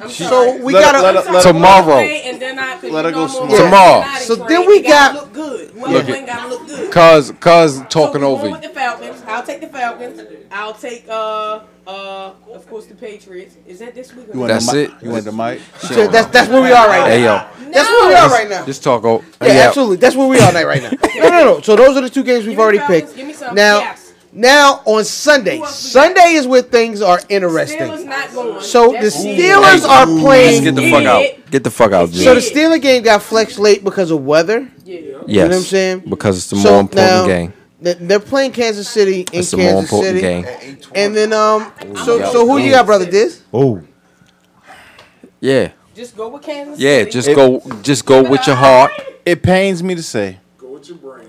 Speaker 4: So we
Speaker 3: Let her-
Speaker 4: got
Speaker 3: let her- let her- Tomorrow.
Speaker 6: And then I could
Speaker 3: Let her
Speaker 6: you know,
Speaker 3: go
Speaker 6: I'm on
Speaker 3: small.
Speaker 6: Friday
Speaker 3: Tomorrow.
Speaker 6: night,
Speaker 4: So
Speaker 6: right?
Speaker 4: then we
Speaker 6: Gotta
Speaker 4: got-
Speaker 6: look good. Well,
Speaker 3: Look
Speaker 6: we gotta look good.
Speaker 3: at cuz cuz talking
Speaker 6: Going
Speaker 3: over
Speaker 6: with
Speaker 3: you.
Speaker 6: the Falcons. I'll take the Falcons. I'll take uh uh of course the Patriots. Is that this week? or
Speaker 3: You want
Speaker 6: next
Speaker 3: That's
Speaker 6: week?
Speaker 3: it. You want the mic?
Speaker 4: So that's that's where we are right now.
Speaker 3: Hey yo.
Speaker 4: That's where we are right now.
Speaker 3: Just talk over.
Speaker 4: Yeah, absolutely. That's where we are right right
Speaker 3: *laughs*
Speaker 4: now. No, no, no. So those are the two games we've already picked.
Speaker 6: give me some.
Speaker 4: Now,
Speaker 6: Yes.
Speaker 4: now on Sunday, Sunday is where things are interesting.
Speaker 6: Steelers not going.
Speaker 4: So the
Speaker 6: That's it.
Speaker 4: Steelers are
Speaker 3: Let's
Speaker 4: playing.
Speaker 3: get the fuck out. Get the fuck out,
Speaker 4: So the
Speaker 3: Jim.
Speaker 4: Steeler game got flexed late because of weather. Yeah. You know what I'm
Speaker 3: Yes,
Speaker 4: saying?
Speaker 3: because it's the
Speaker 4: So
Speaker 3: more important
Speaker 4: now,
Speaker 3: game.
Speaker 4: they- They're playing Kansas City in
Speaker 3: It's the more
Speaker 4: Kansas
Speaker 3: important
Speaker 4: City.
Speaker 3: game.
Speaker 4: And then um so
Speaker 3: yeah.
Speaker 4: so who you got, brother? This?
Speaker 3: Oh. Yeah.
Speaker 6: Just go with Kansas.
Speaker 3: Yeah,
Speaker 6: City.
Speaker 3: just go just go with your heart.
Speaker 5: It pains me to say.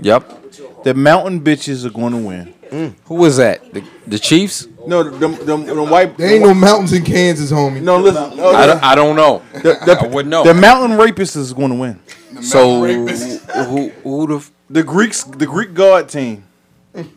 Speaker 3: Yep.
Speaker 5: The mountain bitches are going to win.
Speaker 3: Who was that? The, the Chiefs?
Speaker 5: No, the, the, the, the white.
Speaker 10: There ain't no mountains in Kansas, homie.
Speaker 5: No, listen. no,
Speaker 3: I
Speaker 5: listen.
Speaker 3: don't, I don't know.
Speaker 5: the,
Speaker 3: I wouldn't know.
Speaker 5: The mountain rapists is going to win.
Speaker 3: so who who the f-
Speaker 5: The Greeks, the Greek god team.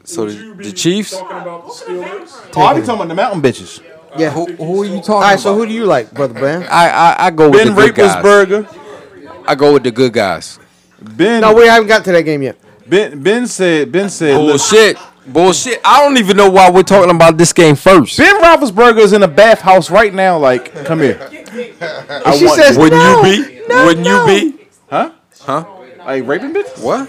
Speaker 3: so the, the Chiefs?
Speaker 5: Oh, I be talking about the mountain bitches.
Speaker 4: Yeah, who, who are you talking All right, so who do you like, brother Bram?
Speaker 3: I I, I go with
Speaker 5: Ben
Speaker 3: the good guys.
Speaker 5: Roethlisberger.
Speaker 3: I go with the good guys.
Speaker 5: Ben.
Speaker 4: No, we haven't got to that game yet.
Speaker 5: Ben Ben said Ben said
Speaker 3: Bullshit. Bullshit. I don't even know why we're talking about this game first.
Speaker 5: Ben Roethlisberger is in a bathhouse right now. Like, come here. I
Speaker 3: she
Speaker 5: want
Speaker 3: says,
Speaker 5: you.
Speaker 3: Wouldn't you "No, be? no, Wouldn't you no." be?
Speaker 5: Huh?
Speaker 3: Huh?
Speaker 5: Are you raping bitches?
Speaker 3: What?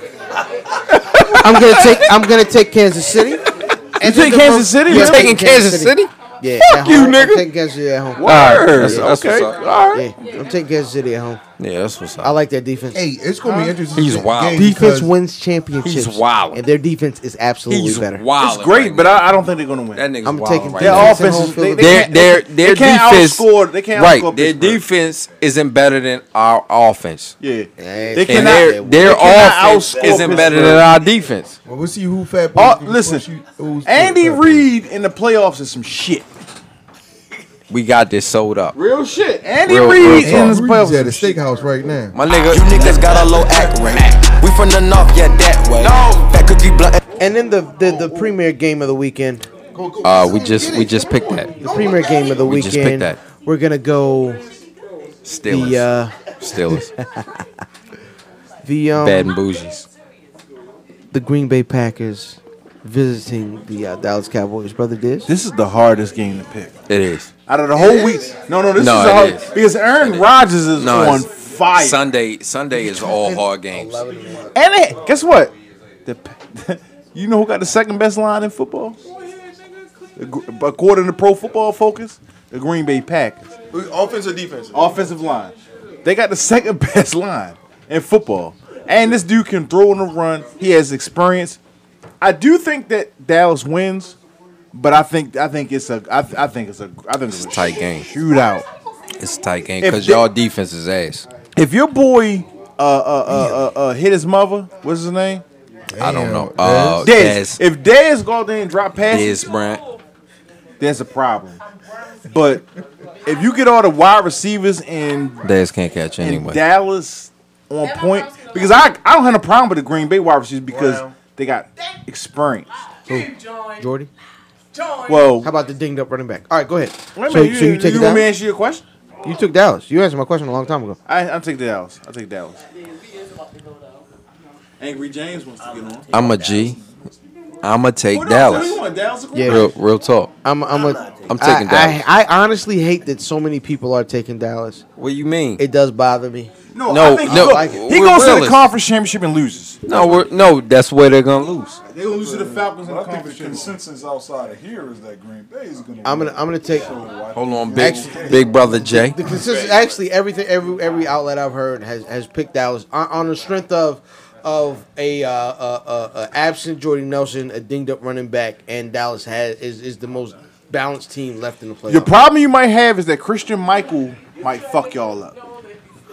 Speaker 4: I'm gonna take I'm gonna take Kansas City. And
Speaker 5: take
Speaker 4: the-
Speaker 5: Kansas City?
Speaker 4: Yeah,
Speaker 5: You
Speaker 4: I'm
Speaker 5: taking
Speaker 4: taking
Speaker 5: Kansas City?
Speaker 4: Yeah,
Speaker 5: Fuck
Speaker 4: at
Speaker 5: you,
Speaker 4: home. I'm
Speaker 5: nigga.
Speaker 4: taking Kansas City at home.
Speaker 5: Word. That's-
Speaker 4: Yeah,
Speaker 5: that's what's Okay. up. All right.
Speaker 4: Yeah, I'm taking Kansas City at home.
Speaker 3: Yeah, that's what's up.
Speaker 4: I like that defense.
Speaker 10: Hey, it's gonna be interesting.
Speaker 3: He's wild.
Speaker 4: Defense wins championships.
Speaker 3: He's wild.
Speaker 4: and their defense is absolutely
Speaker 3: He's
Speaker 4: better.
Speaker 3: wild.
Speaker 5: It's great, but I, I don't think they're gonna win.
Speaker 3: That nigga's
Speaker 4: I'm
Speaker 3: wild
Speaker 4: taking
Speaker 3: right
Speaker 5: their
Speaker 3: now.
Speaker 5: offenses. They, they
Speaker 3: their
Speaker 5: can't,
Speaker 3: their
Speaker 5: they
Speaker 3: their
Speaker 5: can't
Speaker 3: defense
Speaker 5: Outscore, they can't
Speaker 3: right.
Speaker 5: outscore
Speaker 3: their
Speaker 5: Pittsburgh.
Speaker 3: defense isn't better than our offense.
Speaker 5: Yeah,
Speaker 3: they
Speaker 5: They
Speaker 3: and
Speaker 5: cannot-
Speaker 3: their
Speaker 5: they
Speaker 3: their
Speaker 5: cannot
Speaker 3: offense
Speaker 5: outscore
Speaker 3: isn't better than
Speaker 5: Pittsburgh.
Speaker 3: our defense.
Speaker 10: Well, we'll see who fat.
Speaker 5: Oh,
Speaker 10: Boy can push
Speaker 5: listen,
Speaker 10: you- who's-
Speaker 5: Andy Reid in the playoffs is some shit.
Speaker 3: We got this sold up.
Speaker 5: Real shit. Andy
Speaker 3: Real- real
Speaker 5: Reed
Speaker 3: talk.
Speaker 5: in his
Speaker 10: Reid's
Speaker 5: playoffs.
Speaker 10: at a steakhouse right now.
Speaker 3: My nigga,
Speaker 9: You niggas got a low act rate. We from the north, yeah, that way. Fat cookie blunt.
Speaker 4: And then the, the the premier game of the weekend.
Speaker 3: Uh, we just we just picked that.
Speaker 4: The premier game of the
Speaker 3: We just picked
Speaker 4: weekend.
Speaker 3: that.
Speaker 4: We're gonna go
Speaker 3: Steelers.
Speaker 4: the uh,
Speaker 3: Steelers.
Speaker 4: the um,
Speaker 3: Bad and bougies.
Speaker 4: the Green Bay Packers visiting the uh, Dallas Cowboys. Brother Dish.
Speaker 5: This is the hardest game to pick
Speaker 3: It is.
Speaker 5: out of the whole week. No, no, this
Speaker 3: No,
Speaker 5: is
Speaker 3: it
Speaker 5: the hard
Speaker 3: is.
Speaker 5: because Aaron Rodgers is
Speaker 3: No,
Speaker 5: on
Speaker 3: it's-
Speaker 5: fire.
Speaker 3: Sunday Sunday is all hard games.
Speaker 5: And they, guess what? The, *laughs* you know who got the second best line in football? The gr- According to Pro Football Focus, the Green Bay Packers.
Speaker 18: Offense or defense?
Speaker 5: Offensive line. They got the second *laughs* best line in football. And this dude can throw on the run. He has experience. I do think that Dallas wins, but I think I think it's a I, I think it's a I think it's a
Speaker 3: Tight game.
Speaker 5: shootout.
Speaker 3: It's a tight game
Speaker 5: If
Speaker 3: because
Speaker 5: they-
Speaker 3: y'all defense is ass.
Speaker 5: If your boy uh, uh, uh, uh, uh, hit his mother, what's his name?
Speaker 3: I don't know. Uh,
Speaker 5: Dez.
Speaker 3: Dez,
Speaker 5: If Dez go out there and drop passes,
Speaker 3: Dez Bryant.
Speaker 5: there's a problem. But if you get all the wide receivers in,
Speaker 3: Dez can't catch
Speaker 5: in
Speaker 3: anyway.
Speaker 5: Dallas on point, because I I don't have a problem with the Green Bay wide receivers because they got experience.
Speaker 4: Jordy.
Speaker 5: Well,
Speaker 4: How about the dinged up running back? All right, go ahead.
Speaker 5: Wait a
Speaker 4: so,
Speaker 5: minute,
Speaker 4: so you, take
Speaker 5: you want me to
Speaker 4: Dallas?
Speaker 5: answer your question?
Speaker 4: You took Dallas. You answered my question a long time ago.
Speaker 5: I I take Dallas. I take Dallas. Angry James wants to get on.
Speaker 3: I'm a G. I'ma take
Speaker 5: Who the hell
Speaker 3: Dallas.
Speaker 5: you want, Dallas?
Speaker 4: Yeah.
Speaker 3: Real, real talk.
Speaker 4: I'm I'm a,
Speaker 3: I'm taking Dallas.
Speaker 4: I, I honestly hate that so many people are taking Dallas.
Speaker 3: What do you mean?
Speaker 4: It does bother me.
Speaker 5: No,
Speaker 3: No,
Speaker 5: I think,
Speaker 3: no,
Speaker 5: look,
Speaker 3: I-
Speaker 5: he
Speaker 3: we're
Speaker 5: goes to the
Speaker 3: realists.
Speaker 5: conference championship and loses.
Speaker 3: No, we're, no, that's where they're gonna lose.
Speaker 5: They gonna lose to the Falcons in
Speaker 18: I
Speaker 5: the
Speaker 18: think the
Speaker 5: conference championship.
Speaker 18: consensus outside of here is that Green Bay is going to.
Speaker 4: I'm gonna I'm gonna take.
Speaker 3: Hold on, big big
Speaker 4: *laughs*
Speaker 3: brother Jay.
Speaker 4: The consensus, actually, everything, every every outlet I've heard has has picked Dallas on, on the strength of of a uh, uh, uh, uh, absent Jordy Nelson, a dinged up running back, and Dallas has is, is the most balanced team left in the playoffs.
Speaker 5: Your problem you might have is that Christian Michael might fuck y'all up.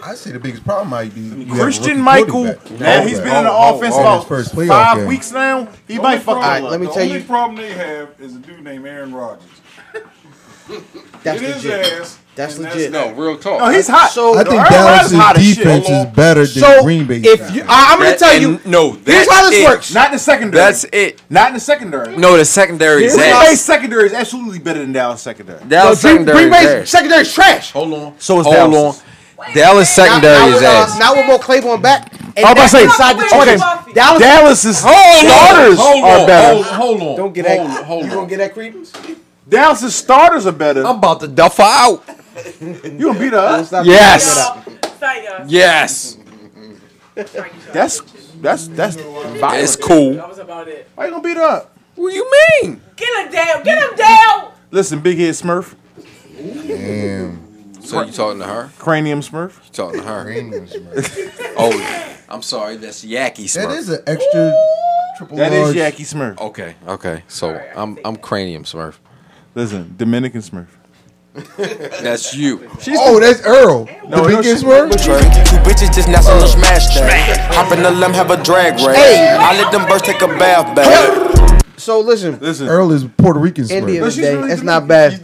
Speaker 19: I see the biggest problem might be you have a
Speaker 5: Christian
Speaker 19: rookie
Speaker 5: Michael,
Speaker 19: quarterback.
Speaker 5: man, he's been in the
Speaker 19: Oh, oh,
Speaker 5: offense
Speaker 19: oh,
Speaker 5: about
Speaker 19: his first playoff
Speaker 5: five
Speaker 19: game.
Speaker 5: weeks now. He
Speaker 20: The
Speaker 5: might
Speaker 20: only
Speaker 5: fuck
Speaker 20: problem-
Speaker 5: y'all up.
Speaker 20: the only problem they have is a dude named Aaron Rodgers.
Speaker 4: That's
Speaker 20: It is
Speaker 4: legit.
Speaker 20: ass,
Speaker 4: That's
Speaker 20: and
Speaker 4: legit.
Speaker 20: No, real talk.
Speaker 5: No, he's hot.
Speaker 4: So
Speaker 13: I think Dallas's defense is better than
Speaker 5: So,
Speaker 13: Green Bay's.
Speaker 4: If you,
Speaker 13: I,
Speaker 5: I'm gonna tell you-
Speaker 3: No,
Speaker 5: Here's
Speaker 3: that's
Speaker 5: how this
Speaker 3: it.
Speaker 5: works. Not in the secondary.
Speaker 3: That's it.
Speaker 5: Not in the secondary.
Speaker 3: No, the secondary is
Speaker 5: Green Bay's
Speaker 3: ass.
Speaker 5: secondary is absolutely better than Dallas secondary.
Speaker 3: Dallas
Speaker 5: Green-
Speaker 3: secondary
Speaker 5: Green
Speaker 3: is
Speaker 5: Bay's
Speaker 3: ass.
Speaker 4: secondary is trash.
Speaker 3: Hold on.
Speaker 5: So is
Speaker 3: Hold
Speaker 5: Dallas.
Speaker 3: on. Dallas
Speaker 4: now,
Speaker 3: secondary
Speaker 4: with,
Speaker 3: is
Speaker 4: uh,
Speaker 3: ass.
Speaker 4: Now with Mo Claiborne back, and
Speaker 3: I was
Speaker 4: that's
Speaker 3: about to say,
Speaker 4: inside the
Speaker 3: okay,
Speaker 4: trenches.
Speaker 5: Dallas is starters are better.
Speaker 3: Hold on.
Speaker 4: Don't get that. you gonna get that credence?
Speaker 5: Dallas' starters are better. I'm
Speaker 3: about to duff out.
Speaker 5: you gonna beat us?
Speaker 3: Yes. Yes.
Speaker 5: That's that's that's
Speaker 3: That's cool.
Speaker 6: That was about it.
Speaker 5: Why you gonna beat up?
Speaker 3: What do you mean?
Speaker 6: Get him down. Get him down.
Speaker 5: Listen, big head Smurf,
Speaker 3: So you talking to her?
Speaker 5: cranium Smurf.
Speaker 3: You talking to her? *laughs* oh, I'm sorry. That's Yaki Smurf.
Speaker 13: that is an extra triple
Speaker 5: That is
Speaker 13: large.
Speaker 5: Jackie Smurf.
Speaker 3: Okay. Okay. So I'm I'm cranium Smurf.
Speaker 5: Listen, Dominican Smurf.
Speaker 3: That's you.
Speaker 13: oh, that's Earl.
Speaker 3: No, no,
Speaker 13: the biggest
Speaker 3: she-
Speaker 13: word.
Speaker 9: Two bitches just now some Uh, smash that. Hop in the limb, have a drag race. I let them birds take a bath bag.
Speaker 4: So listen,
Speaker 5: listen.
Speaker 13: Earl is Puerto Rican.
Speaker 4: End
Speaker 13: Smurf.
Speaker 4: of the day, that's not bad. At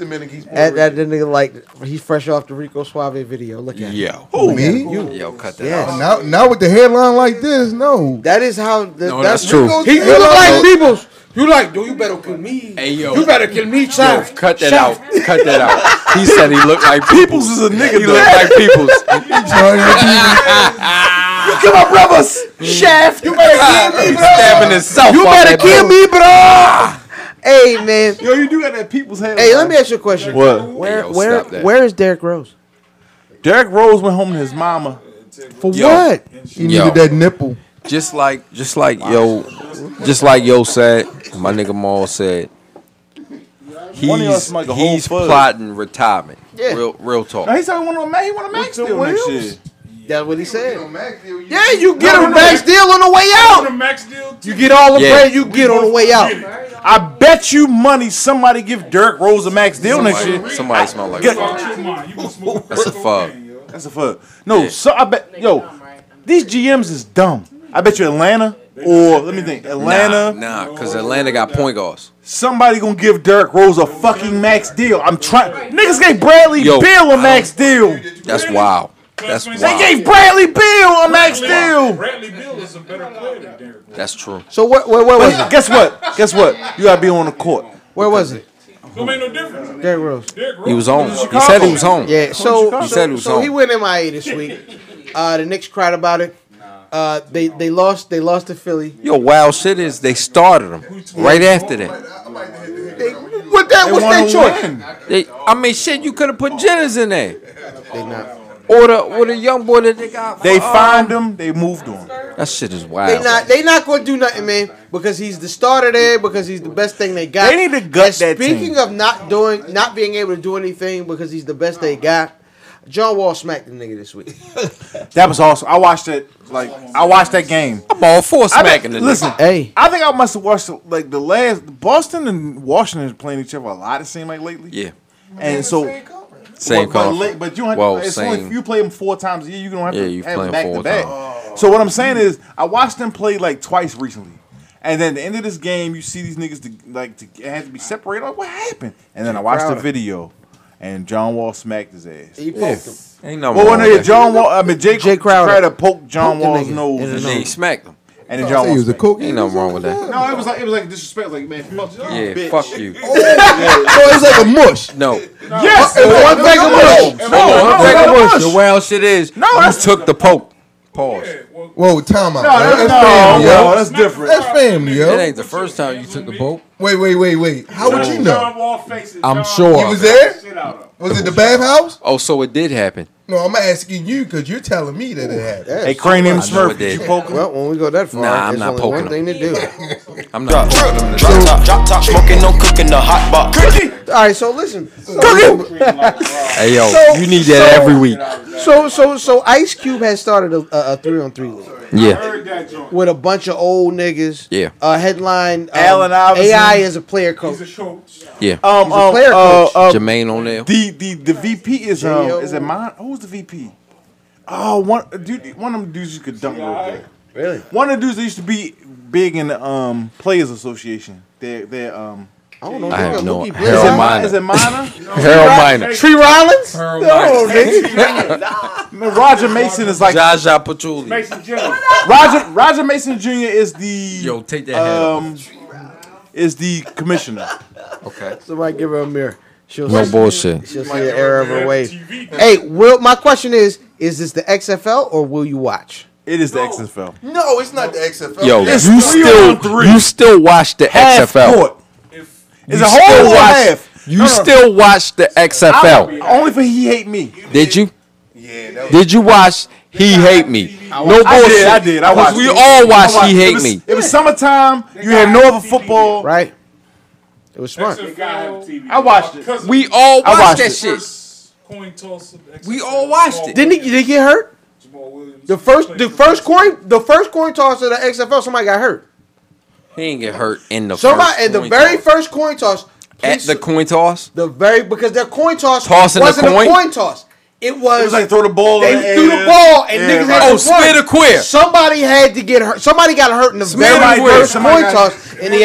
Speaker 4: that that nigga like he's fresh off the Rico Suave video. Look at
Speaker 3: Yeah.
Speaker 4: him.
Speaker 13: Who,
Speaker 4: Look at
Speaker 13: me?
Speaker 4: him. You.
Speaker 3: Yo, cut that
Speaker 4: Yes.
Speaker 3: out.
Speaker 13: Now, now with the headline like this, no.
Speaker 4: That is how. The,
Speaker 3: No, that's true.
Speaker 4: He you look like Peoples. You like, dude. You better kill me.
Speaker 3: Hey yo.
Speaker 4: You better kill me,
Speaker 3: Yo,
Speaker 4: child.
Speaker 3: cut that out. Cut that out. He said he looked like Peoples
Speaker 5: is a nigga.
Speaker 3: He looked like Peoples.
Speaker 4: *laughs*
Speaker 5: You kill my brothers, Shaft. You better
Speaker 3: kill me, Stabbing himself.
Speaker 4: You
Speaker 3: off
Speaker 4: better
Speaker 3: that
Speaker 4: kill
Speaker 3: boat.
Speaker 4: me, bro. Hey man.
Speaker 5: Yo, you do got that people's head.
Speaker 4: Hey, let me ask you a question.
Speaker 5: What?
Speaker 4: Where,
Speaker 3: Hey, yo,
Speaker 4: where,
Speaker 3: stop that.
Speaker 4: where is Derrick Rose?
Speaker 5: Derek Rose went home to his mama.
Speaker 4: For
Speaker 3: Yo.
Speaker 4: what?
Speaker 13: He
Speaker 3: Yo.
Speaker 13: needed that nipple.
Speaker 3: Just like, just like yo, just like yo said, my nigga Maul said,
Speaker 5: One of y'all
Speaker 3: he's
Speaker 5: smoke a whole
Speaker 3: he's
Speaker 5: fuzz.
Speaker 3: plotting retirement. Real, real
Speaker 5: No,
Speaker 3: talk.
Speaker 5: he said he want to max. He want to max deal next year.
Speaker 4: That's what he said. Yeah, you get a max
Speaker 7: no.
Speaker 4: deal on the way
Speaker 7: The
Speaker 4: out.
Speaker 7: max deal. too.
Speaker 4: You get all the
Speaker 3: Yeah.
Speaker 4: bread you get on the way out.
Speaker 5: I bet you money somebody give Derek Rose a max deal next year.
Speaker 3: Somebody, somebody smell like
Speaker 5: Get-
Speaker 3: fuck.
Speaker 7: Out your mind. You gonna smoke
Speaker 3: That's a fuck.
Speaker 5: *laughs* That's a fuck. No, so I bet yo, these GMs is dumb. I bet you Atlanta or let me think, Atlanta.
Speaker 3: Nah, nah, cause Atlanta got point guards.
Speaker 5: Somebody gonna give Derrick Rose a fucking max deal. I'm trying. Niggas gave Bradley
Speaker 3: Yo,
Speaker 5: Bill a max deal.
Speaker 3: That's wild. That's
Speaker 5: They
Speaker 3: wild.
Speaker 5: gave Bradley Bill a max deal.
Speaker 7: Bradley Bill is a better player than Derrick.
Speaker 3: That's true.
Speaker 4: So where, where, where was
Speaker 5: But
Speaker 4: it?
Speaker 5: guess what? Guess what? You gotta be on the court.
Speaker 4: Where was it?
Speaker 7: Don't make no difference.
Speaker 4: Derrick Rose.
Speaker 7: Derrick Rose.
Speaker 3: He was on. He said he was home.
Speaker 4: Yeah, so
Speaker 3: He
Speaker 4: so,
Speaker 3: said it was
Speaker 4: so he
Speaker 3: on.
Speaker 4: went MIA this week. Uh, the Knicks cried about it. Uh, they they lost they lost to Philly.
Speaker 3: Yo, wild shit is they started him right after that.
Speaker 4: What that was
Speaker 5: wanna
Speaker 4: their choice?
Speaker 5: win.
Speaker 3: They, I mean, shit, you could have put Jennings in there,
Speaker 4: They not
Speaker 3: or the or the young boy that they got.
Speaker 5: They
Speaker 3: uh,
Speaker 5: fined him. They moved on.
Speaker 3: That shit is
Speaker 4: they
Speaker 3: wild.
Speaker 4: not they not going to do nothing, man. Because he's the starter there. Because he's the best thing they got.
Speaker 5: They need to gut
Speaker 4: And
Speaker 5: that
Speaker 4: Speaking
Speaker 5: team.
Speaker 4: of not doing not being able to do anything because he's the best they got. John Wall smacked the nigga this week.
Speaker 5: That was awesome. I watched it. Like I watched that game.
Speaker 3: I'm all for
Speaker 5: I
Speaker 3: smacking the
Speaker 5: bet, listen,
Speaker 4: Hey.
Speaker 5: I think I must have watched like the last Boston and Washington playing each other a lot. It seemed like lately.
Speaker 3: Yeah,
Speaker 5: And so
Speaker 3: same
Speaker 5: but, but,
Speaker 3: call.
Speaker 5: late, but you don't have
Speaker 3: Well,
Speaker 5: to, it's only
Speaker 3: same.
Speaker 5: if you play them four times a year, you don't have
Speaker 3: Yeah,
Speaker 5: to
Speaker 3: you
Speaker 5: have them
Speaker 3: play
Speaker 5: back
Speaker 3: 'em
Speaker 5: to
Speaker 3: four
Speaker 5: back. So what I'm saying is, I watched them play like twice recently, and then at the end of this game, you see these niggas to, like to, it had to be separated. Like what happened? And then I watched the
Speaker 4: Crowder.
Speaker 5: video, and John Wall smacked his ass.
Speaker 4: He poked him.
Speaker 3: Ain't no
Speaker 5: Well,
Speaker 3: wrong
Speaker 5: when
Speaker 3: with
Speaker 5: they,
Speaker 3: that.
Speaker 5: John Wall, I mean Jay,
Speaker 4: Jay Crowder
Speaker 5: Crowder, poked John
Speaker 4: poked the
Speaker 5: Wall's
Speaker 4: nigga
Speaker 5: nose,
Speaker 4: in
Speaker 5: and,
Speaker 4: the
Speaker 3: Yeah, he smacked him.
Speaker 5: then
Speaker 13: I
Speaker 5: John
Speaker 13: say
Speaker 5: Wall.
Speaker 13: he was a cook.
Speaker 3: Ain't nothing wrong with that.
Speaker 5: No, it was like it was like disrespect. Like man, fuck you,
Speaker 3: Yeah,
Speaker 5: bitch. *laughs*
Speaker 3: fuck you.
Speaker 13: *laughs* So it's like a mush.
Speaker 3: No.
Speaker 5: Yes,
Speaker 13: one thing
Speaker 5: no, no,
Speaker 13: of mush.
Speaker 5: no,
Speaker 3: Take
Speaker 5: no,
Speaker 3: a
Speaker 5: no,
Speaker 3: push. The wild shit is
Speaker 5: No,
Speaker 3: you
Speaker 5: that's-
Speaker 3: took the poke. Pause.
Speaker 13: Whoa, time
Speaker 5: No,
Speaker 13: out.
Speaker 5: that's, no,
Speaker 13: that's,
Speaker 5: no,
Speaker 13: family, yo.
Speaker 5: that's different.
Speaker 13: That's family,
Speaker 3: That
Speaker 13: yo.
Speaker 3: ain't the first time you took the poke.
Speaker 13: Wait, wait, wait, wait. How would you know?
Speaker 7: John Wall faces.
Speaker 3: I'm
Speaker 7: John
Speaker 3: sure.
Speaker 7: Wall
Speaker 13: You was
Speaker 7: beat the
Speaker 13: there?
Speaker 7: Shit out of him.
Speaker 13: Was it the bathhouse?
Speaker 3: Oh, so it did happen.
Speaker 13: No, I'm asking you because you're telling me that it happened.
Speaker 5: Hey, Cranium
Speaker 3: I know it
Speaker 5: Smurf, did
Speaker 3: did.
Speaker 5: you poke him?
Speaker 4: Well, when we go that far,
Speaker 3: Nah, I'm
Speaker 4: it's
Speaker 3: not
Speaker 4: only
Speaker 3: poking
Speaker 4: one thing to do.
Speaker 3: I'm not poking him. in the-
Speaker 9: Drop top, drop top, smoking, no cooking, the hot box.
Speaker 4: All right, so listen. So,
Speaker 3: Hey yo, you need that every week.
Speaker 4: So so so Ice Cube has started a, a, a three on three league.
Speaker 3: Yeah. I
Speaker 4: With a bunch of old niggas.
Speaker 3: Yeah.
Speaker 4: Uh, headline. Um,
Speaker 5: Allen Iverson.
Speaker 4: AI is a player coach.
Speaker 3: Yeah.
Speaker 4: Um, um, player
Speaker 5: uh,
Speaker 4: coach.
Speaker 5: uh,
Speaker 3: Jermaine O'Neal.
Speaker 5: The the the VP is um,
Speaker 3: J.O.
Speaker 5: is it mine? Who's the VP? Oh, one dude, one of them dudes you could dunk real quick.
Speaker 4: Really?
Speaker 5: One of the dudes that used to be big in the um, Players Association. They they um. I
Speaker 4: don't
Speaker 3: know. I have no-
Speaker 5: Is
Speaker 3: Harold
Speaker 5: it
Speaker 3: Miner.
Speaker 5: Is it Minor?
Speaker 3: *laughs* Harold Miner.
Speaker 4: Tree Rollins?
Speaker 5: Harold *laughs*
Speaker 4: No,
Speaker 5: nigga. Roger Mason is like
Speaker 3: Jaja Patuli.
Speaker 21: Mason Jr.
Speaker 5: Roger Roger Mason Jr. is the
Speaker 3: Yo, take that hat off.
Speaker 5: um is the commissioner.
Speaker 3: Okay.
Speaker 4: Somebody give her a mirror. She'll
Speaker 3: No
Speaker 4: see-
Speaker 3: bullshit.
Speaker 4: She'll see the error of her ways. Hey, will my question is: Is this the XFL or will you watch?
Speaker 5: It is the XFL.
Speaker 13: No, it's not the XFL.
Speaker 3: Yo,
Speaker 13: It's
Speaker 3: you
Speaker 13: three
Speaker 3: still
Speaker 13: on three.
Speaker 3: you still watch the
Speaker 5: Half
Speaker 3: XFL.
Speaker 5: court.
Speaker 3: You
Speaker 5: It's a whole
Speaker 3: still
Speaker 5: other
Speaker 3: watch-
Speaker 5: half. Uh-uh.
Speaker 3: You
Speaker 5: No, no.
Speaker 3: still watch the XFL.
Speaker 5: Only for he hate me.
Speaker 3: Did you? Yeah. Did you watch He Hate Me? No bullshit.
Speaker 5: I did. I did. I
Speaker 3: Because
Speaker 5: watched.
Speaker 3: We
Speaker 5: it.
Speaker 3: all
Speaker 5: I
Speaker 3: watched
Speaker 5: watched
Speaker 3: He
Speaker 5: it. It
Speaker 3: Hate
Speaker 5: was-
Speaker 3: Me.
Speaker 5: It was summertime. You had no other football.
Speaker 4: Right. It was smart.
Speaker 5: I watched it.
Speaker 3: We all
Speaker 5: I
Speaker 3: watched,
Speaker 5: watched
Speaker 3: that
Speaker 5: it.
Speaker 3: shit.
Speaker 21: Coin toss. of the
Speaker 3: We all watched it.
Speaker 4: Didn't he, did he get hurt? The first, the first coin, the first coin toss of the XFL, somebody got hurt.
Speaker 3: He didn't get hurt in the
Speaker 4: Somebody
Speaker 3: first
Speaker 4: at the
Speaker 3: coin
Speaker 4: very
Speaker 3: toss.
Speaker 4: first coin toss,
Speaker 3: at the coin toss.
Speaker 4: the very because their coin toss
Speaker 3: Tossing the
Speaker 4: wasn't
Speaker 3: coin?
Speaker 4: a coin toss. It was,
Speaker 5: It was like throw the ball.
Speaker 4: they
Speaker 5: in the
Speaker 4: threw
Speaker 5: air.
Speaker 4: the ball and
Speaker 5: Yeah,
Speaker 4: niggas
Speaker 5: right.
Speaker 4: had
Speaker 3: Oh,
Speaker 4: to run.
Speaker 3: spit or quit.
Speaker 4: Somebody had to get hurt. Somebody got hurt in the
Speaker 3: Spit or
Speaker 4: very
Speaker 3: quit.
Speaker 4: first
Speaker 3: Somebody
Speaker 4: coin
Speaker 3: got-
Speaker 4: toss
Speaker 5: *laughs*
Speaker 4: in the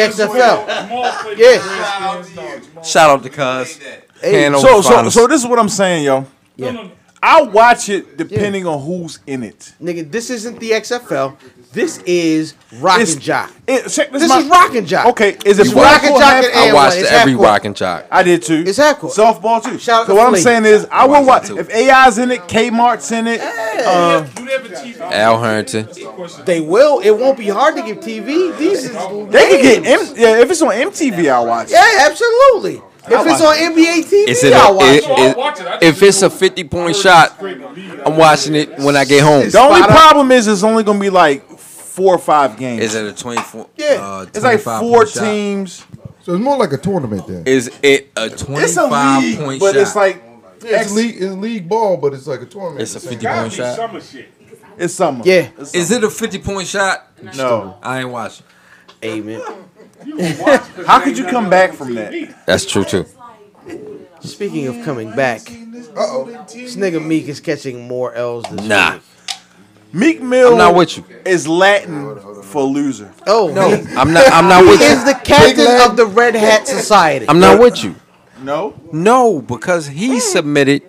Speaker 4: XFL. yes.
Speaker 3: Shout out to Cuz. Hanover
Speaker 5: So so
Speaker 3: Finals.
Speaker 5: so this is what I'm saying, yo.
Speaker 4: Yeah.
Speaker 5: I watch it depending on who's in it.
Speaker 4: Nigga, this isn't the XFL. This is Rock
Speaker 5: It's-
Speaker 4: and Jock.
Speaker 5: It- check
Speaker 4: This
Speaker 5: my-
Speaker 4: is Rock and Jock.
Speaker 5: Okay, is it
Speaker 4: It's Rock and
Speaker 5: softball
Speaker 4: Jock
Speaker 5: half-
Speaker 4: and
Speaker 3: I
Speaker 4: and
Speaker 3: watched
Speaker 4: one. It's half
Speaker 3: every
Speaker 4: court.
Speaker 3: rock and jock.
Speaker 5: I did too.
Speaker 4: It's half court.
Speaker 5: Softball too.
Speaker 4: Shout out
Speaker 5: so
Speaker 4: to
Speaker 5: what I'm
Speaker 4: Flea.
Speaker 5: saying is, I will
Speaker 3: watched
Speaker 5: watch.
Speaker 3: that, too.
Speaker 5: If AI's in it, Kmart's in it. uh,
Speaker 3: Al Harrington.
Speaker 4: They will. It won't be hard to give TV. These is
Speaker 5: they could get. M- yeah, if it's on MTV, I'll watch. it.
Speaker 4: Yeah, absolutely. If it's on NBA TV,
Speaker 3: Is it, a,
Speaker 4: I'll watch
Speaker 3: it-
Speaker 4: Oh, it.
Speaker 3: it- if it's a 50 point shot, I'm watching it when I get home.
Speaker 5: The only problem is, it's only gonna be like four or five games.
Speaker 3: Is it a 24?
Speaker 5: Yeah,
Speaker 3: uh,
Speaker 5: it's like
Speaker 3: 25
Speaker 5: four
Speaker 3: point shot?
Speaker 5: teams.
Speaker 13: So it's more like a tournament then.
Speaker 3: Is it a
Speaker 5: It's a
Speaker 3: 25
Speaker 5: league,
Speaker 3: point
Speaker 5: but
Speaker 3: shot?
Speaker 5: it's like
Speaker 13: Yeah, it's, league, it's league ball, but it's like a tournament.
Speaker 3: It's a
Speaker 13: at the same
Speaker 3: 50 point shot.
Speaker 5: it's summer.
Speaker 4: Yeah.
Speaker 5: It's
Speaker 3: Is it a 50 point shot?
Speaker 5: No.
Speaker 3: I ain't watching.
Speaker 4: Amen.
Speaker 5: summer. How could you come back from that?
Speaker 3: That's true too.
Speaker 4: Speaking of coming back, this nigga Meek is catching more L's this
Speaker 3: Nah.
Speaker 4: week.
Speaker 5: Meek Mill
Speaker 3: I'm not with you.
Speaker 5: is Latin for loser.
Speaker 4: Oh,
Speaker 3: No,
Speaker 4: he-
Speaker 3: I'm not. I'm not
Speaker 4: He
Speaker 3: with
Speaker 4: is
Speaker 3: you.
Speaker 4: the captain of the Red Hat Society.
Speaker 3: I'm not with you.
Speaker 5: No,
Speaker 3: No, because he submitted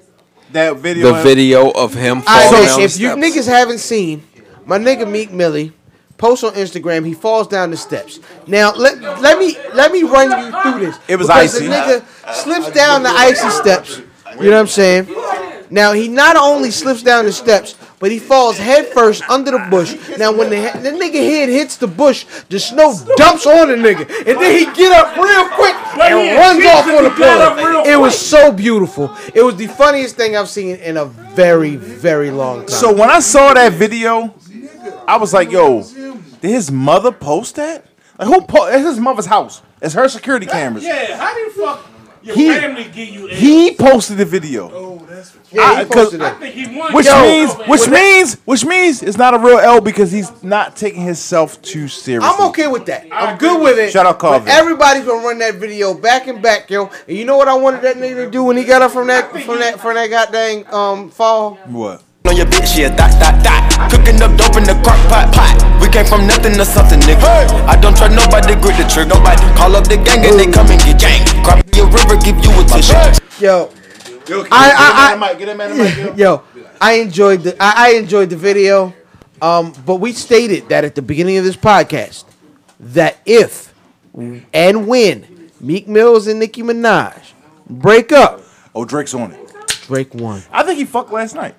Speaker 5: that video.
Speaker 3: the video of him
Speaker 4: I
Speaker 3: falling down the
Speaker 4: if you
Speaker 3: steps.
Speaker 4: niggas haven't seen, my nigga Meek Millie posts on Instagram. He falls down the steps. Now let let me let me run you through this.
Speaker 5: It was
Speaker 4: because
Speaker 5: icy.
Speaker 4: The nigga slips down the icy steps. You know what I'm saying? Now he not only slips down the steps, but he falls headfirst under the bush. Now when the, he- the nigga head hits the bush, the snow dumps on the nigga, and then he get up real quick and runs off on the pillow. It was so beautiful. It was the funniest thing I've seen in a very very long time.
Speaker 5: So when I saw that video, I was like, "Yo, did his mother post that? Like, who? Po- it's his mother's house. It's her security cameras.
Speaker 7: Yeah, how do you fuck your
Speaker 5: He-
Speaker 7: family give you a
Speaker 5: He posted the video,
Speaker 4: yeah, he
Speaker 5: I- 'cause-
Speaker 4: posted it.
Speaker 7: I think he won.
Speaker 5: which
Speaker 7: Yo,
Speaker 5: means,
Speaker 7: man.
Speaker 5: which means, which means, it's not a real L because he's not taking himself too seriously.
Speaker 4: I'm okay with that. I'm good with it.
Speaker 5: Shout out Carvin.
Speaker 4: But Everybody's gonna run that video back and back, yo. And you know what I wanted that nigga to do when he got up from that from that from that goddamn um fall?
Speaker 5: What?
Speaker 9: On your bitch, yeah, dot, dot, dot. Cooking up dope in the crock pot, pot. We came from nothing to something, nigga. I don't trust nobody, grip the trigger. Nobody call up the gang and they come and get gang. Cry me a river, give you a tissue.
Speaker 4: Yo,
Speaker 5: Yo,
Speaker 4: I- I-
Speaker 5: get him out of mic. Get him out of mic. yo.
Speaker 4: yo, I enjoyed the I, I enjoyed the video. Um, but we stated that at the beginning of this podcast that if and when Meek Mills and Nicki Minaj break up,
Speaker 5: Oh, Drake's on it.
Speaker 4: Drake won.
Speaker 5: I think he fucked last night.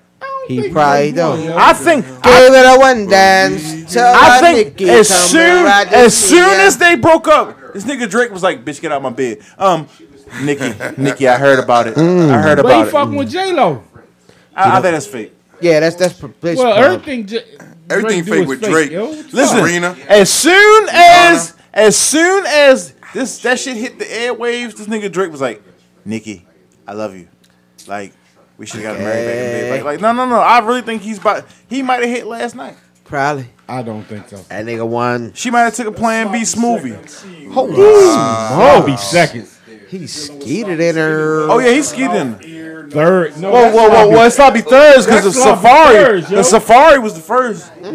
Speaker 4: He probably don't.
Speaker 5: I think.
Speaker 4: Give it a one dance. till
Speaker 5: I
Speaker 4: my
Speaker 5: think
Speaker 4: Nicki
Speaker 5: as
Speaker 4: come
Speaker 5: soon
Speaker 4: around to
Speaker 5: as
Speaker 4: see
Speaker 5: soon
Speaker 4: ya.
Speaker 5: as they broke up, this nigga Drake was like, "Bitch, get out my bed." Um, Nikki, Nikki, I heard about it. I heard
Speaker 7: But
Speaker 5: about
Speaker 7: he
Speaker 5: it.
Speaker 7: fucking with J Lo.
Speaker 5: I, I think that's fake.
Speaker 4: yeah, that's that's place.
Speaker 22: Uh,
Speaker 7: Well, everything. J-
Speaker 23: Everything
Speaker 7: Drake do
Speaker 23: fake
Speaker 7: is
Speaker 23: with Drake.
Speaker 7: yo. What the
Speaker 5: Listen,
Speaker 7: fuck?
Speaker 23: Serena.
Speaker 5: as soon as as soon as this that shit hit the airwaves, this nigga Drake was like, "Nikki, I love you." Like, We should have got married back in the day. Like, like, no, no, no. I really think he's about. He might have hit last night.
Speaker 4: Probably.
Speaker 5: I don't think so.
Speaker 4: That nigga won.
Speaker 5: She might have took a Plan B smoothie.
Speaker 4: Holy
Speaker 5: Wow.
Speaker 4: smokes. He skeeted in her.
Speaker 5: Oh yeah, he skied in
Speaker 18: third. No,
Speaker 5: whoa,
Speaker 18: that's
Speaker 5: whoa, whoa,
Speaker 18: sloppy.
Speaker 5: whoa! It's sloppy thirds because the
Speaker 18: That's sloppy
Speaker 5: safari.
Speaker 18: thirds, yo.
Speaker 5: the safari was the first.
Speaker 18: Yeah.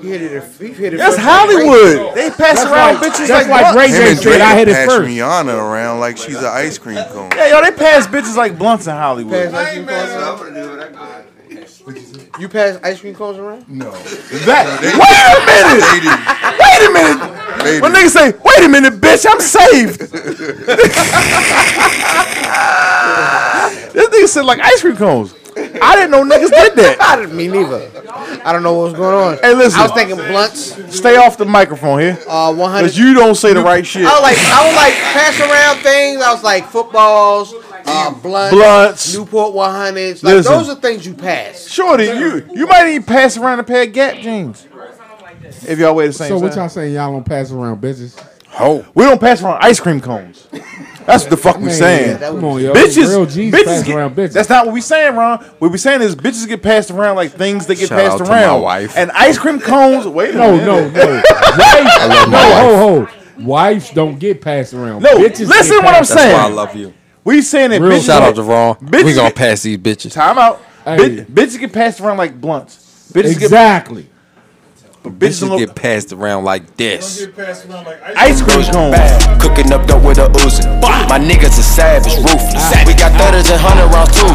Speaker 4: He hit it. He hit it
Speaker 5: That's
Speaker 4: first.
Speaker 5: Hollywood. They pass
Speaker 4: That's
Speaker 5: around
Speaker 4: like-
Speaker 5: bitches
Speaker 4: that's
Speaker 5: like,
Speaker 4: like
Speaker 5: blunts.
Speaker 4: Ray J
Speaker 5: Him and
Speaker 4: shit.
Speaker 5: Drake
Speaker 4: I hit it
Speaker 5: pass
Speaker 4: first.
Speaker 5: Rihanna
Speaker 24: around like she's an ice cream cone.
Speaker 5: Yeah, yo, they pass bitches like blunts in Hollywood.
Speaker 4: You pass ice cream cones around?
Speaker 10: No.
Speaker 5: That. Wait a minute. Wait a minute. When niggas say, "Wait a minute, bitch, I'm saved." this nigga said like ice cream cones. I didn't know niggas did that.
Speaker 4: Me neither. I don't know what's going on.
Speaker 5: Hey, listen.
Speaker 4: I was thinking blunts.
Speaker 5: Stay off the microphone here.
Speaker 4: Uh, one hundred.
Speaker 5: Cause you don't say the right shit.
Speaker 4: I was like, I was like pass around things. I was like footballs, uh, blunts,
Speaker 5: Blunts.
Speaker 4: Newport one hundreds. Like
Speaker 5: Listen.
Speaker 4: those are things you pass.
Speaker 5: Shorty, you you might even pass around a pair of Gap jeans. If y'all wear the same.
Speaker 13: So what
Speaker 5: size.
Speaker 13: y'all saying? Y'all don't pass around bitches.
Speaker 5: Oh. We don't pass around ice cream cones. That's what the fuck we
Speaker 13: Man,
Speaker 5: saying.
Speaker 13: that come on, yo.
Speaker 5: Bitches,
Speaker 13: Real G's
Speaker 5: bitches
Speaker 13: pass
Speaker 5: get-
Speaker 13: around bitches.
Speaker 5: That's not what we saying, Ron. What we saying is bitches get passed around like things that get
Speaker 13: Shout
Speaker 5: passed
Speaker 13: out to my
Speaker 5: around.
Speaker 13: wife.
Speaker 5: And ice cream cones. Wait a
Speaker 13: No,
Speaker 5: minute.
Speaker 13: no,
Speaker 5: *laughs*
Speaker 13: no. Wives, no, ho, ho. Wives don't get passed around.
Speaker 5: No,
Speaker 13: Bitches
Speaker 5: listen
Speaker 13: get
Speaker 5: what I'm
Speaker 13: passed around.
Speaker 5: saying.
Speaker 3: Why I love you.
Speaker 5: We saying that
Speaker 3: Real
Speaker 5: bitches
Speaker 3: shout out to Ron.
Speaker 5: Bitches
Speaker 3: We gonna
Speaker 5: get-
Speaker 3: pass these bitches.
Speaker 5: Time out.
Speaker 3: Hey.
Speaker 5: Bit- bitches get passed around like blunts. Bitches
Speaker 13: exactly.
Speaker 5: Get, bitches
Speaker 3: Bitches
Speaker 5: look-
Speaker 3: get passed around like this.
Speaker 5: ice cream cone.
Speaker 9: Cooking up dope with a Uzi. My niggas are savage, ruthless. We got thudders and hundred rounds too.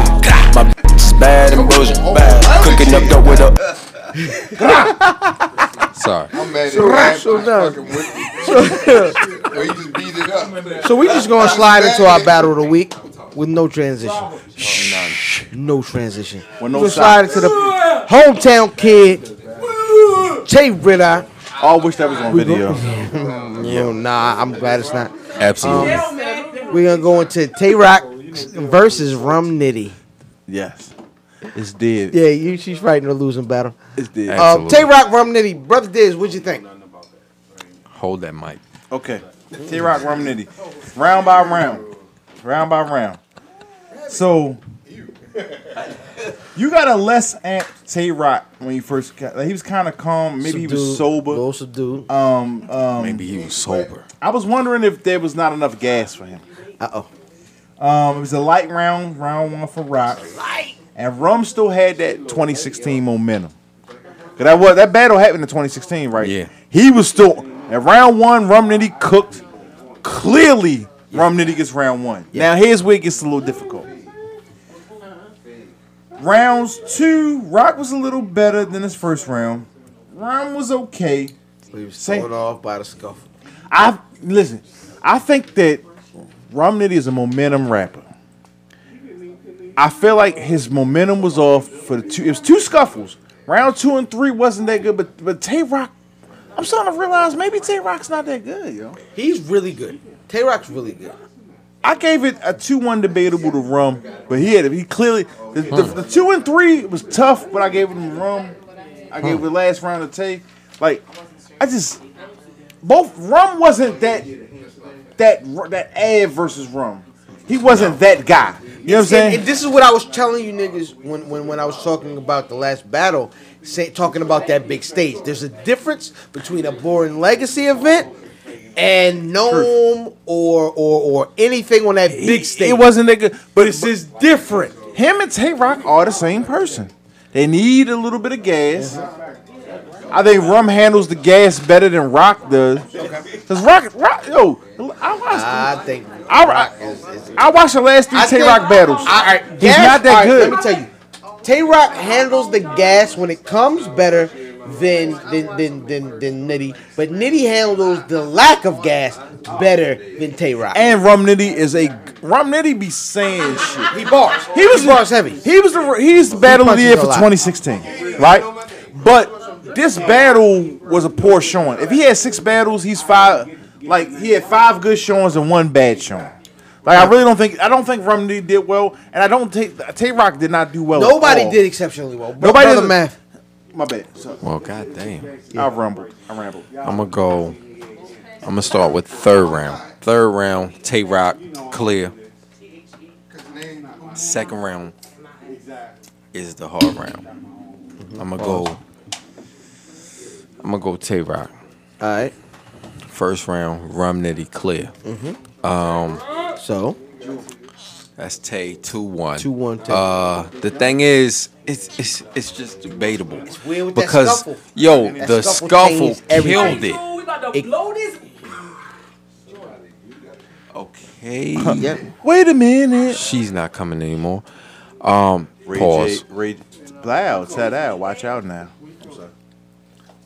Speaker 9: My bitch is bad and bullshit.
Speaker 6: Oh,
Speaker 9: Cooking up dope with a.
Speaker 3: Sorry.
Speaker 10: I'm mad at
Speaker 4: So-
Speaker 10: that.
Speaker 4: so now- *laughs*
Speaker 10: fucking with- Well, you just beat it up.
Speaker 4: So we just gonna slide into our battle of the week with no transition. No transition. We're
Speaker 5: no
Speaker 4: gonna slide into the hometown kid, Jay Ritter.
Speaker 5: I wish that was on video.
Speaker 4: Yo, nah, I'm glad it's not.
Speaker 5: Absolutely.
Speaker 4: Um, we're gonna go into Tay Rock versus Rum Nitty.
Speaker 5: Yes. It's dead.
Speaker 4: Yeah, you, she's fighting a losing battle.
Speaker 5: It's dead.
Speaker 4: Um, Tay Rock, Rum Nitty, brother Diz, what'd you think?
Speaker 3: Hold that mic.
Speaker 5: Okay. T Rock Rum Nitty. Round by round. Round by round. So you got a less amped Tay Rock when you first got like, he was kinda calm. Maybe he was
Speaker 4: Subdued.
Speaker 5: sober.
Speaker 4: Little subdued.
Speaker 5: Um, um Maybe
Speaker 3: he was sober.
Speaker 5: I was wondering if there was not enough gas for him.
Speaker 4: Uh oh.
Speaker 5: Um, it was a light round, round one for Rock. And Rum still had that 2016 momentum. 'Cause that was that battle happened in 2016, right? Yeah. He was still at round one. Rum Nitty cooked. Clearly, Rum Nitty gets round one. Now here's where it gets a little difficult. Rounds two, Rock was a little better than his first round. Round was okay.
Speaker 4: He was
Speaker 5: Say-
Speaker 4: thrown off by the scuffle.
Speaker 5: I listen. I think that Rum Nitty is a momentum rapper. I feel like his momentum was off for the two. It was two scuffles. Round two and three wasn't that good, but but Tay Rock. I'm starting to realize maybe Tay Rock's not that good, yo.
Speaker 4: He's really good. Tay Rock's really good.
Speaker 5: I gave it a two-one debatable to Rum, but he had he clearly the, the, the two and three was tough, but I gave him Rum. I gave the last round to Tay. Like I just both Rum wasn't that that that ad versus Rum. He wasn't that guy. You know what I'm saying?
Speaker 4: And, and this is what I was telling you niggas when, when, when I was talking about the last battle, say, talking about that big stage. There's a difference between a boring legacy event and Gnome or, or or anything on that big stage.
Speaker 5: It wasn't that good. But this
Speaker 4: is different.
Speaker 5: Him and Tay Rock are the same person. They need a little bit of gas. I think Rum handles the gas better than Rock does. Cause Rock, Rock, yo, I watched.
Speaker 4: I think
Speaker 5: I, I, I watched the last three
Speaker 4: Ah. I
Speaker 5: Tay
Speaker 4: think-
Speaker 5: Rock battles.
Speaker 4: All right,
Speaker 5: He's
Speaker 4: gas-
Speaker 5: not that
Speaker 4: all right,
Speaker 5: good.
Speaker 4: Let me tell you, Tay Rock handles the gas when it comes better than than than than, than Nitty, but Nitty handles the lack of gas better than Tay Rock.
Speaker 5: And Rum Nitty is a Rum Nitty be saying shit.
Speaker 4: He bars.
Speaker 5: He was
Speaker 4: bars heavy.
Speaker 5: He was the he's the battle of the
Speaker 4: punches
Speaker 5: year
Speaker 4: a
Speaker 5: for
Speaker 4: lot.
Speaker 5: 2016, right? But this battle was a poor showing. If he had six battles, he's five. Like he had five good showings and one bad showing. Like I really don't think I don't think Rum Nitty did well, and I don't take Tay Rock did not do well. at
Speaker 4: Nobody
Speaker 5: all.
Speaker 4: did exceptionally well.
Speaker 5: Oh. Nobody
Speaker 4: Nobody
Speaker 5: did-
Speaker 4: the math.
Speaker 5: My bad. So,
Speaker 3: Well, goddamn.
Speaker 5: I rumbled. I rambled.
Speaker 3: I'm gonna go. I'm gonna start with third round. Third round, Tay Rock, clear. Second round is the hard round. I'm gonna go. I'm gonna go Tay Rock.
Speaker 4: All right.
Speaker 3: First round, Rum Nitty Clear.
Speaker 4: Mhm.
Speaker 3: Um.
Speaker 4: So.
Speaker 3: That's Tay two one.
Speaker 4: 2-1 Tay.
Speaker 3: Uh, the thing is, it's it's it's just debatable. It's
Speaker 4: weird with that
Speaker 3: because
Speaker 4: scuffle.
Speaker 3: yo,
Speaker 4: That
Speaker 3: the
Speaker 4: scuffle
Speaker 3: scuffle,
Speaker 4: changed everything.
Speaker 3: killed it.
Speaker 6: We about to
Speaker 4: It-
Speaker 6: blow this.
Speaker 3: Okay. *laughs*
Speaker 5: Wait a minute.
Speaker 3: She's not coming anymore. Um.
Speaker 5: Ray
Speaker 3: pause.
Speaker 5: J, Ray, loud, said out. Watch out now.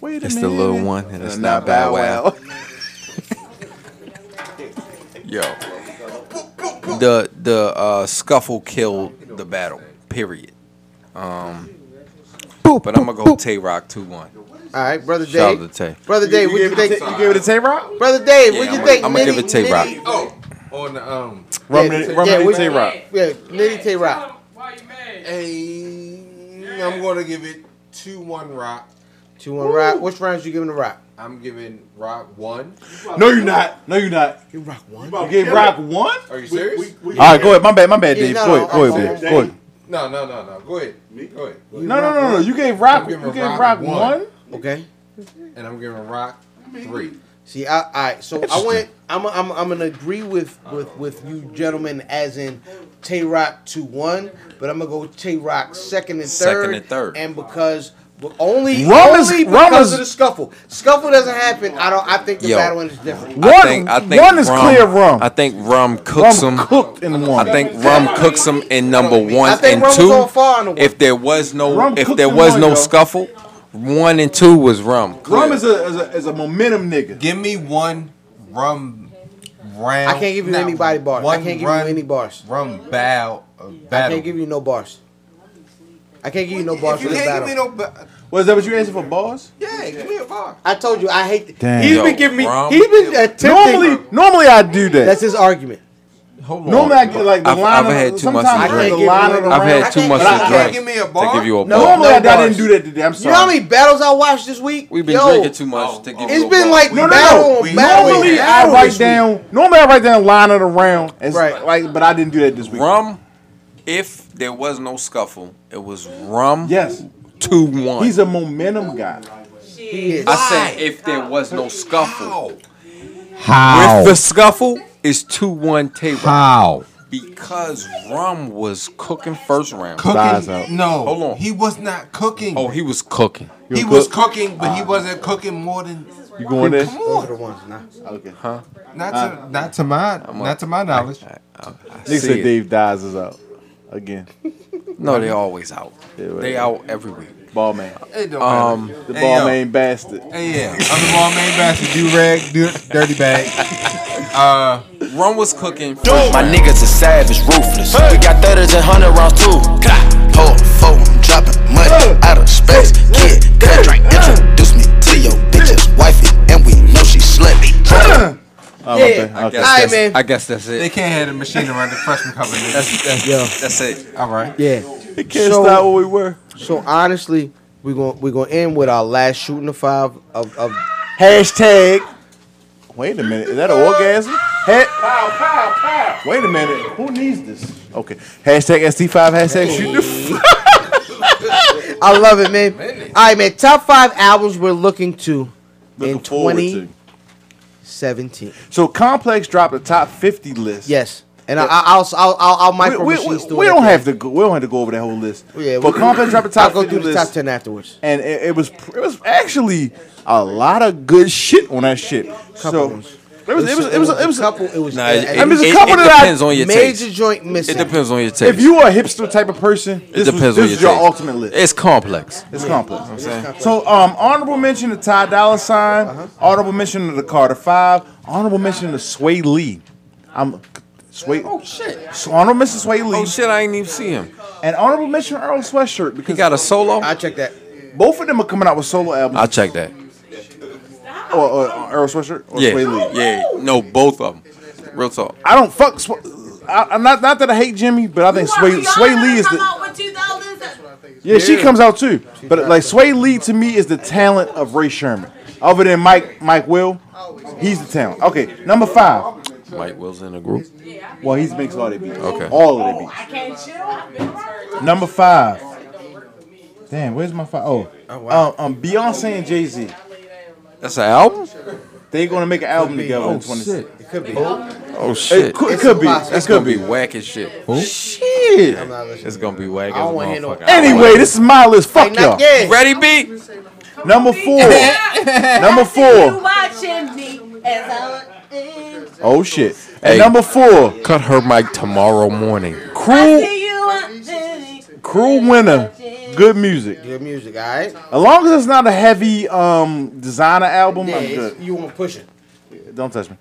Speaker 5: Wait a
Speaker 3: It's
Speaker 5: minute. Uh,
Speaker 3: the little one, and it's not Bow Wow. Yo, the the uh, scuffle killed the battle. Period. Um, but I'm gonna go Tay Rock two one.
Speaker 4: All right, brother
Speaker 3: Shout
Speaker 4: Dave.
Speaker 3: out to Tay.
Speaker 4: Brother Dave, what you think?
Speaker 5: *laughs* You gave it to Tay Rock?
Speaker 4: Brother Dave,
Speaker 3: Yeah,
Speaker 4: what you
Speaker 3: I'ma-
Speaker 4: think?
Speaker 3: I'ma give
Speaker 4: Nitty-
Speaker 3: it Tay Rock.
Speaker 4: Nitty-
Speaker 22: Oh, on the um.
Speaker 4: Yeah,
Speaker 5: Rum Nitty-
Speaker 4: yeah,
Speaker 5: Rum Nitty
Speaker 4: what-
Speaker 5: Tay Rock.
Speaker 4: Yeah, Nitty Tay Rock.
Speaker 22: Hey, I'm gonna give it two one rock.
Speaker 4: Two one rock. Which rounds you giving to rock?
Speaker 22: I'm giving rock one.
Speaker 5: No, you're not. No, you're not.
Speaker 4: You rock one.
Speaker 5: You gave Rock one?
Speaker 22: Are you serious?
Speaker 5: All right, go ahead. My bad. My bad, Dave. Go ahead. Go ahead, Dave. Go ahead.
Speaker 22: No, no, no, no. Go ahead. Go ahead.
Speaker 5: No, no, no, no. You gave Rock. You gave Rock one.
Speaker 4: Okay.
Speaker 22: And I'm giving rock three.
Speaker 4: See, I, all right, so I went. I'm, I'm, I'm gonna agree with, with, with you gentlemen, as in Tay Rock two one, but I'm gonna go with Tay Rock second and third.
Speaker 3: Second and third.
Speaker 4: and because well, only
Speaker 3: Rum is-
Speaker 4: only
Speaker 3: Rum
Speaker 4: because
Speaker 3: is-
Speaker 4: of the scuffle. Scuffle doesn't happen. I don't. I think the
Speaker 3: Yo.
Speaker 4: battle is different.
Speaker 3: I think, I think
Speaker 5: one is clear rum.
Speaker 3: I think rum cooks them.
Speaker 5: cooked in one.
Speaker 3: I think rum cooks them in number one
Speaker 4: I think
Speaker 3: and
Speaker 4: rum was
Speaker 3: two.
Speaker 4: on fire in the one.
Speaker 3: If there was no,
Speaker 5: Rum
Speaker 3: if
Speaker 5: cooked
Speaker 3: there
Speaker 5: in
Speaker 3: was
Speaker 5: one,
Speaker 3: no
Speaker 5: yo.
Speaker 3: scuffle, one and two was rum.
Speaker 5: Rum is a, is a is a momentum nigga.
Speaker 22: Give me one rum round.
Speaker 4: I can't give you
Speaker 22: not
Speaker 4: any body bars. I
Speaker 22: One
Speaker 4: can't give
Speaker 22: run-
Speaker 4: you any bars.
Speaker 22: Rum bow. uh,
Speaker 4: I
Speaker 22: battle.
Speaker 4: can't give you no bars. I can't give you no bars
Speaker 22: If you
Speaker 4: for this
Speaker 22: can't give me
Speaker 4: battle.
Speaker 22: no, ba-
Speaker 5: Was that what you asking for, boss?
Speaker 22: yeah, give me a bar.
Speaker 4: I told you I hate.
Speaker 5: Damn.
Speaker 4: He's been
Speaker 5: Yo,
Speaker 4: giving me.
Speaker 5: Rum.
Speaker 4: He's been attempting.
Speaker 5: Normally, normally I do that.
Speaker 4: That's his argument.
Speaker 3: Hold
Speaker 5: on. Normally I get like the
Speaker 3: I've,
Speaker 5: line.
Speaker 3: I've
Speaker 5: of,
Speaker 3: had too much
Speaker 5: sometimes
Speaker 3: to
Speaker 5: I get
Speaker 3: drink.
Speaker 5: the line of the
Speaker 3: I've
Speaker 5: round.
Speaker 3: had too much
Speaker 5: But I
Speaker 3: to
Speaker 5: can't
Speaker 3: drink
Speaker 5: give me a
Speaker 3: to give you a
Speaker 5: No,
Speaker 3: bar.
Speaker 5: normally I, I didn't
Speaker 4: bars.
Speaker 5: do that today. I'm
Speaker 4: You
Speaker 5: sorry.
Speaker 4: know how many battles I watched this week?
Speaker 3: We've been
Speaker 4: Yo,
Speaker 3: drinking too much to give
Speaker 4: It's
Speaker 3: you a
Speaker 4: been
Speaker 3: bar.
Speaker 4: like
Speaker 5: No, no,
Speaker 4: battle,
Speaker 5: no.
Speaker 4: on battle. on
Speaker 5: Normally I
Speaker 4: battle
Speaker 5: write
Speaker 4: this week.
Speaker 5: down. Normally I write down line of the round. Right. Like, but I didn't do that this week.
Speaker 3: Rum, if there was no scuffle, it was rum.
Speaker 5: Yes.
Speaker 3: Two one.
Speaker 5: He's a momentum guy.
Speaker 4: He is.
Speaker 3: I said if there was no scuffle.
Speaker 5: How?
Speaker 3: With the scuffle is two one table.
Speaker 5: How?
Speaker 3: Because rum was cooking first round.
Speaker 22: Cooking? No,
Speaker 3: Hold on.
Speaker 22: He was not cooking.
Speaker 3: Oh, he was cooking.
Speaker 22: he was cooking, but he wasn't cooking more than.
Speaker 5: You going there?
Speaker 22: Come
Speaker 4: Those are the
Speaker 22: on.
Speaker 4: ones now.
Speaker 5: Okay.
Speaker 3: Huh?
Speaker 22: Not to, not to my, not to my knowledge.
Speaker 5: Nigga
Speaker 3: see it.
Speaker 5: said Dave Dyes is out again.
Speaker 3: No, they always out.
Speaker 5: Yeah, right.
Speaker 3: They out every week.
Speaker 5: Ball man.
Speaker 22: It don't
Speaker 3: Um, *laughs*
Speaker 22: matter.
Speaker 5: The
Speaker 22: Hey,
Speaker 5: ball
Speaker 22: yo.
Speaker 5: man bastard.
Speaker 22: Hey, yeah, I'm the ball main bastard. Do rag, do dirty bag. Uh,
Speaker 3: Rum was cooking.
Speaker 9: My niggas are savage, ruthless. We got 30s and 100 rounds too. Hold four, I'm dropping money out of space. Kid, that drink. Introduce me to your bitch's wifey, and we know she slippy.
Speaker 5: Oh,
Speaker 4: Yeah.
Speaker 5: okay.
Speaker 3: I
Speaker 5: okay.
Speaker 3: guess,
Speaker 4: All right,
Speaker 3: that's,
Speaker 4: man.
Speaker 3: I guess that's
Speaker 22: they
Speaker 3: it.
Speaker 22: can't have the machine around the freshman cover. nigga.
Speaker 3: That's, that's,
Speaker 4: Yo.
Speaker 3: that's it.
Speaker 22: All right.
Speaker 4: Yeah.
Speaker 5: It can't
Speaker 4: So-
Speaker 5: stop what we were.
Speaker 4: So honestly, we're going we're going to end with our last shooting the five of, of
Speaker 5: Hashtag. Wait a minute. Is that an orgasm? Ha- Wait a minute. Who needs this? Okay. Hashtag ST5. Hashtag shoot the. F-
Speaker 4: I love it, man. All right, man. Top 5 albums we're looking to in
Speaker 5: Looking forward to.
Speaker 4: 2017.
Speaker 5: So Complex dropped a top 50 list.
Speaker 4: Yes. And I, I- I'll, I'll, I'll, I'll
Speaker 5: We,
Speaker 4: micro
Speaker 5: we-
Speaker 4: machine
Speaker 5: we-
Speaker 4: through
Speaker 5: we
Speaker 4: it
Speaker 5: don't
Speaker 4: at
Speaker 5: have to go. We don't have to go over that whole list.
Speaker 4: the end. Yeah,
Speaker 5: but
Speaker 4: we-
Speaker 5: Complex dropped a top
Speaker 4: I'll go
Speaker 5: 50
Speaker 4: through the
Speaker 5: list,
Speaker 4: top 10 afterwards.
Speaker 5: and it, it was it was actually a lot of good shit on that shit. so it was it was it was it was
Speaker 4: a couple. It was
Speaker 3: Nah,
Speaker 4: uh,
Speaker 3: it, it,
Speaker 5: I mean, there's a
Speaker 3: it-
Speaker 5: couple
Speaker 3: it
Speaker 5: that I-
Speaker 3: depends on your
Speaker 4: major
Speaker 3: taste.
Speaker 4: joint
Speaker 3: It
Speaker 4: missing.
Speaker 3: depends on your taste.
Speaker 5: if you are a hipster type of person,
Speaker 3: it
Speaker 5: this
Speaker 3: depends
Speaker 5: was,
Speaker 3: on
Speaker 5: this
Speaker 3: your
Speaker 5: is your
Speaker 3: taste.
Speaker 5: ultimate list.
Speaker 3: It's complex.
Speaker 5: It's complex. Uh-huh. So, um, honorable mention to Ty Dolla Sign. Honorable mention to the Carter Five. Honorable mention to Sway Lee. I'm Sway. Oh shit. So honorable mention to Sway Lee.
Speaker 3: Oh shit! I ain't even see him.
Speaker 5: And honorable mention to Earl Sweatshirt
Speaker 3: He
Speaker 5: because
Speaker 3: got a solo.
Speaker 4: I checked that.
Speaker 5: both of them are coming out with solo
Speaker 3: I'll
Speaker 5: albums.
Speaker 3: check that.
Speaker 5: or, or, or Earl Sweatshirt or
Speaker 3: Yeah,
Speaker 5: Sway Lee.
Speaker 3: yeah. No, both of them. Real talk.
Speaker 5: I don't fuck. Sw- I, I'm not not that I hate Jimmy, but I think Sway Sway Lee is the yeah, she comes out too. But like Sway Lee to me is the talent of Ray Sherman. Other than Mike Mike Will, he's the talent. Okay, number five.
Speaker 3: Mike Will's in the group.
Speaker 5: Well, he's mixed all they beats.
Speaker 3: Okay.
Speaker 5: All of they beats.
Speaker 8: I can't chill.
Speaker 5: Number five. Damn, where's my five? Oh, um, um, Beyonce and Jay Z.
Speaker 3: That's an album.
Speaker 5: They gonna make an album together.
Speaker 3: Oh,
Speaker 5: in 20
Speaker 3: shit.
Speaker 5: It
Speaker 4: could be.
Speaker 3: Oh shit!
Speaker 5: It could, it could be. It
Speaker 3: That's
Speaker 5: could
Speaker 3: gonna
Speaker 5: be.
Speaker 3: be whack as shit.
Speaker 5: Shit.
Speaker 3: It's gonna be whack as
Speaker 5: don't wanna
Speaker 3: motherfucker.
Speaker 5: Anyway, this is my list. Fuck y'all.
Speaker 3: Ready, B?
Speaker 8: *laughs*
Speaker 5: Number four.
Speaker 6: *laughs*
Speaker 5: Number
Speaker 8: You
Speaker 5: four.
Speaker 8: watching me as I am.
Speaker 5: Oh shit. And
Speaker 3: Hey,
Speaker 5: number four.
Speaker 3: Cut her mic tomorrow morning.
Speaker 5: Crew,
Speaker 8: See you watching.
Speaker 5: crew winner. Good music.
Speaker 4: Good music, all right?
Speaker 5: As long as it's not a heavy um designer album, I'm good.
Speaker 4: you want to push it.
Speaker 5: Don't
Speaker 4: *laughs*
Speaker 5: touch me.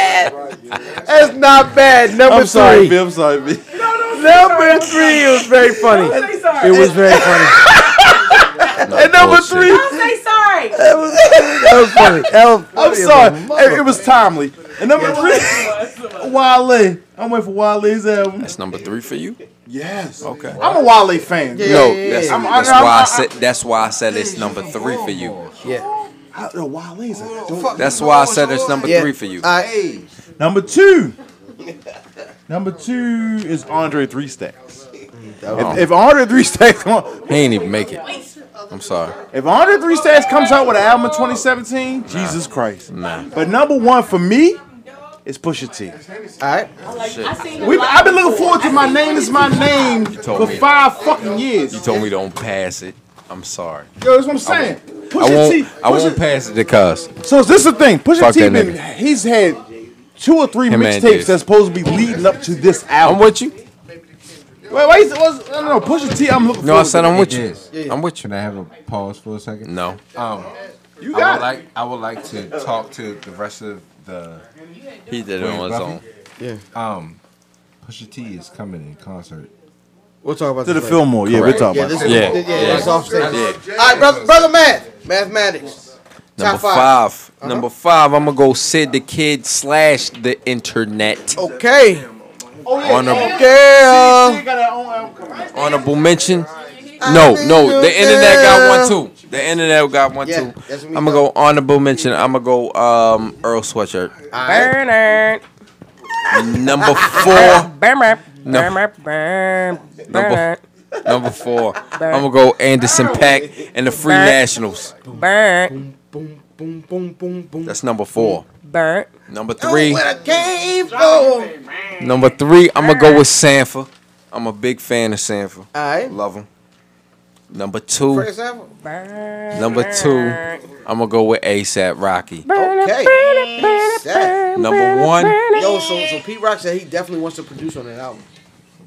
Speaker 4: That's not bad. Number
Speaker 5: I'm sorry,
Speaker 4: three.
Speaker 5: B. I'm sorry, B.
Speaker 4: Number three was very funny.
Speaker 8: Don't say sorry.
Speaker 4: It was very funny. and number
Speaker 3: bullshit.
Speaker 4: three,
Speaker 8: Don't say sorry.
Speaker 5: *laughs*
Speaker 4: that was, that was funny. *laughs* That was
Speaker 5: I'm
Speaker 4: funny.
Speaker 5: sorry. Hey, It was timely. And number three, Wale. I'm waiting for Wale's album.
Speaker 3: That's number three for you.
Speaker 5: Yes.
Speaker 3: Okay.
Speaker 5: I'm a Wale fan.
Speaker 3: No, that's,
Speaker 5: I'm-
Speaker 3: that's
Speaker 5: I'm-
Speaker 3: why I
Speaker 5: I'm-
Speaker 3: said that's why I said it's number three for you.
Speaker 4: Yeah.
Speaker 5: I, the Wale's a dope.
Speaker 3: That's why I said it's number
Speaker 4: Yeah. Uh,
Speaker 3: three for you.
Speaker 4: I-
Speaker 5: Number two. Number two is Andre Three Stacks.
Speaker 3: Oh.
Speaker 5: If, if Andre Three Stacks, come on.
Speaker 3: He ain't even make it. I'm sorry.
Speaker 5: if Andre Three Stacks comes out with an album in 2017, Jesus Christ.
Speaker 3: Nah.
Speaker 5: But number one for me is Pusha T.
Speaker 4: All right.
Speaker 5: We, I've been looking forward to my name is my name
Speaker 3: told
Speaker 5: for
Speaker 3: me.
Speaker 5: five fucking years.
Speaker 3: You
Speaker 5: Yo,
Speaker 3: told me don't pass it. I'm sorry.
Speaker 5: that's what I'm saying.
Speaker 3: I
Speaker 5: Pusha T.
Speaker 3: won't. I
Speaker 5: Pusha-
Speaker 3: won't pass it to Cuz.
Speaker 5: So is this the thing? Pusha
Speaker 3: Fuck
Speaker 5: T
Speaker 3: that
Speaker 5: been
Speaker 3: nigga.
Speaker 5: he's had two or three
Speaker 3: Him and
Speaker 5: mixtapes
Speaker 3: Diz.
Speaker 5: that's supposed to be leading up to this
Speaker 3: I'm
Speaker 5: album.
Speaker 3: with you.
Speaker 5: Wait, why is was I don't know, Pusha T I'm looking
Speaker 3: No, I
Speaker 5: forward
Speaker 3: said
Speaker 5: to.
Speaker 3: I'm with you.
Speaker 18: Yes.
Speaker 3: I'm with you.
Speaker 22: Can I have a pause for a second?
Speaker 3: No.
Speaker 22: Um,
Speaker 5: You
Speaker 22: I
Speaker 5: got
Speaker 22: would
Speaker 5: it.
Speaker 22: like I would like to talk to the rest of the
Speaker 3: He did it on his own.
Speaker 4: Yeah.
Speaker 22: um Pusha T is coming in concert.
Speaker 4: We'll talk about
Speaker 5: to the
Speaker 4: this later.
Speaker 5: Fillmore. Yeah, we're
Speaker 3: Correct.
Speaker 5: talking
Speaker 4: Yeah,
Speaker 5: about
Speaker 4: this
Speaker 5: it.
Speaker 4: is,
Speaker 3: Yeah.
Speaker 4: yeah, yeah,
Speaker 3: Yeah.
Speaker 4: that's off stage.
Speaker 3: Yeah.
Speaker 4: All right, brother, brother, math, mathematics.
Speaker 3: Number
Speaker 4: Top Uh-huh.
Speaker 3: five. Number five. I'm gonna go Sid the Kid slash the Internet.
Speaker 4: Okay.
Speaker 3: Honorable.
Speaker 4: Okay.
Speaker 5: She got her own album coming out.
Speaker 3: Honorable mention? No, no. The internet got one too. The internet got one
Speaker 4: Yeah,
Speaker 3: too.
Speaker 4: that's what we
Speaker 3: I'm gonna go honorable mention. I'm gonna go um Earl Sweatshirt.
Speaker 4: Alright. *laughs*
Speaker 3: Number four. Number, number four. I'm gonna go Anderson Pack and the Free Nationals.
Speaker 17: Burnt.
Speaker 4: Boom, boom, boom, boom, boom.
Speaker 3: That's number four.
Speaker 17: Burnt.
Speaker 3: Number three.
Speaker 4: Where the game from?
Speaker 3: Number three. I'm gonna go with Sanford. I'm a big fan of Sanford.
Speaker 4: Alright.
Speaker 3: Love him. Number two.
Speaker 4: For example.
Speaker 3: Number two. I'm gonna go with ASAP Rocky.
Speaker 4: Okay. Sad.
Speaker 3: Number one.
Speaker 4: Yo, so, so Pete Rock said he definitely wants to produce on that album.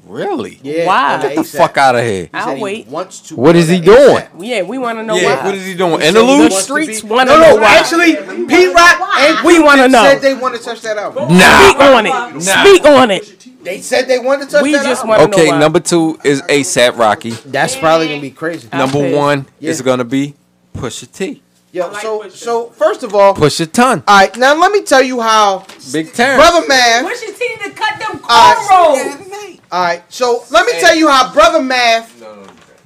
Speaker 3: Really?
Speaker 4: Yeah.
Speaker 17: Wow.
Speaker 4: on
Speaker 3: Get the
Speaker 4: ASAP.
Speaker 3: fuck out of
Speaker 4: He
Speaker 3: here.
Speaker 4: said
Speaker 17: I'll
Speaker 4: he
Speaker 17: wait.
Speaker 4: Wants to
Speaker 3: What
Speaker 4: do
Speaker 3: is he
Speaker 4: that ASAP.
Speaker 3: doing?
Speaker 17: Yeah, we want to know
Speaker 3: Yeah,
Speaker 17: why.
Speaker 3: what is he doing?
Speaker 17: the
Speaker 3: Interlude?
Speaker 17: streets
Speaker 4: be-
Speaker 17: want to
Speaker 4: No,
Speaker 17: know
Speaker 4: no.
Speaker 17: why.
Speaker 4: Actually, Pete Rock and
Speaker 17: We wanna
Speaker 4: Q-Tip
Speaker 17: know.
Speaker 4: Said they want to touch that album.
Speaker 17: Speak
Speaker 3: Nah.
Speaker 17: on it. Speak on it.
Speaker 4: They said they wanted to touch
Speaker 17: We
Speaker 4: that
Speaker 17: just
Speaker 4: album.
Speaker 17: want to know
Speaker 3: Okay,
Speaker 17: why.
Speaker 3: number two is ASAP Rocky.
Speaker 4: That's probably gonna be crazy.
Speaker 3: Number
Speaker 17: Okay.
Speaker 3: one
Speaker 4: Yeah.
Speaker 3: is gonna be Pusha T.
Speaker 4: Yo, so so first of all,
Speaker 3: Pusha Ton.
Speaker 4: all right, now let me tell you how
Speaker 3: Big Terrence.
Speaker 4: Brother Math.
Speaker 8: Wish your team to cut them
Speaker 5: Ah,
Speaker 4: Uh,
Speaker 8: cornrows.
Speaker 4: All right, so let me tell you how Brother Math,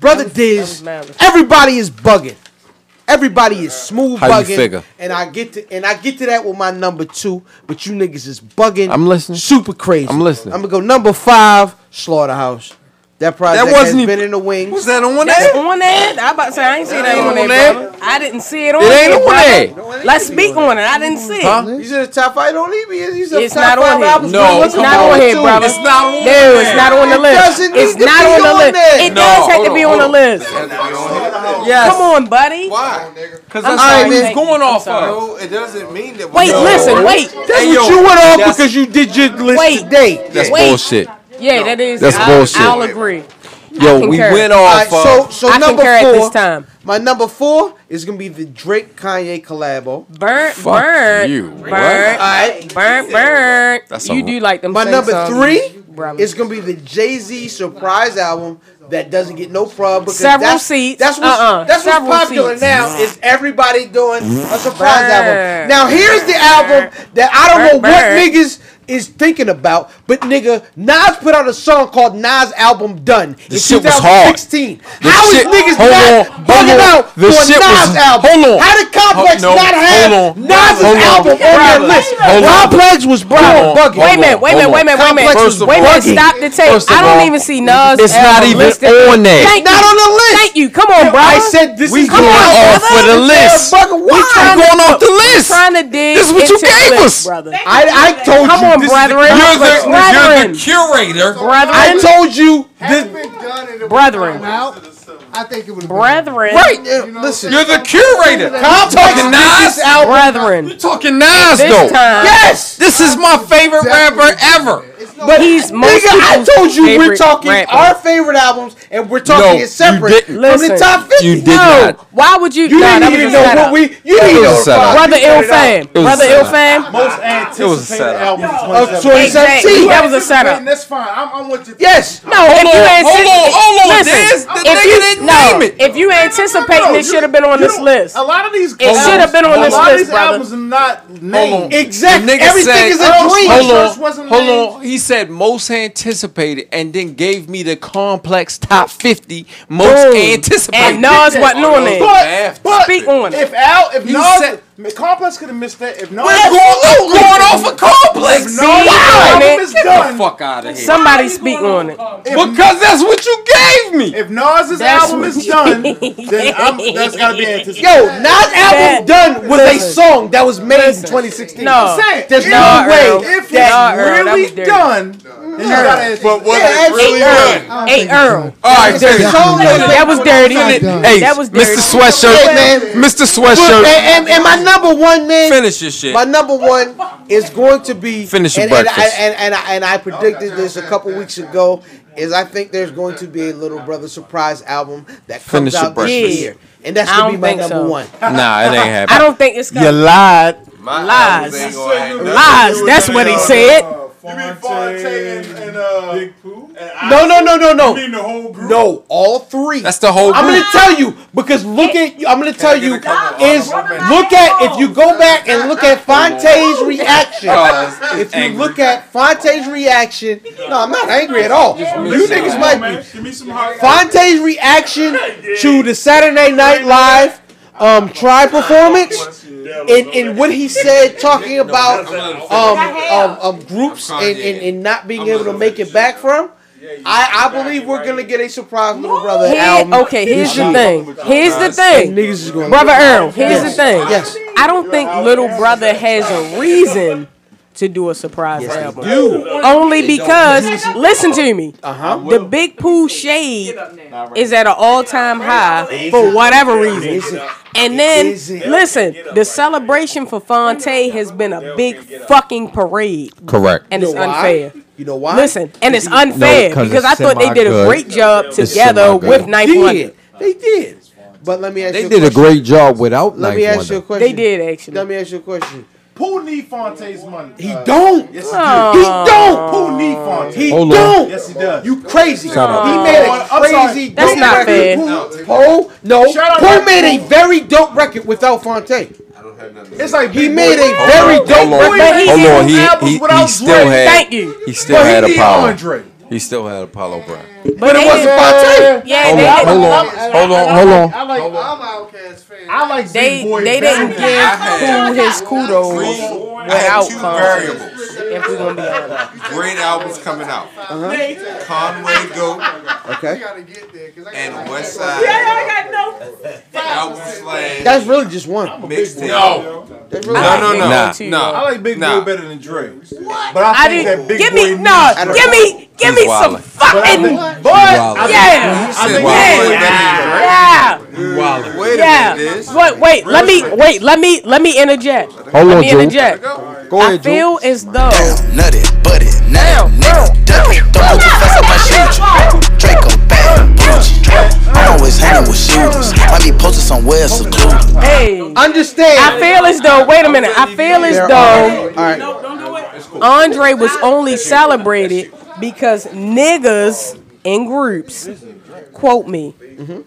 Speaker 4: Brother Diz,
Speaker 17: that was Math.
Speaker 4: everybody is bugging. Everybody is smooth
Speaker 3: How you
Speaker 4: bugging.
Speaker 3: figure?
Speaker 4: And I get to and I get to that with my number two, but you niggas is bugging.
Speaker 3: I'm listening.
Speaker 4: Super crazy.
Speaker 3: I'm listening.
Speaker 4: I'm gonna go number five, Slaughterhouse. That project
Speaker 3: That wasn't
Speaker 4: has
Speaker 3: even-
Speaker 4: been in the wings.
Speaker 3: Was that on one
Speaker 17: That's
Speaker 3: there?
Speaker 17: on that. I about to say I ain't see that
Speaker 3: ain't
Speaker 17: on
Speaker 3: on
Speaker 17: there. brother. I didn't see it on
Speaker 3: It
Speaker 17: there.
Speaker 3: ain't on
Speaker 17: brother.
Speaker 3: there.
Speaker 17: Let's speak on it. I didn't see it.
Speaker 3: Huh?
Speaker 4: He's in the top five. Don't leave me. He's in the
Speaker 17: It's
Speaker 4: top
Speaker 17: not on
Speaker 4: five
Speaker 17: here.
Speaker 4: albums.
Speaker 3: No,
Speaker 17: it's
Speaker 3: come
Speaker 17: not
Speaker 3: on.
Speaker 17: on here, brother.
Speaker 3: It's not on
Speaker 17: No,
Speaker 3: there.
Speaker 17: it's not on the
Speaker 4: It
Speaker 17: list.
Speaker 4: doesn't
Speaker 17: It's
Speaker 4: need to
Speaker 17: not
Speaker 4: be
Speaker 17: on the
Speaker 4: on
Speaker 17: list.
Speaker 4: there.
Speaker 17: It
Speaker 3: No,
Speaker 17: does have
Speaker 3: hold
Speaker 17: to
Speaker 3: on,
Speaker 17: be on
Speaker 3: hold
Speaker 17: the
Speaker 3: on.
Speaker 17: list.
Speaker 3: Yes.
Speaker 17: Come on, buddy.
Speaker 22: Why?
Speaker 3: Because
Speaker 17: I'm
Speaker 3: that's
Speaker 17: sorry,
Speaker 3: what he's
Speaker 17: Nick.
Speaker 3: going
Speaker 17: I'm
Speaker 3: off
Speaker 17: sorry.
Speaker 3: of.
Speaker 22: No, it doesn't mean that.
Speaker 17: Wait,
Speaker 22: No.
Speaker 17: listen, wait.
Speaker 4: That's
Speaker 3: Hey,
Speaker 4: what
Speaker 3: yo,
Speaker 4: you went on
Speaker 3: that's-
Speaker 4: because you did your list
Speaker 17: Wait.
Speaker 4: today.
Speaker 3: That's
Speaker 17: Wait.
Speaker 3: bullshit.
Speaker 17: Yeah, that is.
Speaker 3: That's
Speaker 17: I-
Speaker 3: bullshit.
Speaker 17: I'll agree.
Speaker 3: Yo, we
Speaker 17: concur.
Speaker 3: went
Speaker 4: All
Speaker 3: off uh,
Speaker 4: right, so
Speaker 3: of.
Speaker 4: so
Speaker 17: I
Speaker 4: number
Speaker 17: concur at
Speaker 4: four.
Speaker 17: this time.
Speaker 4: My number four is gonna be the Drake Kanye collabo.
Speaker 17: Burnt,
Speaker 3: Fuck
Speaker 17: burnt,
Speaker 3: you.
Speaker 17: burnt,
Speaker 3: What?
Speaker 4: Alright.
Speaker 17: burnt, burnt.
Speaker 3: That's a-
Speaker 17: You do like them.
Speaker 4: Uh, My
Speaker 17: sing
Speaker 4: number
Speaker 17: songs,
Speaker 4: three
Speaker 17: brother.
Speaker 4: is gonna be the Jay Z surprise album that doesn't get no prub because
Speaker 17: Several
Speaker 4: that's,
Speaker 17: seats.
Speaker 4: That's what's,
Speaker 17: Uh-uh.
Speaker 4: that's what's
Speaker 17: Several
Speaker 4: popular
Speaker 17: seats.
Speaker 4: now is everybody doing a surprise
Speaker 17: Burn.
Speaker 4: album. Now here's the album that I don't know
Speaker 17: Burn,
Speaker 4: what
Speaker 17: burn.
Speaker 4: niggas is thinking about. But nigga, Nas put out a song called Nas Album Done in
Speaker 3: The shit was hard.
Speaker 4: 2016.
Speaker 3: The
Speaker 4: How is
Speaker 3: shit-
Speaker 4: niggas
Speaker 3: hold
Speaker 4: not
Speaker 3: on,
Speaker 4: bugging
Speaker 3: hold on.
Speaker 4: out
Speaker 3: The
Speaker 4: for
Speaker 3: shit
Speaker 4: a Nas
Speaker 3: was-
Speaker 4: album?
Speaker 3: hold on.
Speaker 4: How did Complex
Speaker 3: Hold- no,
Speaker 4: not
Speaker 3: hold
Speaker 4: have
Speaker 3: on.
Speaker 4: Nas's
Speaker 3: Hold on.
Speaker 4: album on their
Speaker 3: Hold
Speaker 4: list?
Speaker 3: on.
Speaker 4: Complex was bugging.
Speaker 3: Hold on.
Speaker 4: bugging.
Speaker 6: Wait a minute, wait a minute, wait a minute, wait a minute.
Speaker 3: First of
Speaker 6: Wait a
Speaker 3: all-
Speaker 6: minute, stop the tape.
Speaker 3: First of
Speaker 6: I
Speaker 3: all,
Speaker 6: don't even see Nas.
Speaker 3: it's not
Speaker 6: album
Speaker 3: even
Speaker 6: listed.
Speaker 3: on there.
Speaker 6: Thank
Speaker 4: Not
Speaker 6: you.
Speaker 4: on the list.
Speaker 6: Thank you. Come on, bro.
Speaker 4: I said this
Speaker 3: We
Speaker 4: is
Speaker 3: going off
Speaker 6: brother.
Speaker 3: for the list.
Speaker 4: Bugging.
Speaker 6: We
Speaker 3: trying to- going off the
Speaker 6: we
Speaker 3: list.
Speaker 6: Trying to dig
Speaker 3: This is what you
Speaker 6: into the
Speaker 3: gave
Speaker 6: list,
Speaker 3: us.
Speaker 6: brother.
Speaker 4: I, I told
Speaker 6: Come
Speaker 4: you.
Speaker 6: on,
Speaker 4: this is
Speaker 6: brethren.
Speaker 3: You're the,
Speaker 6: Complex.
Speaker 3: you're
Speaker 6: brethren.
Speaker 3: the curator.
Speaker 6: Brethren.
Speaker 4: I told you.
Speaker 13: Hasn't been done in a
Speaker 6: Brethren.
Speaker 13: I think it was
Speaker 6: Brethren.
Speaker 3: Right. Listen. You're the curator. You talking Nas?
Speaker 6: Brethren.
Speaker 3: You talking Nas
Speaker 6: This
Speaker 3: though?
Speaker 6: time-
Speaker 4: Yes.
Speaker 3: This is my favorite rapper ever.
Speaker 4: But
Speaker 6: He's most
Speaker 4: nigga, I
Speaker 6: people's
Speaker 4: told you we're
Speaker 6: favorite
Speaker 4: talking
Speaker 6: rapper.
Speaker 4: our favorite albums, and we're talking
Speaker 3: No,
Speaker 4: it separate
Speaker 3: you didn't.
Speaker 4: from
Speaker 6: Listen,
Speaker 4: the top fifty.
Speaker 3: You did
Speaker 6: no.
Speaker 3: not.
Speaker 6: Why would you?
Speaker 4: You
Speaker 6: nah, that
Speaker 4: didn't even
Speaker 6: was a
Speaker 4: know what
Speaker 6: setup.
Speaker 4: we. You didn't
Speaker 3: was
Speaker 4: even
Speaker 3: a
Speaker 4: know the
Speaker 3: setup.
Speaker 4: five.
Speaker 6: Brother
Speaker 4: You set
Speaker 6: ill
Speaker 4: it out.
Speaker 6: fam.
Speaker 3: was
Speaker 6: Brother
Speaker 3: a
Speaker 6: ill
Speaker 3: setup.
Speaker 6: fam.
Speaker 5: Most
Speaker 3: It was a
Speaker 5: anticipated
Speaker 3: setup.
Speaker 5: album
Speaker 4: Of
Speaker 5: of 2017.
Speaker 4: 2017.
Speaker 6: That was a setup.
Speaker 5: That's fine. I'm, I'm with you.
Speaker 4: Yes.
Speaker 6: No, if you
Speaker 3: on, hold
Speaker 6: anticipate,
Speaker 3: on, hold on, Diz.
Speaker 6: listen,
Speaker 3: The
Speaker 6: if
Speaker 3: nigga
Speaker 6: you
Speaker 3: didn't
Speaker 6: no,
Speaker 3: name it.
Speaker 6: if you anticipating, it should have been on this list.
Speaker 5: A lot of these
Speaker 6: It should have been on this
Speaker 5: a lot of
Speaker 6: list,
Speaker 5: these
Speaker 6: brother.
Speaker 5: albums are not named.
Speaker 4: Exactly.
Speaker 3: The nigga
Speaker 4: Everything
Speaker 3: said-
Speaker 4: is a dream.
Speaker 3: Hold
Speaker 5: Church
Speaker 3: on,
Speaker 5: wasn't
Speaker 3: hold
Speaker 5: named.
Speaker 3: on. He said most anticipated, and then gave me the complex top fifty most
Speaker 6: Boom.
Speaker 3: anticipated.
Speaker 6: And Nas wasn't on it.
Speaker 3: it.
Speaker 5: But
Speaker 6: Speak on it.
Speaker 5: if Al, if
Speaker 3: You
Speaker 5: Nas,
Speaker 3: said-
Speaker 5: Complex could have missed that. If Nas,
Speaker 3: We're going, I'm going off a complex.
Speaker 5: if Nas'
Speaker 6: on
Speaker 5: album
Speaker 6: it.
Speaker 5: is
Speaker 3: Get
Speaker 5: done,
Speaker 3: the fuck out of here.
Speaker 6: Somebody speak on it.
Speaker 3: because that's what you gave me.
Speaker 5: if Nas's
Speaker 6: That's
Speaker 5: album
Speaker 6: what-
Speaker 5: is
Speaker 6: *laughs*
Speaker 5: done, then I'm, that's gotta be anticipated.
Speaker 4: Yo, Nas album
Speaker 6: That-
Speaker 4: done was a song that was made in 2016.
Speaker 6: No.
Speaker 5: I'm saying,
Speaker 4: There's
Speaker 5: if-
Speaker 4: no
Speaker 6: Earl.
Speaker 4: way
Speaker 5: If
Speaker 6: Nah,
Speaker 5: that's
Speaker 6: Earl, that
Speaker 5: really
Speaker 6: was dirty.
Speaker 5: done, then you gotta
Speaker 7: But was
Speaker 4: Yeah,
Speaker 7: it really
Speaker 6: Earl.
Speaker 7: done?
Speaker 6: Hey Earl,
Speaker 3: All right,
Speaker 4: there's
Speaker 3: finish.
Speaker 4: so many.
Speaker 6: that was dirty.
Speaker 3: Hey,
Speaker 6: That was dirty.
Speaker 3: Mr. Sweatshirt,
Speaker 4: Hey, man.
Speaker 3: man. Mr.
Speaker 4: But-
Speaker 3: Sweatshirt,
Speaker 4: and, and, and my number one man.
Speaker 3: finish your shit.
Speaker 4: My number one is going to be
Speaker 3: Finish your
Speaker 4: and, and, I,
Speaker 3: breakfast.
Speaker 4: and, and, I, and I predicted this a couple weeks ago. Is I think there's going to be a Little Brother surprise album that comes
Speaker 3: Finish your
Speaker 4: out this
Speaker 6: breakfast.
Speaker 4: year, and that's
Speaker 6: I
Speaker 4: gonna be
Speaker 6: don't
Speaker 4: my
Speaker 6: think
Speaker 4: number
Speaker 6: so.
Speaker 4: one.
Speaker 3: Nah, it ain't
Speaker 6: I
Speaker 3: happening.
Speaker 6: don't think it's gonna.
Speaker 25: lied.
Speaker 7: My
Speaker 6: Lies.
Speaker 7: albums ain't gonna have nothing to
Speaker 6: Lies.
Speaker 7: do
Speaker 6: That's
Speaker 7: with
Speaker 6: what he
Speaker 7: none of
Speaker 6: said.
Speaker 5: You mean Fonte and, and uh, Big Pooh?
Speaker 4: No, no, no, no, no.
Speaker 5: You mean the whole group?
Speaker 4: No, all three.
Speaker 3: That's the whole
Speaker 4: I'm
Speaker 3: group.
Speaker 4: gonna tell you because look at I'm gonna tell you
Speaker 7: couple
Speaker 4: is
Speaker 7: honorable
Speaker 4: look at if you go back and look at Fonte's reaction.
Speaker 3: Cause
Speaker 4: If
Speaker 3: it's
Speaker 4: you
Speaker 3: Oh, angry.
Speaker 4: look at Fonte's reaction, no, I'm not angry at all. You
Speaker 3: listen.
Speaker 4: niggas might be.
Speaker 26: man. Give me some hot
Speaker 4: Fonte's reaction to the Saturday Night Live um try performance and, and what he said talking about um um, um groups and, and, and not being able to make it back from I, I believe we're gonna get a surprise little brother album.
Speaker 6: Here, okay, here's the thing. Here's the
Speaker 4: And
Speaker 6: thing,
Speaker 4: Niggas is going
Speaker 6: brother Earl. Here's the
Speaker 4: Yes.
Speaker 6: thing.
Speaker 4: Yes.
Speaker 6: I don't think Little Brother has a reason to do a surprise album. Only because, listen to me,
Speaker 4: uh-huh.
Speaker 6: the Big Pooh shade is at an all time high for whatever reason. And then,
Speaker 4: isn't.
Speaker 6: listen, the celebration for Fonte has been a big fucking parade.
Speaker 3: Correct.
Speaker 6: And it's
Speaker 4: You know why?
Speaker 6: unfair.
Speaker 4: You know why?
Speaker 6: Listen, and it's unfair
Speaker 25: because
Speaker 6: because I
Speaker 25: it's
Speaker 6: thought they did a
Speaker 25: semi-good.
Speaker 6: great job together
Speaker 25: semi-good.
Speaker 6: with Knife
Speaker 4: They
Speaker 6: Wonder.
Speaker 4: did. They did. But let me ask you
Speaker 3: They
Speaker 4: a
Speaker 3: did a
Speaker 4: question.
Speaker 3: great job without
Speaker 4: Let
Speaker 3: Knife
Speaker 4: me ask
Speaker 3: Wonder.
Speaker 4: you a question.
Speaker 6: They did, actually.
Speaker 4: Let me ask you a question.
Speaker 5: Pooh need Fonte's money.
Speaker 4: He
Speaker 5: Uh,
Speaker 4: don't.
Speaker 5: Yes, he
Speaker 6: Aw.
Speaker 5: do.
Speaker 4: He don't.
Speaker 5: Pooh need Fonte.
Speaker 4: He
Speaker 3: Hold on.
Speaker 4: don't.
Speaker 5: yes, he does.
Speaker 4: You crazy.
Speaker 3: up.
Speaker 4: He made a
Speaker 5: I'm sorry.
Speaker 4: crazy
Speaker 6: That's
Speaker 4: dope
Speaker 6: not
Speaker 4: record.
Speaker 6: fair.
Speaker 4: Pooh- Poe, no.
Speaker 5: Shout out
Speaker 4: Poe
Speaker 5: to
Speaker 4: made a very dope record without Fonte.
Speaker 5: It's like
Speaker 4: He
Speaker 5: Big
Speaker 4: made
Speaker 5: Boy.
Speaker 4: a very dope
Speaker 3: Hold on,
Speaker 6: But
Speaker 4: record.
Speaker 6: he
Speaker 3: hold
Speaker 6: did
Speaker 3: on.
Speaker 6: his
Speaker 3: He,
Speaker 5: albums
Speaker 3: he, he
Speaker 5: without
Speaker 3: still
Speaker 5: Dre.
Speaker 3: had.
Speaker 6: Thank you.
Speaker 3: He still
Speaker 5: But he
Speaker 3: had a
Speaker 5: need
Speaker 3: power.
Speaker 5: Andre.
Speaker 3: He still had Apollo Brown.
Speaker 6: But
Speaker 4: It wasn't Fonte.
Speaker 6: Yeah,
Speaker 3: Hold
Speaker 6: they
Speaker 3: on,
Speaker 6: didn't-
Speaker 3: hold on,
Speaker 4: Oh,
Speaker 3: hold on, hold on.
Speaker 5: I like,
Speaker 13: I'm Outcast fan.
Speaker 5: I like
Speaker 6: They
Speaker 5: Big Boy.
Speaker 6: they
Speaker 5: better.
Speaker 6: didn't
Speaker 7: I
Speaker 6: give
Speaker 7: had
Speaker 6: Pooh his kudos
Speaker 7: three- I had
Speaker 6: without
Speaker 7: two
Speaker 6: Fonte.
Speaker 7: variables.
Speaker 6: If we're gonna be honest.
Speaker 7: Great albums coming out. Conway Go
Speaker 13: You
Speaker 4: Okay.
Speaker 13: gotta get there because I
Speaker 7: and
Speaker 13: got
Speaker 7: West
Speaker 27: Yeah,
Speaker 7: Side
Speaker 27: I got no.
Speaker 7: album slash
Speaker 4: That's really just one.
Speaker 7: mixtape.
Speaker 4: That's
Speaker 3: No,
Speaker 4: really
Speaker 6: I like
Speaker 3: no, no,
Speaker 6: Big
Speaker 3: nah,
Speaker 6: Boy too,
Speaker 3: nah.
Speaker 5: I like Big
Speaker 3: nah.
Speaker 5: Boy better than Dre. But I
Speaker 6: I
Speaker 5: think that
Speaker 6: didn't
Speaker 5: Big
Speaker 6: give
Speaker 5: Boy
Speaker 6: me
Speaker 5: needs
Speaker 6: no,
Speaker 5: Dre.
Speaker 6: give me give me
Speaker 3: He's
Speaker 6: some
Speaker 3: wildin'.
Speaker 6: fucking
Speaker 5: But I
Speaker 3: Wildin'.
Speaker 5: think-
Speaker 6: yeah,
Speaker 5: I
Speaker 7: Said
Speaker 5: think
Speaker 7: Wild
Speaker 5: Big Boy
Speaker 7: Boy
Speaker 6: yeah.
Speaker 5: better than Dre.
Speaker 6: yeah.
Speaker 7: Wait a
Speaker 6: Yeah.
Speaker 7: minute, this.
Speaker 6: Wait, wait, let me wait, let me let me interject.
Speaker 3: Hold
Speaker 6: let
Speaker 3: on,
Speaker 6: me
Speaker 3: Joe.
Speaker 6: interject.
Speaker 3: Go
Speaker 6: I
Speaker 3: ahead, Joe.
Speaker 6: feel as
Speaker 9: Oh,
Speaker 6: though
Speaker 9: Nutted, butted, now, nigga, duck it. Don't know too fast about shit. Draco, bad, bitch. I'm always hanging with shooters. Might be posted somewhere secluded.
Speaker 6: hey
Speaker 4: Understand.
Speaker 6: I feel as though wait a minute, I feel as though
Speaker 4: All right.
Speaker 6: Andre was only celebrated because niggas in groups, quote me,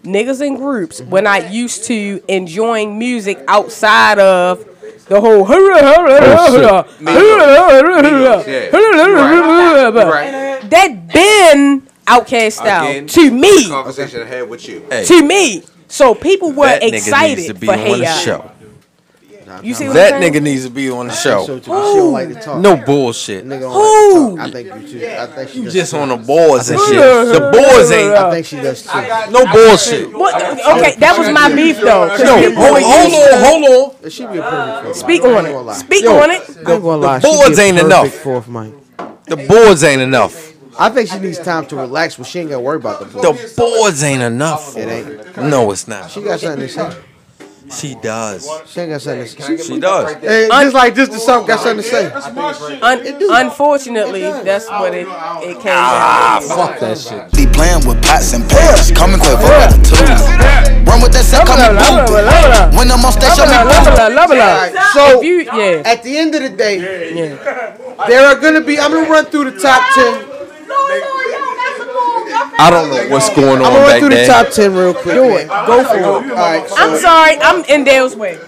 Speaker 6: niggas in groups, when I used to enjoying music outside of
Speaker 17: The whole hurrah, hurrah,
Speaker 3: Oh, shit.
Speaker 17: hurrah, hurrah, hurrah,
Speaker 3: Yeah.
Speaker 17: hurrah, hurrah,
Speaker 24: Right.
Speaker 17: That been outcast style
Speaker 24: Again,
Speaker 17: to me.
Speaker 24: Conversation I had with you.
Speaker 17: To me. So people were
Speaker 3: That nigga needs to
Speaker 17: excited
Speaker 3: be
Speaker 17: for
Speaker 3: on
Speaker 17: Hey
Speaker 3: the
Speaker 17: Ya.
Speaker 3: show.
Speaker 17: You see what
Speaker 3: That
Speaker 17: I'm saying?
Speaker 3: nigga needs to be on the show.
Speaker 4: So too, 'cause she don't like to talk.
Speaker 3: No bullshit.
Speaker 4: Nigga don't Like
Speaker 3: Who?
Speaker 4: to talk. I think you too. I think she
Speaker 3: You
Speaker 4: does
Speaker 3: just
Speaker 4: too.
Speaker 3: on the boards and shit. The boards ain't.
Speaker 4: I think she does too.
Speaker 3: No bullshit.
Speaker 17: What? Okay, that was my beef though.
Speaker 3: No, hold on, hold on, hold
Speaker 4: on. It should be a perfect fourth.
Speaker 17: Speak
Speaker 4: I ain't
Speaker 17: on
Speaker 4: gonna
Speaker 17: it.
Speaker 4: lie.
Speaker 17: Speak
Speaker 4: Yo,
Speaker 17: on it.
Speaker 4: I ain't gonna lie.
Speaker 3: The
Speaker 4: she
Speaker 3: boards
Speaker 4: did
Speaker 3: ain't
Speaker 4: perfect
Speaker 3: enough.
Speaker 4: Fourth mic.
Speaker 3: The boards ain't enough.
Speaker 4: I think she needs time to relax, but she ain't gotta worry about the boards.
Speaker 3: The boards ain't enough.
Speaker 4: It ain't.
Speaker 3: No, it's not.
Speaker 4: She got something to say.
Speaker 3: She does.
Speaker 4: She ain't got something to say.
Speaker 3: She does.
Speaker 4: Hey, just like this, the something got something to say.
Speaker 17: Un- unfortunately, that's what it, it came
Speaker 9: Ah,
Speaker 17: down to.
Speaker 9: fuck that shit. Be playing with pots and pans. Coming quick, vote with the twos. Run with that set, call me boom. When I'm on stage, show me boom.
Speaker 4: Alright, So at the end of the day, there are gonna be. I'm gonna run through the top ten.
Speaker 3: I don't know what's
Speaker 4: I'm
Speaker 3: going on
Speaker 4: gonna run
Speaker 3: back
Speaker 4: through the
Speaker 3: there.
Speaker 4: top ten real quick. Do it. Go for it. All right. So,
Speaker 17: I'm sorry, I'm in Dale's way.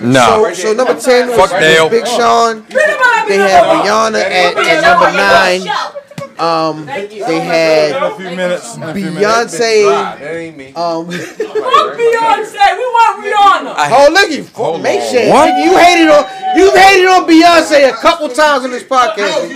Speaker 3: Nah.
Speaker 4: So, so number ten was,
Speaker 3: Fuck
Speaker 4: was
Speaker 3: Dale.
Speaker 4: Big Sean. They had Rihanna at, at number nine. Um, they had Beyonce. Um,
Speaker 8: Fuck Beyonce. We want Rihanna.
Speaker 4: oh look, you make shit. You hated on you hated on Beyonce a couple times on this podcast.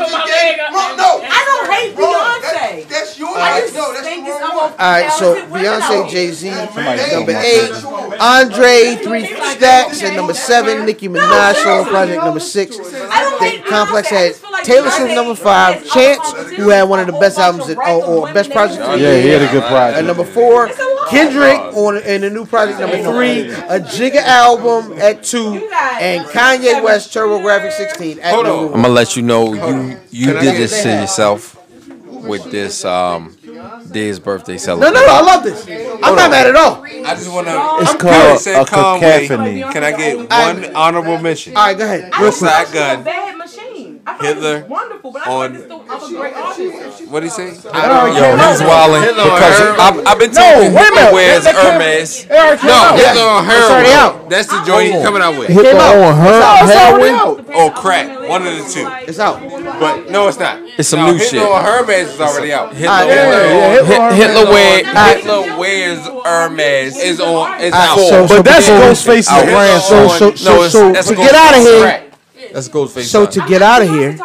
Speaker 8: I don't hate Beyonce.
Speaker 10: That's your
Speaker 8: I
Speaker 10: life.
Speaker 8: just
Speaker 10: No, that's
Speaker 8: think
Speaker 10: the
Speaker 8: it's
Speaker 10: wrong
Speaker 8: almost.
Speaker 4: All right, so Beyonce, Jay Z, number eight, Andre, three stacks, and number seven, Nicki Minaj, solo project number six. The complex had Taylor Swift number five, Chance, who had one of the best albums that, or, or best projects. of the
Speaker 5: Yeah, he
Speaker 4: year.
Speaker 5: had a good project.
Speaker 4: At number four, Kendrick on in the new project number three, a Jigga album at two, and Kanye West TurboGrafx 16 at number one.
Speaker 3: I'm gonna let you know you you did this to yourself with this um Day's birthday
Speaker 4: No, no,
Speaker 3: celebration.
Speaker 4: no, I love this. I'm not mad at all.
Speaker 24: I just want to.
Speaker 5: It's called a cacophony.
Speaker 24: Can I get one honorable mention?
Speaker 4: All right, go ahead.
Speaker 24: Real side gun.
Speaker 8: Bad machine. I thought it was
Speaker 24: Hitler.
Speaker 8: wonderful, but I
Speaker 24: on-
Speaker 8: thought this the other great artist.
Speaker 24: What do you say? Yo, he's
Speaker 3: Yo, he's wilding because I've, I've been
Speaker 24: No,
Speaker 3: telling
Speaker 24: wait a
Speaker 3: people
Speaker 24: minute.
Speaker 3: where's
Speaker 24: That- that came-
Speaker 3: Hermes.
Speaker 24: that already came
Speaker 3: No,
Speaker 24: out.
Speaker 3: he's
Speaker 24: Yeah.
Speaker 3: on
Speaker 24: It's already
Speaker 3: Hermes.
Speaker 24: out.
Speaker 3: That's the joint he's coming out with.
Speaker 24: Hit Came the out. on her-
Speaker 3: It's out, it's
Speaker 24: Hermes?
Speaker 3: already out.
Speaker 24: Oh crap! One of the two.
Speaker 4: It's out.
Speaker 24: But no, it's not.
Speaker 3: It's some
Speaker 24: No,
Speaker 3: new
Speaker 24: Hitler
Speaker 3: shit.
Speaker 24: or Hermes is already out.
Speaker 3: Hitler Alright, yeah, Wears- yeah, Hitler Hit- Hermes Hitler is Wears- on. Alright.
Speaker 24: Hitler wears Hermes is on. It's
Speaker 3: Alright,
Speaker 24: out.
Speaker 3: so- But so that's then- Ghostface's
Speaker 24: Out.
Speaker 3: brand,
Speaker 4: so-
Speaker 24: On-
Speaker 4: so-
Speaker 24: no,
Speaker 4: so-
Speaker 24: it's-
Speaker 4: so
Speaker 24: that's
Speaker 4: to get outta
Speaker 24: Ghostface.
Speaker 4: here-
Speaker 24: Right. That's Ghostface.
Speaker 4: So to get out of here,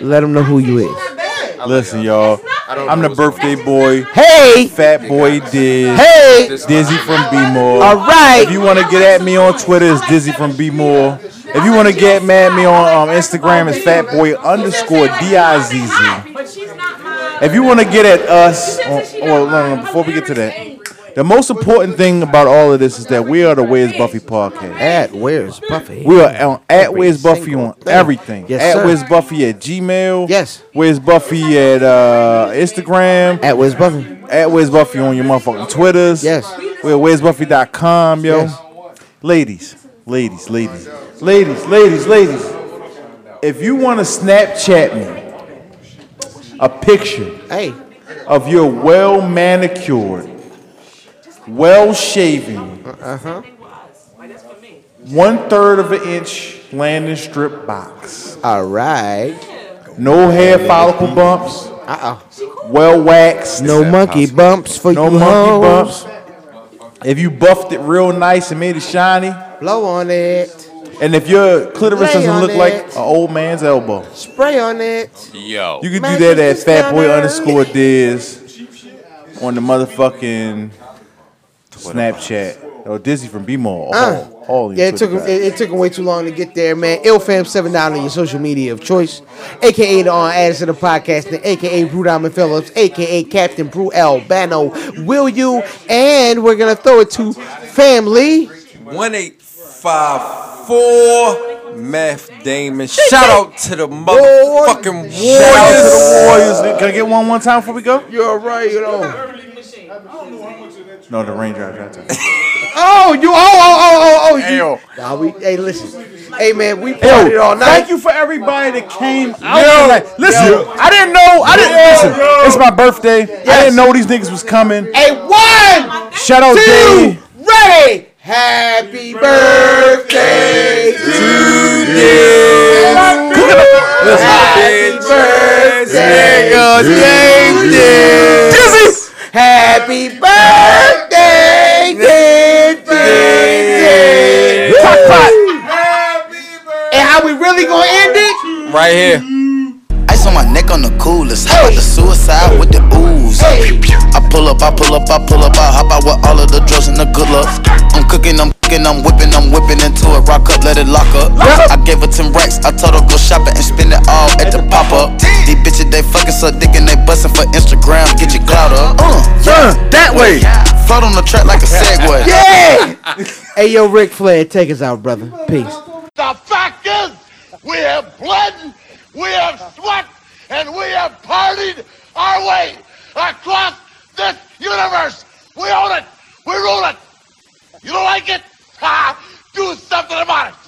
Speaker 4: let them know who you is.
Speaker 5: Listen, y'all. I'm the birthday boy.
Speaker 4: Hey,
Speaker 5: fat boy Diz.
Speaker 4: Hey,
Speaker 5: Dizzy from B More.
Speaker 4: All right.
Speaker 5: If you want to get at me on Twitter, it's Dizzy from B More. If you want to get mad at me on um, Instagram, it's fatboy underscore D I Z Z. If you want to get at us, on, well, no, no, no, before we get to that, the most important thing about all of this is that we are the Where's Buffy podcast.
Speaker 4: At Where's Buffy?
Speaker 5: We are on at Where's Buffy on everything.
Speaker 4: Yes,
Speaker 5: at
Speaker 4: sir.
Speaker 5: Where's Buffy at Gmail.
Speaker 4: Yes.
Speaker 5: Where's Buffy at uh, Instagram.
Speaker 4: At Where's Buffy.
Speaker 5: At Where's Buffy on your motherfucking Twitters.
Speaker 4: Yes.
Speaker 5: We're at Where'sBuffy.com, yo.
Speaker 4: Yes.
Speaker 5: Ladies, ladies, ladies, ladies, ladies, ladies. If you want to Snapchat me a picture
Speaker 4: hey.
Speaker 5: of your well manicured, well shaven,
Speaker 4: Uh-huh.
Speaker 5: one third of an inch landing strip box.
Speaker 4: All right.
Speaker 5: No hair follicle bumps.
Speaker 4: Uh
Speaker 5: oh. Well waxed.
Speaker 4: No monkey bumps for
Speaker 5: No
Speaker 4: you
Speaker 5: monkey
Speaker 4: hoes.
Speaker 5: bumps. If you buffed it real nice and made it shiny.
Speaker 4: Blow on it.
Speaker 5: And if your clitoris
Speaker 4: Lay
Speaker 5: doesn't
Speaker 4: on
Speaker 5: look like
Speaker 4: it.
Speaker 5: an old man's elbow,
Speaker 4: Spray on it.
Speaker 3: Yo.
Speaker 5: you can
Speaker 4: Man,
Speaker 5: do that at
Speaker 4: this is down
Speaker 5: fatboy
Speaker 4: there.
Speaker 5: underscore Diz on the motherfucking Snapchat. Oh, Dizzy from BMO.
Speaker 4: Uh,
Speaker 5: All, all your
Speaker 4: yeah, it took
Speaker 5: Twitter
Speaker 4: him, it, it took him way too long to get there, man. Ilfam seven down on your social media of choice, aka the on Addison of podcasting, aka Brew Diamond Phillips, aka Captain Brew Albano. Will you? And we're gonna throw it to family.
Speaker 3: One eight five four Meth Damon. Shout out to the motherfucking Warriors.
Speaker 5: Shout out to the Warriors. Can I get one one time before we go?
Speaker 4: You're right, you know.
Speaker 5: No, the raindrops. right there.
Speaker 4: *laughs* Oh, you! Oh, oh, oh, oh, oh! You, nah, we, hey, listen, hey, man, we partied
Speaker 5: Yo,
Speaker 4: all night.
Speaker 5: thank you for everybody that came out.
Speaker 4: Yo.
Speaker 5: tonight. listen, I didn't know. I didn't listen. It's my birthday. I didn't know these niggas was coming.
Speaker 4: Hey, one,
Speaker 5: Shout out,
Speaker 4: two,
Speaker 5: Dave.
Speaker 4: ready. Happy birthday Happy birthday, dear Dizzy. And how we really gonna end it?
Speaker 3: Right here.
Speaker 9: Ice on my neck on the coolest. How about the suicide with the ooze? I pull up, I pull up, I pull up, I hop out with all of the drugs and the good luck. I'm cooking, I'm cooking, I'm whipping, I'm whipping into it. Rock up, let it lock up. I gave her 10 racks, I told her go shopping and spend it all at the pop up. These bitches, they fucking so dick and they bustin' for Instagram. Get your clout up. Uh, that way. Float on the track like a Segway.
Speaker 4: *laughs* Yeah. hey, yo, Ric Flair, take us out, brother. Peace.
Speaker 13: The fact is, we have bled, we have sweat, and we have partied our way across this universe. We own it. We rule it. You don't like it? Ha! Do something about it.